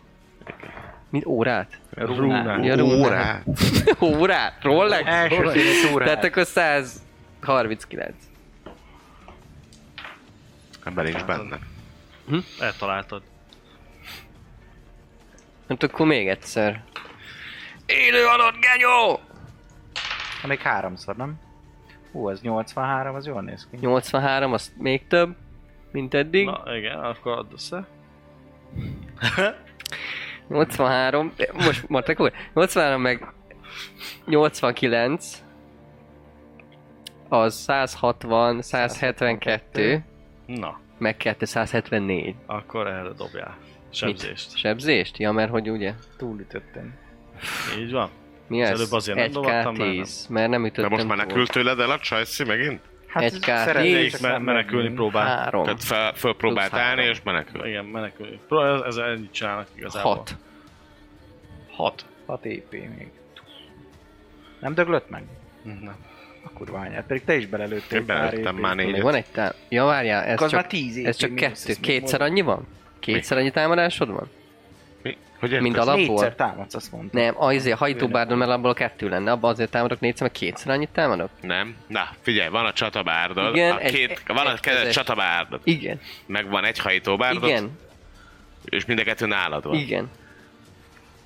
Mint órát?
Rúnát.
Ja, rúnát.
Órá!
órát? Rolex?
Első színű túrát.
Tehát akkor 139.
Ebben nincs Hát benne.
Eltaláltad.
Hát akkor még egyszer. Élő halott genyó!
Amíg háromszor, nem? Hú, ez 83, az jól néz ki.
83, az még több, mint eddig. Na.
Na igen, akkor add össze.
83, eh, most matek úr, 83 meg 89, az 160, 172,
Na,
meg 274.
akkor erre dobjál. Sebzést.
Sebzést? Ja, mert hogy ugye?
Túlütöttem.
Így van.
Mi
Az
ez?
előbb azért nem
1
dobáltam, mert nem.
10 mert nem ütöttem
De most menekült tőled el a csajci megint?
Hát
Egy kár.
Négy me- menekülni próbál.
3,
Tehát fel, fölpróbált
Plusz
állni
három.
és menekült.
Igen, menekülni. Pró- Ez, ez ennyit csinálnak igazából.
6.
Hat.
6 EP még. Nem döglött meg?
Nem.
A kurva anyád, pedig te is belelőttél
Én belőttem már
Még
négyet.
van egy tám... Ja, várjál, ez
Ez
csak,
már 10
ez csak kettő. Kétszer annyi van? Kétszer annyi támadásod van?
Mi? Hogy érted?
Mint a
alapból?
lapból?
Négyszer támadsz, azt mondta.
Nem, izé, azért hajtóbárdon, mert abból kettő lenne, abban azért támadok négyszer, meg kétszer annyit támadok?
Nem. Na, figyelj, van a csatabárdod.
Igen,
Igen, a
egy-
két,
egy-
van a
egy
kedves
közös.
csatabárdod.
Igen,
Meg van egy hajtóbárdod.
igen,
És mind a kettő nálad van.
igen.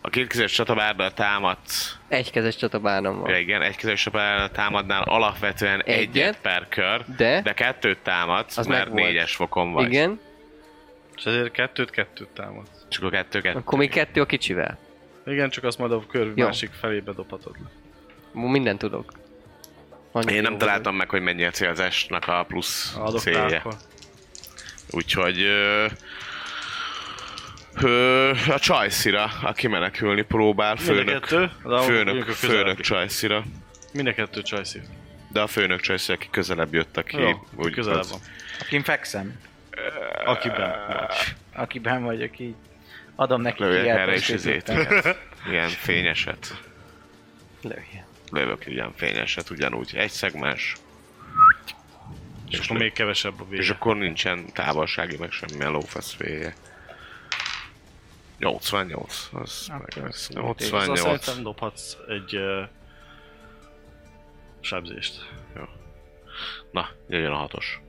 A két kezes csatabárdal támadsz.
Egykezes csatabárdon van.
Igen, egy kezes csatabárdal támadnál alapvetően egyet,
Egyet,
per kör.
de-
de kettőt támadsz,
Az
mert
megvolt.
négyes fokon vagy.
Igen,
És ezért kettőt, kettőt támad.
Csak a kettő, kettő.
akkor még kettő a kicsivel.
Igen, csak azt majd a kör
Jó.
másik felébe dobhatod le.
Mindent tudok. Annyi
Én
jó
nem találtam meg, hogy mennyi a célzásnak a plusz
Adok rá
célja.
akkor.
Úgyhogy ö, ö, a csajszira, aki menekülni próbál,
Mind a
főnök,
kettő, de a-
főnök,
mondjuk a
főnök
közelebbi.
csajszira.
Mind a kettő csajszív.
De a főnök csajszira, aki közelebb jött, aki
Jó, közelebb
az-
van.
Akin fekszem.
Akiben vagy.
Akiben vagyok így. Adom neki
Lövjek
kijelzést,
erre is
hogy
izét.
lőttem.
Ilyen fényeset.
Lője.
Lövök ilyen fényeset, ugyanúgy. Egy szegmens.
És akkor még kevesebb a
És
vége.
akkor nincsen távolsági, meg semmilyen lófasz vége. 88, az
Hát,
Akkor
meg lesz.
Azt azt
88.
Szóval szerintem dobhatsz egy uh, sebzést.
Na, jöjjön a hatos.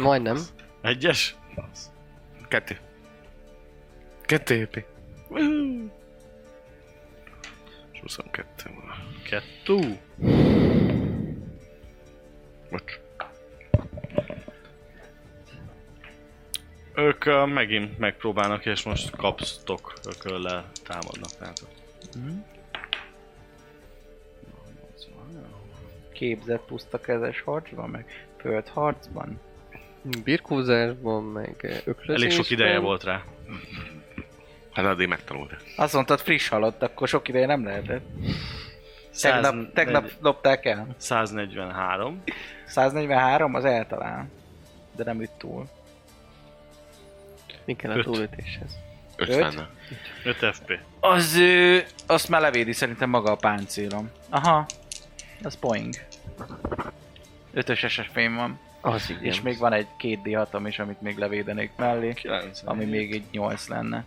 Majdnem.
Egyes?
Kettő. Kettő épi. És 22 van.
Kettő.
Bocs.
Ők uh, megint megpróbálnak, és most kapsztok, ők ö, le támadnak rátok.
Képzett puszta kezes harcban, meg földharcban.
Birkózásban, meg eh, öklözésben.
Elég sok ideje volt rá.
Hát addig megtanulta.
Azt mondtad friss halott, akkor sok ideje nem lehetett. Tegnap,
140
tegnap lopták el.
143.
143 az eltalál. De nem üt túl.
Mi kell a
Öt.
túlütéshez?
50
5 FP.
Az ő... Azt már levédi szerintem maga a páncélom. Aha. Az poing. Ötös esefém van.
Az igen.
Igen. És még van egy 2D6-om is, amit még levédenék mellé.
9.
Ami még egy 8 lenne.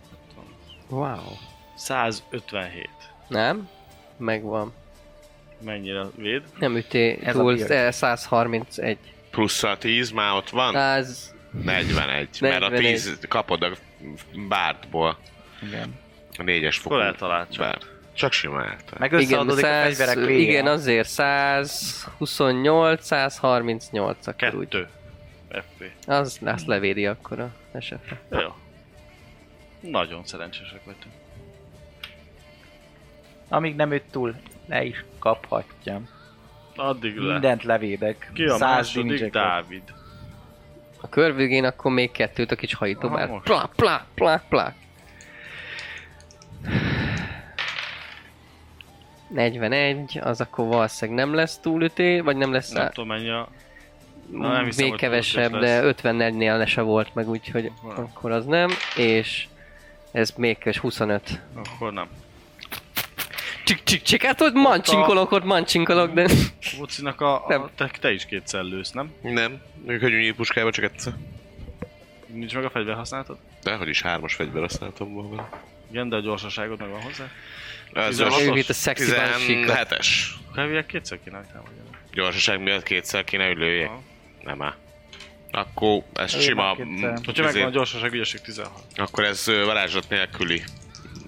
Wow.
157.
Nem? Megvan.
Mennyire véd?
Nem üté
Ez a
túl,
piac.
eh, 131.
Plusz a 10 már ott van?
100...
41. Mert a 10 kapod a bártból.
Igen.
A 4-es
Akkor
fokú
eltalált csak.
bárt. Csak simán eltalált.
Meg
Igen,
összeadódik a
100,
fegyverek vége.
igen, azért 128, 138 akkor úgy.
Kettő. FP.
Az, azt levédi akkor a esetre.
Jó. Nagyon szerencsések vagytok.
Amíg nem üt túl, le is kaphatjam.
Addig le.
Mindent levédek.
Ki a
100
második?
dincseket.
Dávid.
A kör végén akkor még kettőt a kis hajtóbár.
Aha, most.
Plá, plá, plá, plá. 41, az akkor valószínűleg nem lesz túlüté, vagy nem lesz
Nem
rá,
tudom mennyi a... Na, nem hiszem,
még
hogy
kevesebb,
túlütés
de
lesz.
54-nél le se volt meg, úgyhogy
Aha.
akkor az nem, és ez még és 25.
Akkor nem.
Csik, csik, csik, hát ott mancsinkolok, ott mancsinkolok, de...
Vocinak a... a
Nem.
te, te is kétszer lősz, nem?
Nem, ők hogy nyílt puskába csak egyszer.
Nincs meg a fegyver használatod?
De hogy is hármas fegyver használtam volna.
Igen, de a gyorsaságod meg van hozzá.
Az
Tizenhatos?
gyors-
Ő itt a sexy bácsikkal.
17-es.
Heavy-ek kétszer kéne, hogy támadjanak.
Gyorsaság miatt kétszer kéne, hogy lőjék.
Aha.
Nem áll. Akkor ez
Lőjön
sima...
meg
mm,
kétszer.
Hogyha megvan a
izé-
gyorsaság, ügyesség 16.
Akkor ez ö, varázslat nélküli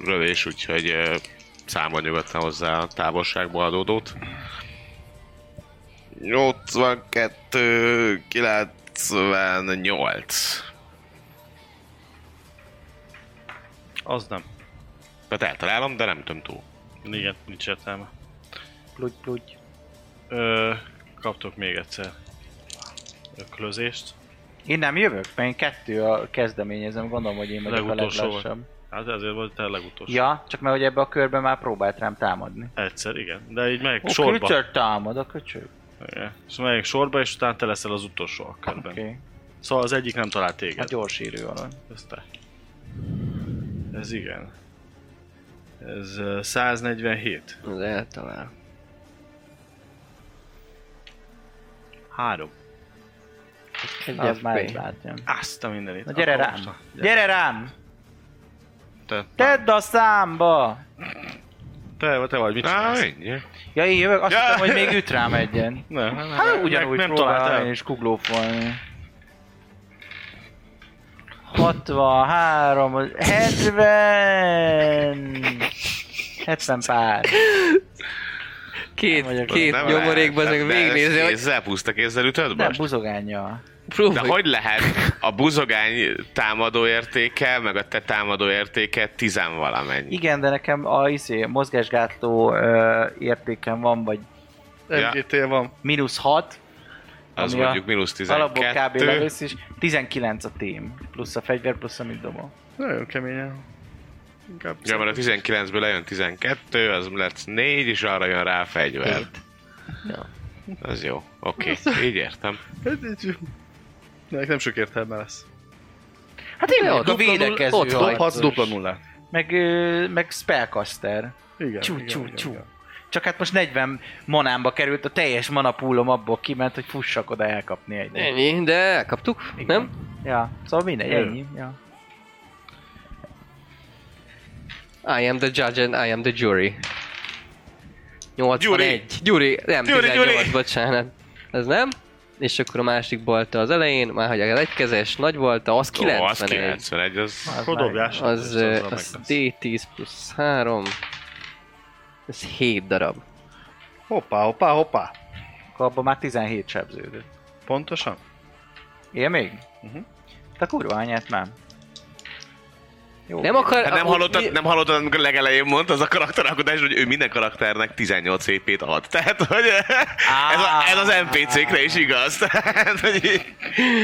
rövés, úgyhogy ö, számol nyugodtan hozzá a távolságból adódót. 82, 98.
Az nem.
Tehát eltalálom, de nem töm túl.
Igen, nincs értelme.
Plugy, plugy.
Ö, kaptok még egyszer öklözést.
Én nem jövök, mert én kettő a kezdeményezem, gondolom, hogy én vagyok a
Legutolsó vagy.
leglassabb.
Hát ezért volt te a legutolsó.
Ja, csak mert hogy ebbe a körbe már próbált rám támadni.
Egyszer, igen. De így megyek
Ó,
sorba.
Kütyör támad, a köcsög.
Igen. És megyek sorba, és utána te leszel az utolsó a körben.
Oké. Hát
Okay.
Okay.
Szóval az egyik nem talált
A
téged.
gyors írő alany.
Ez te. Ez igen. Ez ö, 147.
Az eltalál.
3.
Egy
Az
FP.
már egy látjam.
Azt a mindenit.
Na gyere
Akkor
rám!
most a-
Gyere rám!
Te,
Tedd a számba!
te, te vagy, mit
Á,
csinálsz?
ennyi.
Ja, én jövök, azt
Ja.
hittem, hogy még üt rám egyen.
Nem, nem, nem,
Hát
nem,
ugyanúgy
nem
nem
talált
próbálom
el.
én is kuglófolni. 63, az 70! 70 pár.
Két, két
Nem
gyomorékban
lehet.
meg
De- de
végignézi,
ezt
hogy
Kézzel, puszta kézzel ütöd
De
most?
buzogánya.
De
próbálj.
hogy lehet a buzogány támadó értéke, meg a te támadó értéke tizen valamennyi?
Igen, de nekem a izé, mozgásgátló ö, értéken van, vagy
Ja.
MGT van.
mínusz 6,
Az
ami a-
mondjuk mínusz
alapból kb.
12.
levősz is, 19 a tém, plusz a fegyver, plusz amit dobom.
Nagyon keményen. Inkább
Ja, mert a 19-ből lejön 12, az lesz 4, és arra jön rá a fegyver. Az jó, oké, okay. így értem.
Hát így- Ennek nem sok értelme lesz.
Hát én
Ja,
vagyok a
dupla nulla-
védekező
ott vagy.
harcos.
Dobhatsz dupla nullát.
Meg, ö, meg spellcaster.
Igen.
Csú,
igen,
csú,
igen,
csú.
igen.
Csak hát most 40 manámba került, a teljes manapúlom abból kiment, hogy fussak oda elkapni egyet.
Ennyi, de elkaptuk, nem?
Ja, szóval mindegy,
Jó.
ennyi. Ja.
I am the judge and I am the jury. 81. Gyuri, Gyuri nem,
Gyuri,
18,
Gyuri.
bocsánat. Ez nem. És akkor a másik balta az elején, már hagyják az egykezes, nagy balta, az
Ó, az
91.
91, az...
Az
Akkor
már-
dobjás.
Hát Az,
azzal
eh, az
megtesz.
D10 plusz 3. Ez 7 darab.
Hoppá, hoppá, hoppá.
Akkor abban már 17 sebződött.
Pontosan?
Él még?
Mhm.
Te kurva anyát nem. Jó.
Nem akar...
Hát nem
a-
hallottad, nem hallottad, amikor legelején mondta az a karakteralkotás, hogy ő minden karakternek 18 CP-t ad. Tehát, hogy ez, a, ez az NPC-kre is igaz. Tehát, hogy így-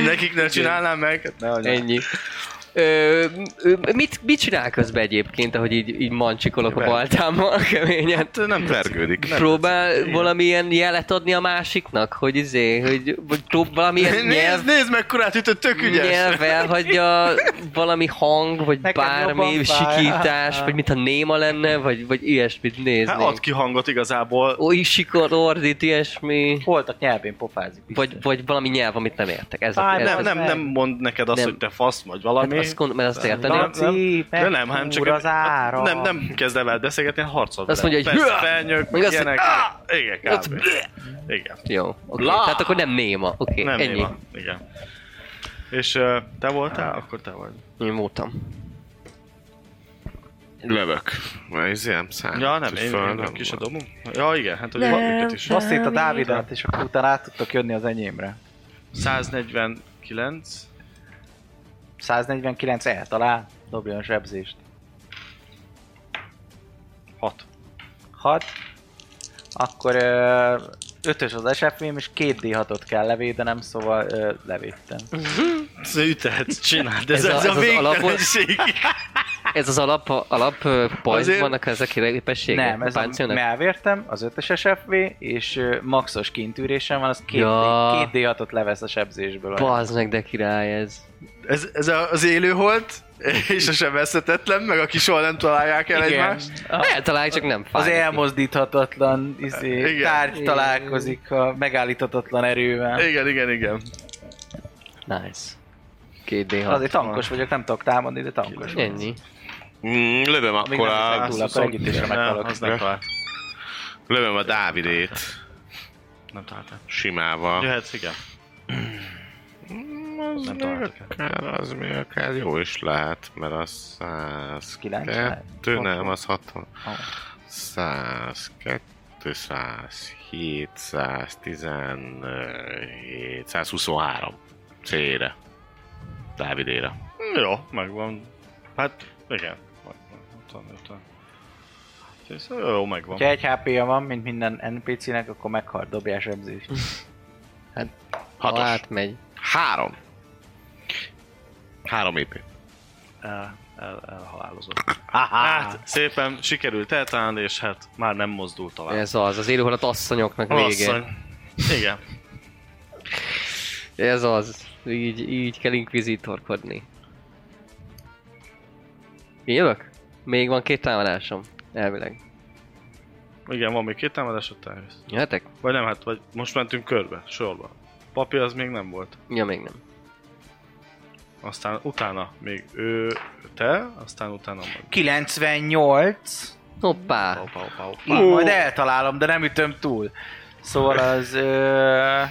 Nekik ne csinálnám meg. Hát Ne hagyjál.
Ennyi. Ö, ö, mit, mit csinál közben egyébként, ahogy így, így mancsikolok a
Ver.
baltámmal keményen?
Hát nem tetszik.
vergődik.
Nem
Próbál
tetszik.
valamilyen jelet adni a másiknak? Hogy izé, hogy vagy prób- valamilyen nyelv,
Nézd, nézd mekkorát ütött, tök ügyes.
nyelv elhagyja valami hang, vagy
Nekem
bármi
jobban fáj.
sikítás, vagy mintha néma lenne, vagy, vagy ilyesmit
Hát
néznék.
ad ki hangot igazából.
Ó, így sikor, ordít, ilyesmi.
Holtak nyelvén pofázik. biztos.
Vagy, vagy valami nyelv, amit nem értek. Ez, a-
Fáj,
ez
Nem,
az-
nem, nem mond neked azt,
Nem.
hogy te fasz vagy
Hát
valami.
azt gondolom, mert azt érteném.
Laci,
De nem, hanem csak
az ára.
nem, nem kezd el veled beszélgetni, hanem harcol
Azt
veled.
mondja, hogy
Persze, felnyök,
Meg azt, hogy
ilyenek. Igen, kb. Igen.
Jó, oké. Tehát akkor nem néma. Oké,
Nem
ennyi.
néma. Igen. És ö, te voltál? Akkor te vagy.
Én voltam.
Lövök. Már ez nem szám.
Ja, nem, én, én nem kis a dobom. Ja, igen, hát ugye van őket is.
Basszít a Dávidát, és akkor utána át tudtok jönni az enyémre.
149.
149 eltalál, dobjon sebzést.
6.
6. Akkor 5-ös az SFM, és 2D6-ot kell levédenem, szóval ö, levédtem.
Üthetsz, csináld, ez,
Ez a-
ez,
ez
a,
az
végtelenség.
Ez az alap, alap pajz
Azért-
vannak ezek a képességek?
Nem, ez a
páncélnak?
melvértem, az 5-ös SFV, és ö, maxos kintűrésem van, az 2D,
Ja.
2D6-ot levesz a sebzésből.
Bazd meg, de király ez.
ez, ez a- az élőholt, és a sebezhetetlen, meg aki soha nem találják el
Igen.
egymást.
A-
Eltalálj, csak nem fáj.
Az
neki.
elmozdíthatatlan izé,
Igen.
tárgy találkozik a megállíthatatlan erővel.
Igen, igen, igen.
Nice. Két d
Azért tankos vagyok, nem tudok támadni, de tankos vagyok.
Ennyi.
Mm, lövöm
Még
akkor
nem hiszek
a...
túl, akkor együttésre
Nem,
meghalok.
az nem talált.
Lövöm a Dávidét.
Nem találtál.
Simával.
Jöhetsz, igen.
Az
nem hát-
még
találtuk el.
akár, az még akár jó is lehet, mert az 102,
Kilenc lehet.
nem, az 60. 102, 107, 117, 123 C-re. Dávidére.
Hm, Jó, megvan. Hát, igen. Megvan. Ott van, ott van. Úgyhogy Hát, ez Jó, megvan.
Ha egy HP-ja van, mint minden NPC-nek, akkor meghal dobjás sebzést.
Ha
Hatos.
átmegy.
Három. Három EP.
El, el, elhalálozott.
Haha!
Hát, szépen sikerült eltalálni, és hát már nem mozdul tovább.
Ez az, az élőhalat asszonyoknak vége.
Asszony. Igen.
Ez az. Így, így kell inkvizitorkodni. Én Jövök? Még van két támadásom. Elvileg.
Igen, van még két támadás, ott eljössz.
Jöhetek?
Vagy nem, hát vagy most mentünk körbe, sorba. Papír az még nem volt.
Ja, még nem.
Aztán utána még ő, te, aztán utána majd.
98.
Hoppá!
Hoppá, hoppá, hoppá.
Így majd eltalálom, de nem ütöm túl. Szóval az ö,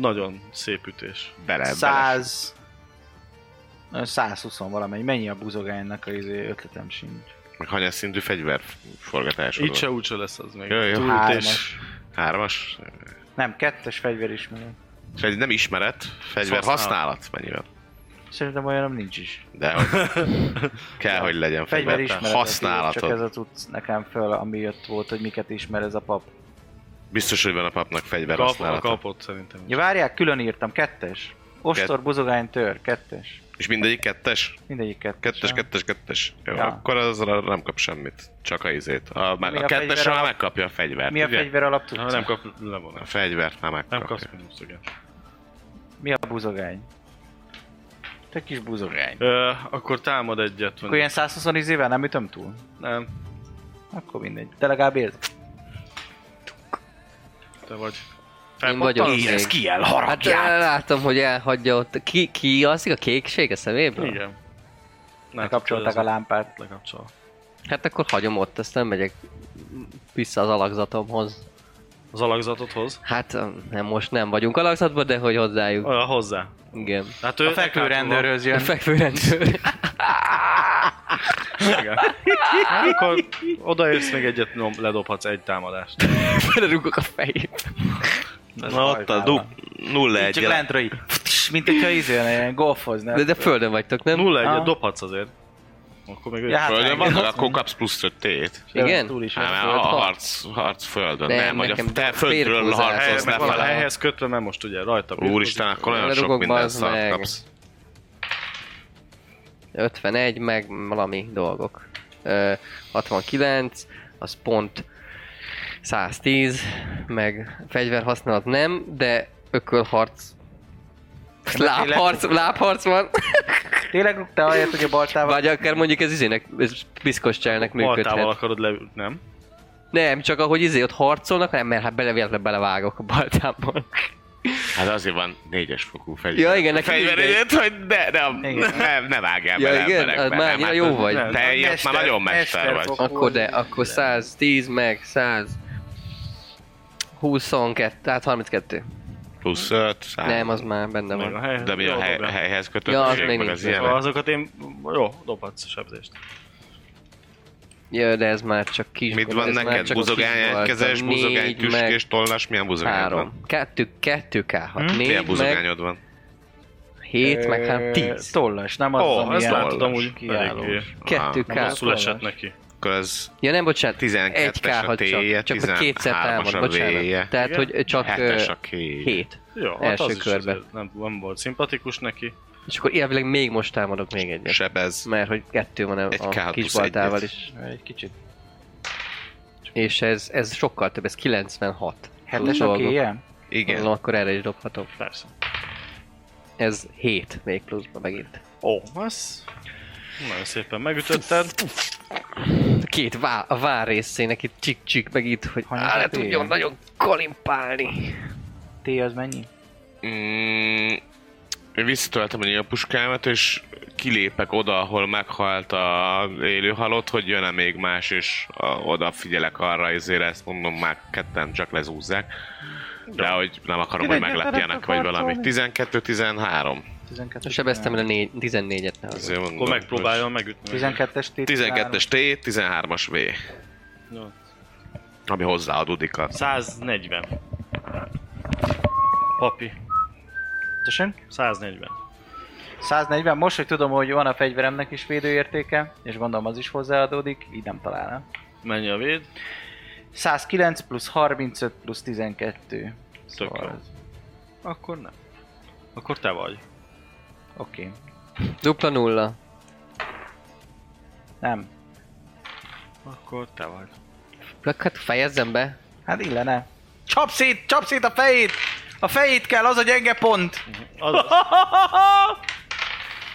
Nagyon szép ütés.
Bele,
100... ö, 120 valamennyi. Mennyi a buzogánynak a izé, ötletem sincs.
Meg hanyas szintű fegyver forgatásod
Így
van?
se úgyse lesz az még.
Jó, jó.
Túlütés.
Hármas?
Nem, kettes fegyver ismerem.
És egy nem ismeret, fegyver
Szóval
használat mennyivel?
Szerintem olyanom nincs is.
De hogy kell, hogy legyen
Fegyver
fegyver.
ismeretlen, Csak ez
Használatod.
a tudsz nekem föl, ami jött volt, hogy miket ismer ez a pap.
Biztos, hogy van a papnak fegyver
Kap,
használata.
kapott szerintem.
Ja, várják, külön írtam, kettes. Ostor, buzogány, tör, kettes.
És mindegyik kettes?
Mindegyik kettes.
Kettes,
nem?
kettes, kettes. Jó,
Ja.
akkor azra nem kap semmit. Csak a izét. A, már
Mi
a,
a
kettesre
fegyver
már
alap-
megkapja a fegyvert.
Mi a
ugye?
fegyver alap tudsz?
Ha nem kap,
A
levonás.
fegyvert már megkapja. Hát,
Nem kapsz minuszt, igen.
Mi a buzogány? Te kis buzogány.
Ö, akkor támad egyet.
Akkor ilyen 120 izével nem ütöm túl?
Nem,
Akkor mindegy. De legalább érzed.
te vagy.
Én vagyok még.
ki el,
Hát látom, hogy elhagyja ott. Ki, ki alszik a kékség a szeméből?
Igen. Nem,
Lekapcsolták a lámpát.
Lekapcsol.
Hát akkor hagyom ott, aztán megyek vissza az alakzatomhoz.
Az alakzatot hoz.
Hát nem, most nem vagyunk alakzatban, de hogy hozzájuk.
Ö, hozzá.
Igen.
Hát
A fekvőrendőrről
A
jön.
fekvőrendőr.
Igen. Hát Akkor odaérsz még egyet, nyom, ledobhatsz egy támadást.
Belerúgok a fejét.
Na ott a du- nulla
Csak
egy.
lentről így. Mint hogyha izélne, ilyen golfozna.
De, de földön vagytok, nem?
Nulla egyet
Ah.
dobhatsz azért. Akkor még
Ja,
ja.
hát
Földön
igen.
van, akkor kapsz plusz 5 tét.
Igen?
Túl is
Hát,
van.
a
föld
harc, harc földön,
De
nem, vagy a
nekem
te földről
vérhúzás
harcolsz
az
meg van a
lefele.
lefele.
helyhez kötve, mert most ugye rajta
Úristen, akkor nagyon sok
Lerugok,
minden
bazd
szart
meg.
kapsz.
51, meg valami dolgok. Ö, 69, az pont 110, meg fegyverhasználat nem, de ökölharc. Lábharc, lábharc van.
Tényleg rúgtál ahelyett, hogy a baltával...
Vagy akár mondjuk ez izének, ez piszkos cselnek
Altával
működhet.
akarod leülni, nem?
Nem, csak ahogy izé ott harcolnak, nem, mert hát bele, véletlenül belevágok a baltámmal.
Hát azért van négyes fokú fegyver.
Ja, igen, nekem
fegyver
mindegy.
egyet, hogy ne, ne,
Igen.
ne, ne vágjál
Ja,
bele
igen?
emberekbe,
Hát
nem,
már annyira
hát
jó
az-
vagy.
Te ilyet már
Mester-
nagyon mester vagy.
mesterfok.
Akkor de, akkor 110 meg 100. 22, tehát 32.
Plusz 5, 100.
hát Nem, az már benne
Meg a
van.
hely,
De mi
Jó,
a hely,
dobra.
helyhez
Ja, az
kötöttség,
még
meg
nincs
az
meg.
ilyenek?
Azokat én... Jó, dobhatsz sebzést.
Ja, de ez már csak kis.
Mit van
ez már
neked?
csak a kis
Buzogány
volt.
egykezes,
Négy
buzogány
meg
tüskés, tollas, milyen buzogány van?
Három. Kettő, kettő K6.
Hm?
Milyen
Négy meg
buzogányod van?
hét meg hát
Ö,
tíz.
Tollas, nem az,
Ó,
ami
ez
ilyen-
tollas.
látod amúgy
kiállós.
eléggé.
Kettő
Ah,
K.
Rosszul
tollas.
esett neki.
Akkor ez
Ja nem, bocsánat.
12-es
Egy K6
a T-je,
csak. Csak hogy kétszer
13-as
támad,
a V-je.
bocsánat. Tehát,
Igen?
hogy csak
7-es a K.
7.
Jó, hát
Első
az is
körbe.
azért nem, nem volt szimpatikus neki.
És akkor elvileg még most támadok még egyet.
Sebez.
Mert hogy kettő van a,
Egy
a
K6
kis
plusz
baltával
egyet.
is.
Egy kicsit.
És ez, ez sokkal több, ez 96.
Hetes a
Dolgok.
kéje?
Igen.
Gondolom, akkor erre is dobhatom.
Persze.
Ez 7 még pluszba megint.
Ó, az... Nagyon szépen megütötted.
Két vá, a vár részének itt csik-csik meg itt, hogy
Hanyat
á, le
ér?
tudjon nagyon kalimpálni.
T az mennyi?
Mm, én visszatöltöm a nyílpuskámat, és kilépek oda, ahol meghalt a élő halott, hogy jön-e még más, és a, oda figyelek arra, ezért ezt mondom, már ketten csak lezúzzák. De hogy nem akarom, hogy
Tizenkettőt
meglepjenek, vagy
akarsz
valami.
szólni?
12-13.
12.
Sebeztem el a négy- 14-et ne az.
Azért
Akkor
mondom,
megpróbáljon megütni.
12-es T.
12-es T, 13-as V.
Jó.
ami hozzáadódik a...
140. Papi,
Tessék?
140.
140, most, hogy tudom, hogy van a fegyveremnek is védőértéke, és gondolom az is hozzáadódik, így nem találnám.
Mennyi a véd?
109 plusz 35 plusz 12.
Tök jó.
ez- Akkor nem.
Akkor te vagy.
Oké. Okay.
Dupla nulla.
Nem.
Akkor te vagy.
Plak, Hát fejezzem be.
Hát illene. Csap szét, csap szét a fejét! A fejét kell, az a gyenge pont!
Szóval Az,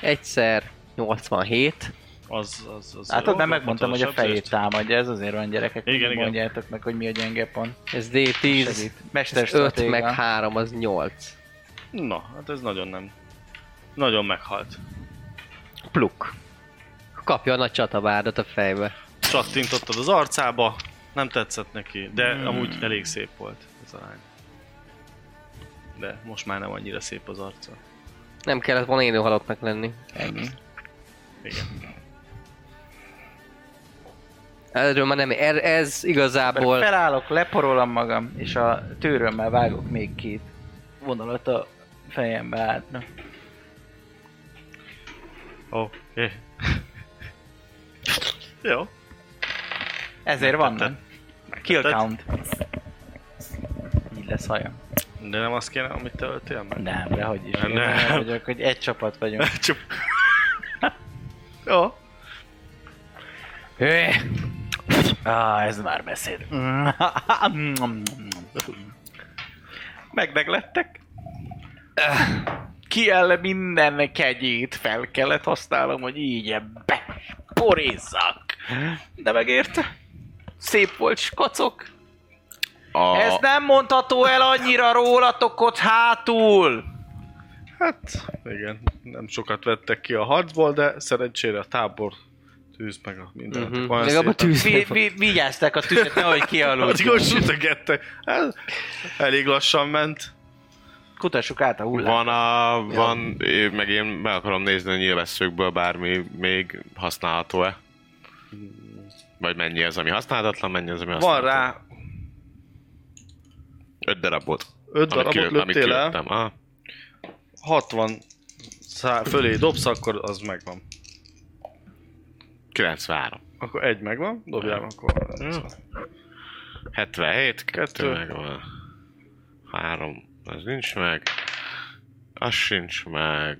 Egyszer 87.
az, az, az
Látod,
jó,
mert Hát megmondtam, hogy a
hatalmasabb
fejét
zöld.
támadja, ez azért van gyerekek,
szóval Igen,
igen,
igen.
igen. mondjátok meg, hogy mi a gyenge pont.
Ez D10.
Segít.
Ez 5
Mesterstratéga.
meg 3 az 8.
Na, hát ez nagyon nem. Nagyon meghalt.
Pluk. Kapja a nagy csatabárdat a fejbe.
Csattintottad az arcába, nem tetszett neki, de hmm. amúgy elég szép volt ez a lány. De most már nem annyira szép az arca.
Nem kellett volna élő halottnak lenni.
Ennyi.
Igen.
Erről már nem, er, ez
Mert
igazából...
felállok, leporolom magam, és a tőrömmel vágok még két vonalat a fejembe át. Na.
Oké. Okay. Jó.
Ezért van.
Megtetted.
Kill
Megtetted.
count. Így lesz hajam.
De nem azt kéne, amit te öltél meg?
Nem, de hogy is. Én
Nem.
olyan vagyok, hogy egy csapat vagyunk.
Csak... Jó.
Hé! Ah, ez már beszéd. Megdeglettek. Ki el minden kegyét fel kellett használnom, hogy így ebbe porézzak. De megérte? Szép volt, skacok.
a...
Ez nem mondható el annyira rólatok ott hátul.
Hát, igen. Nem sokat vettek ki a harcból, de szerencsére a tábor tűz meg a mindent.
Mhm.
Mm-hmm.
Legalább a tűz.
Vi, vi, vigyázták a tüzet, nehogy
Hogy
kialudjon.
most sütögettek. Hát, Elég lassan ment.
Kutassuk át a hullát.
Van a... Van... Én, meg én meg akarom nézni a nyilvesszőkből bármi még használható-e. Vagy mennyi az, ami használhatatlan, mennyi az, ami
Van
használható.
rá
Öt darab volt.
5
Amit
darabot
kilő- amit
lőttél el,
kilőttem. Ah,
60 szá- fölé dobsz, akkor az megvan.
93.
Akkor egy megvan, dobjál akkor.
77, kettő
Kettő.
megvan. Három, az nincs meg. Az sincs meg.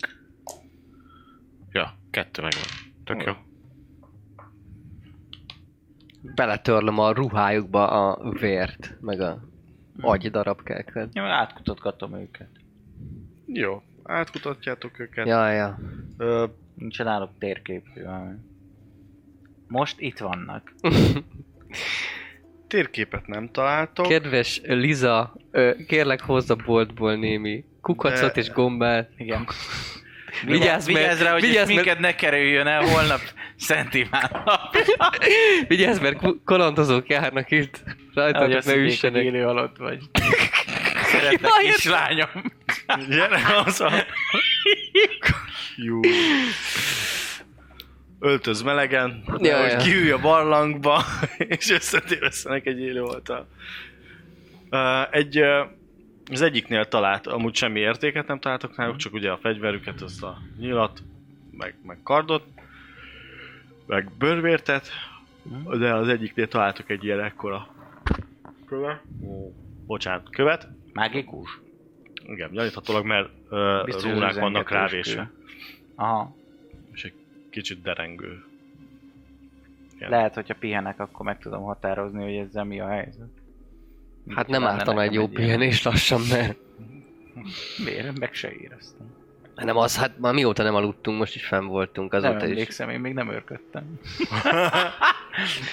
Ja, kettő megvan. Tök jó.
Hm.
Beletörlöm a ruhájukba a vért, meg a agy darabkákat.
Én átkutatgatom őket.
Jó, átkutatjátok őket.
Ja, ja.
Ö,
Nincsen náluk térképű. ami. Most itt vannak.
térképet nem találtok.
Kedves Liza, ö, kérlek hozz a boltból némi kukacot
De-
és gombát.
Igen.
Vigyázz, mert-
vigyázz rá, hogy
vigyázz,
vigyázz, minket ne kerüljön el holnap Szent Iván napja.
Vigyázz, mert ku- kalandozók járnak itt. Rajtatok
Hogy
ne
ne
üssenek.
élő halott vagy. Szeretlek
Ja, értem.
kislányom.
Gyere haza! Jó. Öltöz melegen,
Ja,
ja, hogy
ja.
kiülj a barlangba, és összetévesztenek egy élő oltal. Egy, ö, az egyiknél talált, amúgy semmi értéket nem találtok náluk, csak ugye a fegyverüket, azt a nyilat, meg, meg kardot, meg bőrvértet, de az egyiknél találtok egy ilyen ekkora követ. Bocsánat, követ.
Mágikus?
Igen, gyaníthatólag, mert ö, rúnák vannak
üzengetős
rávésve,
kő. Aha.
és egy kicsit derengő. Igen.
Lehet, hogyha pihenek, akkor meg tudom határozni, hogy ezzel mi a helyzet.
Hát nem
Lenne
ártana
nekem
egy jó
ilyen.
pihenés lassan, mert
Miért? Meg se éreztem.
nem az, hát már mióta nem aludtunk, most is fenn voltunk
Nem
azóta is.
emlékszem, én még nem örködtem.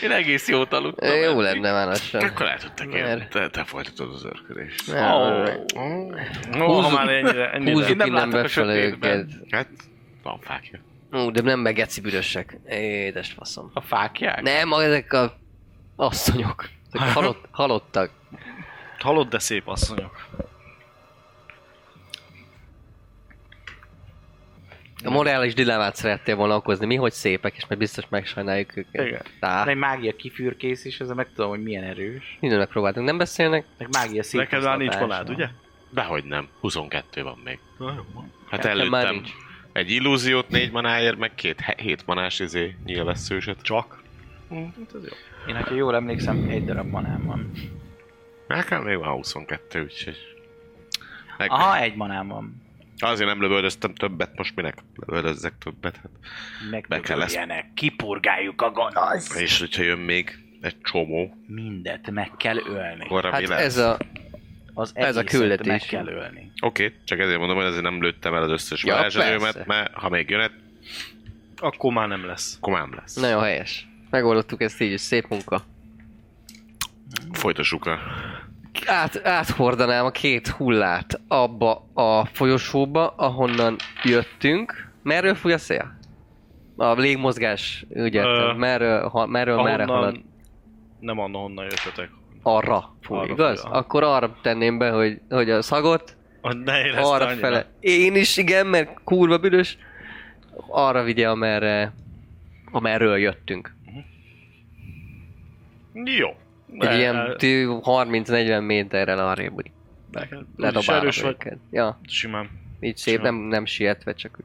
én egész jót aludtam.
Ö, Jó lenne már lassan.
Akkor lehet, hogy te, kér,
Mert-
te, te folytatod az örködést.
Nem,
Ó, ha
Húzzuk-
már ennyire, ennyire.
Húzzuk
Én nem
innen
látok a
befelé
sötétben.
őket.
Hát, van fákja.
Ú, de nem meg geci büdösek. Édes faszom.
A fákják?
Nem, ezek a asszonyok. Ezek halott, halottak.
Halott, de szép asszonyok.
A morális dilemmát szerettél volna okozni. Mi, hogy szépek, és majd biztos megsajnáljuk őket.
Igen.
Tá,
Van egy mágia kifürkész is, ezzel meg tudom, hogy milyen erős.
mindent megpróbáltunk. Nem beszélnek?
Meg mágia
Neked már nincs
szétpusztatás.
monád, ugye?
Dehogy nem, 22 van még. Hát
Nekem már
előttem
nincs.
egy illúziót négy manáért, meg két he- hét manás izé nyilvesszősöt.
Csak.
Én, ha jól emlékszem, egy darab manám van.
Nekem még van 22, úgyhogy... Meg...
Aha, egy manám van.
Azért nem lövöldöztem többet, most minek lövöldözzek többet? Hát.
Meg
Be kell ezt-
kipurgáljuk a gonosz.
És hogyha jön még egy csomó,
Mindet meg kell ölni.
akkor
Hát
mi lesz?
ez a...
Az
Ez a
egészet
küldetés.
Meg kell ölni.
Oké, okay, csak ezért mondom, hogy ezért nem lőttem el az összes
Ja,
varázserőmet,
persze.
mert ha még jön, egy,
Akkor már nem lesz.
akkor nem lesz.
Nagyon helyes. Megoldottuk ezt így, is szép munka.
Folytassuk a...
Át, áthordanám a két hullát abba a folyosóba, ahonnan jöttünk. Merről fúj a szél? A légmozgás ügyet.
Ö,
Uh, merről, ha, merről merre halad?
Ahonnan... Nem annan, honnan jöttetek.
Arra fúj,
Arra
arra igaz?
fúj, aha.
Akkor arra tenném be, hogy, hogy a szagot
Ah, Ne érezd
arra
annyira.
fele. Én is, igen, mert kurva büdös. Arra vigye, amerre, amerről jöttünk.
Jó.
Egy
Ne,
ilyen
eh,
tű 30-40 méterrel arrébb, úgy
neked úgyis
ledobálom
erős vagy.
őket. Ja,
Simán.
így szép, nem, nem sietve, csak úgy.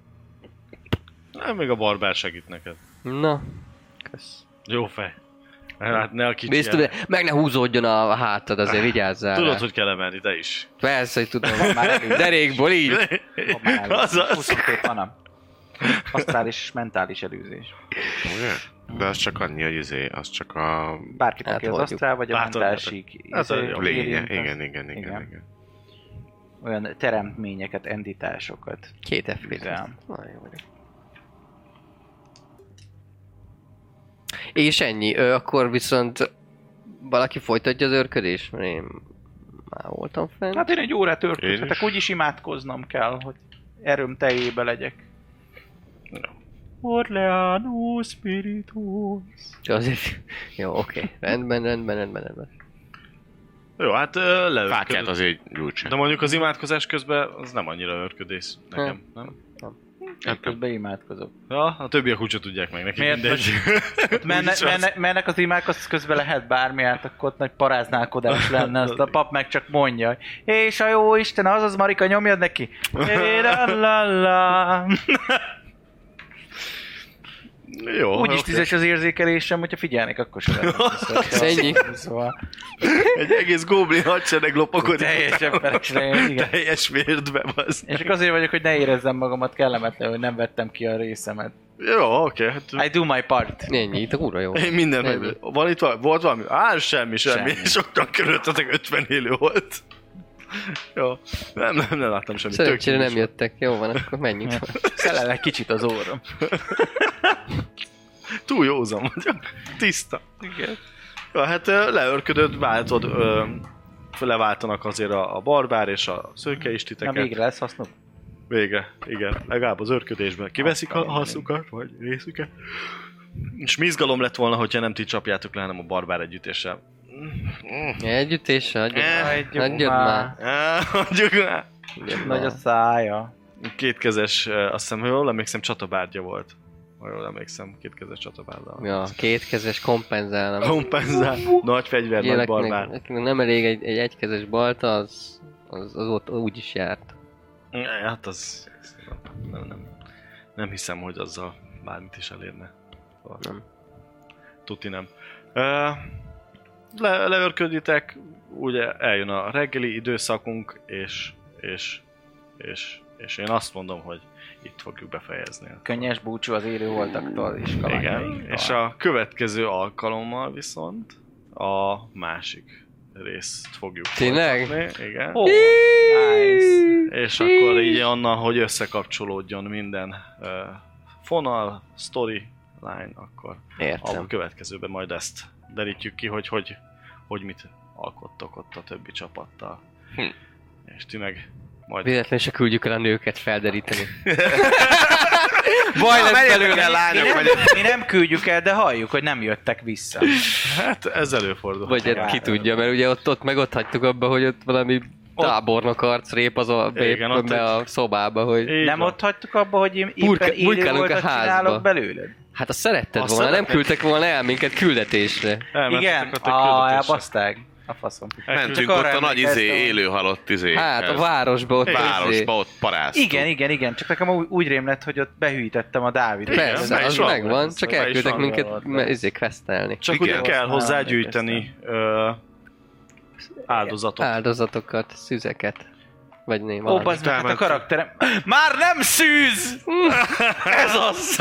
Nem, még a barbár segít neked.
Na, kösz.
Jó fej. Hát ne a kicsi.
Biztos, de meg ne húzódjon a hátad, azért vigyázzál
Tudod,
rá.
hogy kell emelni, de is.
Persze, hogy tudom, már derékból így.
Ha már
Azaz.
22 manám. Asztrális és mentális előzés.
Ugye? De az csak annyi, hogy izé, az csak a
Bárkit,
Hát
aki az
hagyjuk.
asztrál, vagy a
Hát,
mentálsig.
hát,
izé,
hát,
lénye.
érint,
Igen, igen,
az
igen, igen.
igen.
igen.
Olyan teremtményeket, entitásokat.
Két f
Bizám.
És ennyi, Ö, akkor viszont valaki folytatja az őrködést, mert én már voltam fent.
Hát én egy órát
Én is.
törtődhetek, úgyis imádkoznom kell, hogy erőm tejébe legyek. Orleano Spiritus.
Csak Azért... Jó, oké. Rendben, rendben, rendben, rendben.
Jó, hát leörködött.
Fákját azért gyújtsa.
De mondjuk az imádkozás közben az nem annyira örködés nekem, nem?
Hát nem.
Közben imádkozok.
Ja, a többiek úgyse tudják meg neki
Miért? Hát
mindegy.
Menne,
Úgyis az.
menne, mennek az imák, az közben lehet bármi, hát akkor ott nagy paráználkodás lenne, azt a pap meg csak mondja, hogy és a jó Isten, azaz Marika, nyomjad neki. Lalala.
Jó,
Úgyis
oké.
tízes az érzékelésem, hogyha figyelnék, akkor sem lesz.
Ennyi.
Szóval
Egy egész goblin hadsereg lopakodik.
teljesen peresre, igen.
Teljes vérdbe, bazd.
És csak azért vagyok, hogy ne érezzem magamat kellemetlenül, hogy nem vettem ki a részemet.
Jó, oké, hát
I do my part.
Ennyi, itt a kurva jó.
én minden
Ennyi.
meg... Van itt valami? Volt valami? Á, semmi, semmi.
Semmi.
Sokkal körülöttetek 50 élő volt. Jó. Nem, nem, nem láttam semmit. Tök
Szerencsére
jó
nem jöttek. Jó van, akkor menjünk.
Szelel egy kicsit az órom.
Túl józan vagyok. Tiszta. Igen. Ja, hát ö, leörködött, váltod, ö, leváltanak azért a, a barbár és a szőke is
Na
titeket.
végre lesz hasznuk.
Végre, igen. Legalább az örködésben kiveszik a haszukat, vagy részüket. És mi izgalom lett volna, hogyha nem ti csapjátok le, hanem a barbár együttéssel.
Együttése, adjad
Eh,
már.
Hagyjuk
Adjad már.
Á, Mondjuk, á,
Adjad
Nagy a
már.
szája.
kétkezes, ö, azt hiszem, ha jól emlékszem, csatabárgya volt. Ha jól emlékszem, kétkezes csatabárda.
Ja, kétkezes kompenzálom.
Kompenzál, nagy fegyver, nagy barbár.
Akinek nem elég egy, egy egykezes balta, az, az, az ott úgy is járt.
Ne, Hát az... az nem- Nem, nem, nem hiszem, hogy azzal bármit is elérne. Szóval
Nem.
Tuti nem. Ö, Le, leörköditek, ugye eljön a reggeli időszakunk, és, és, és, és én azt mondom, hogy itt fogjuk befejezni.
Könnyes búcsú az élő holtaktól és
Igen,
kalandjainktól.
és a következő alkalommal viszont a másik részt fogjuk
Tényleg?
folytatni. Igen.
Ó, nice.
És akkor így onnan, hogy összekapcsolódjon minden ö, fonal, story, line, akkor a
Értem.
következőben majd ezt derítjük ki, hogy hogy, hogy mit alkottok ott a többi csapattal.
Hm.
És ti meg majd...
Véletlenül se küldjük el a nőket felderíteni. Baj
Na,
lesz
menjetek el,
belőle.
lányok,
Mi nem,
vagy
mi nem küldjük el, de halljuk, hogy nem jöttek vissza.
Hát ez előfordul.
Vagy hát ki tudja, mert ugye ott, ott meg ott hagytuk abba, hogy ott valami tábornok arcrép az a
Igen,
be,
ott
be a szobába, hogy...
Így
Nem
van.
ott hagytuk abba, hogy én
Burka-
éppen élő
burkálunk a
voltat
házba.
csinálok belőled?
Hát azt szeretted
Azt
volna, nem
szeretnéd.
küldtek volna el minket küldetésre.
Elmentetek
Igen?
hát ott egy
Ah,
küldetésre.
elbaszták. A faszom.
Mentünk
Csak
ott
arra
a nagy izé,
emlékeztem, hogy-
élő halott izé.
Hát, a városba ott izé-
városba, ott paráztunk.
Igen, igen, igen. Csak nekem úgy, úgy rém lett, hogy ott behűítettem a Dávidot.
Igen,
Persze,
be is
az
van.
megvan, csak
Be is
elküldtek
van,
minket
valahol.
me- izé questelni.
Csak
Igen.
ugye kell
Azt
hozzá
nem
gyűjteni ö, áldozatot.
Áldozatokat, szüzeket. Vagy néma.
Ó, bazd meg, hát a
Támadsz.
karakterem... Már nem szűz! Ez az!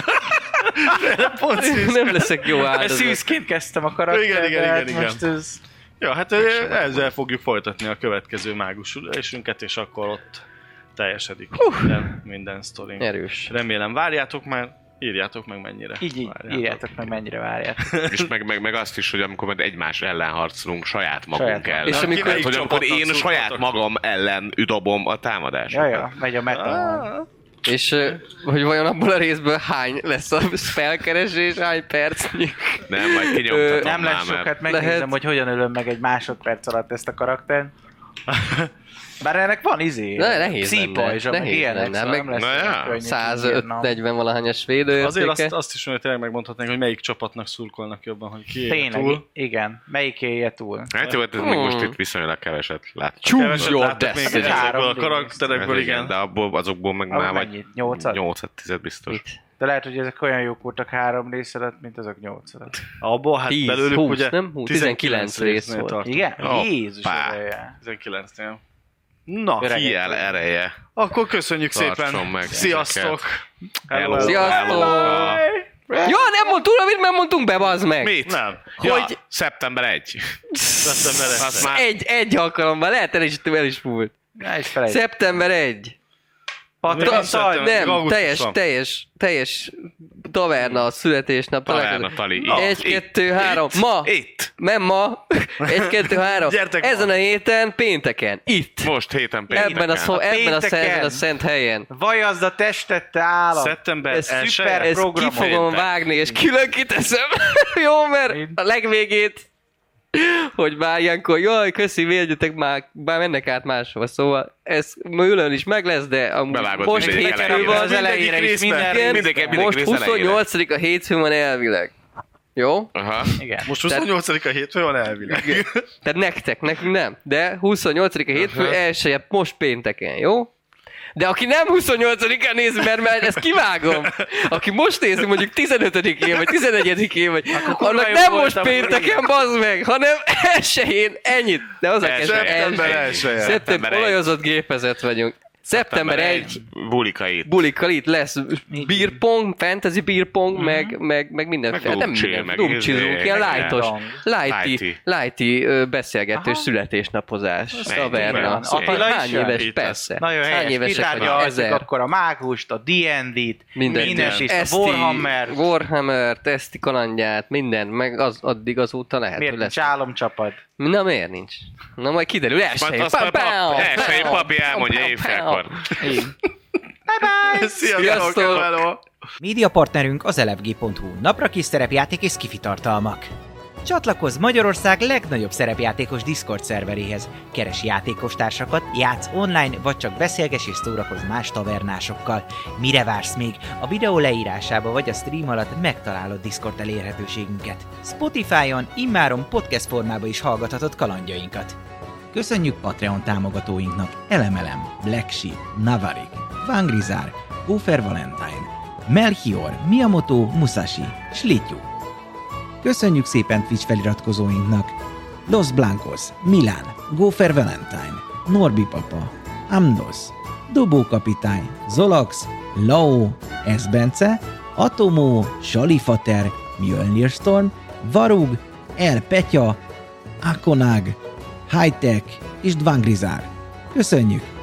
Pont szűz.
nem leszek jó áldozat.
Szűzként kezdtem a karaktert,
Igen, igen,
de hát
igen,
most ez...
Ja, hát ö, ezzel fogjuk folytatni a következő mágus ülésünket, és akkor ott teljesedik minden, minden sztorink.
Erős.
Remélem várjátok már, írjátok meg mennyire.
Így, így
várjátok.
írjátok meg, mennyire várjátok.
És meg, meg, meg, azt is, hogy amikor majd egymás ellen harcolunk saját magunk
Saját magunk.
ellen.
És amikor-
Mert, hogy amikor
Melyik
én
csapatnak
saját
szurkoltok?
magam ellen üdobom a támadást.
Ja, ja, megy a meta.
Ah,
És ö, hogy vajon abból a részből hány lesz a felkeresés, hány percnyi?
Nem, majd kinyomtatom
Ö,
Nem
már,
lesz sok,
mert
hát megnézem,
Lehet.
hogy hogyan ölöm meg egy másodperc alatt ezt a karaktert. Bár ennek van izé.
Ne, nehéz lenne,
Szípajzsa, meg
nehéz
ilyenek,
lenne,
szóval
meg-
nem lesz
Na
olyan
já.
könnyű
140 valahányas
Azért azt,
védőértéke.
azt is hogy tényleg megmondhatnánk, hogy melyik csapatnak szurkolnak jobban, hogy ki él
Tényleg,
túl.
igen. Melyik éje túl?
Hát jó, hát ez még
Hmm.
most itt viszonylag keveset látunk.
Choose
Keveset
your
láttak még
destiny.
ezekből a
Három
karakterekből,
Hát
igen.
De abból, azokból meg
Abban
már vagy
mennyit? Nyolcat?
8-10 biztos.
Mit?
De lehet, hogy ezek olyan jók voltak három rész alatt, mint azok nyolc alatt.
Abból hát
10,
belőlük
20,
ugye
nem? 19 rész
résznél
volt.
tartunk.
Igen?
Hoppá.
Jézus, ideje.
19-nél. Na,
Öregek.
Kiel ereje.
Akkor köszönjük
Tartson
szépen.
meg
Sziasztok!
Hello.
Sziasztok! Ja, nem mondtunk, amit nem mondtunk be, bazd meg!
Mit?
Nem.
Ja,
Hogy-
szeptember 1.
Szeptember egy.
Azt már
Egy, egy alkalommal, lehet el is, el is múlt.
Ne is felejtsd.
Szeptember 1.
Nem,
Patrik,
szeptember-
szar-
Nem,
augusztusban.
teljes, teljes, teljes taverna, születésnap.
Taverna,
találkozó.
Tali.
Na,
Egy, kettő, három. Ma.
Itt.
Nem ma. Egy, kettő, három.
Gyertek ma.
Ezen a héten, pénteken. Itt.
Most héten pénteken.
Ebben a, szó, ebben a,
Pénteken.
szent, a szent helyen.
Vajazd a testet, te állat!
Szeptember
Ez
első.
szuper,
Ezt ki
programon.
fogom vágni, és külön kiteszem. Jó, mert a legvégét hogy már ilyenkor, jaj, köszi, védjetek már, már mennek át máshova, szóval ez külön is meg lesz, de amúgy
Bevágott
most
mindegyik
hétfő
elejére.
van,
az elejére is
részben.
minden
Igen,
rész.
Mindegyik-
most
rész elejére.
28 a hétfő van elvileg. Jó?
Aha.
Igen.
Most 28 a hétfő van elvileg.
Tehát nektek, nekünk nem. De 28 a hétfő
Aha.
elsője most pénteken, jó? De aki nem 28-án nézi, mert, mert ezt kivágom. Aki most nézi, mondjuk 15-én, vagy 11-én, vagy annak
jó
nem
volt,
most
amúgy
pénteken, bazd meg, hanem elsőjén, ennyit. De az a
Első.
kezdve
Szeptember
első.
elsője.
Szeptember
Szeptember egy.
olajozott gépezet vagyunk. Szeptember 1
Bulika itt.
bulikkal itt lesz beerpong, fantasy beerpong,
Mhm.
meg, meg, meg mindenféle.
Meg
Nem
dumcsill,
minden,
meg
dumcsizunk,
izé,
ilyen
meg
lightos,
ilyen.
lighty,
Lighty.
lighty ö, beszélgetős születésnapozás. Taverna.
megvan,
Szóval
Attila is
Hány
jön?
éves?
Itt
Persze.
Nagyon
Hány
helyes,
évesek vagyunk?
kitárgyaltuk
Ezer.
akkor a mágust, a D&D-t,
Minden.
minden is,
Eszti,
a Warhammer,
Warhammer, Eszti kalandját, mindent, meg az, addig azóta lehet,
miért
hogy
nincs
lesz.
álomcsapat?
Na miért nincs? Na majd kiderül, elsőjén.
Azt majd
Pam,
pap-
pam,
első
pam,
papi
pam,
elmondja
pam,
éjfélkor.
Sziasztok!
Sziasztok! hello.
Média partnerünk az elefg.hu, napra kis szerepjáték és kifi tartalmak. Csatlakozz Magyarország legnagyobb szerepjátékos Discord szerveréhez. Keres játékostársakat, játsz online, vagy csak beszélges és szórakozz más tavernásokkal. Mire vársz még? A videó leírásába vagy a stream alatt megtalálod Discord elérhetőségünket. Spotify-on immáron podcast formában is hallgathatod kalandjainkat. Köszönjük Patreon támogatóinknak Elemelem, Black Sheep, Navarik, Vangrizár, Ufer Valentine, Melchior, Miyamoto, Musashi, Slityu. Köszönjük szépen Twitch feliratkozóinknak Los Blancos, Milán, Gófer Valentine, Norbi Papa, Amnos, Dobó Kapitány, Zolax, Lao, Esbence, Atomó, Salifater, Mjölnir Storm, Varug, Er El Petya, Akonag, Hightech és Dvangrizár. Köszönjük!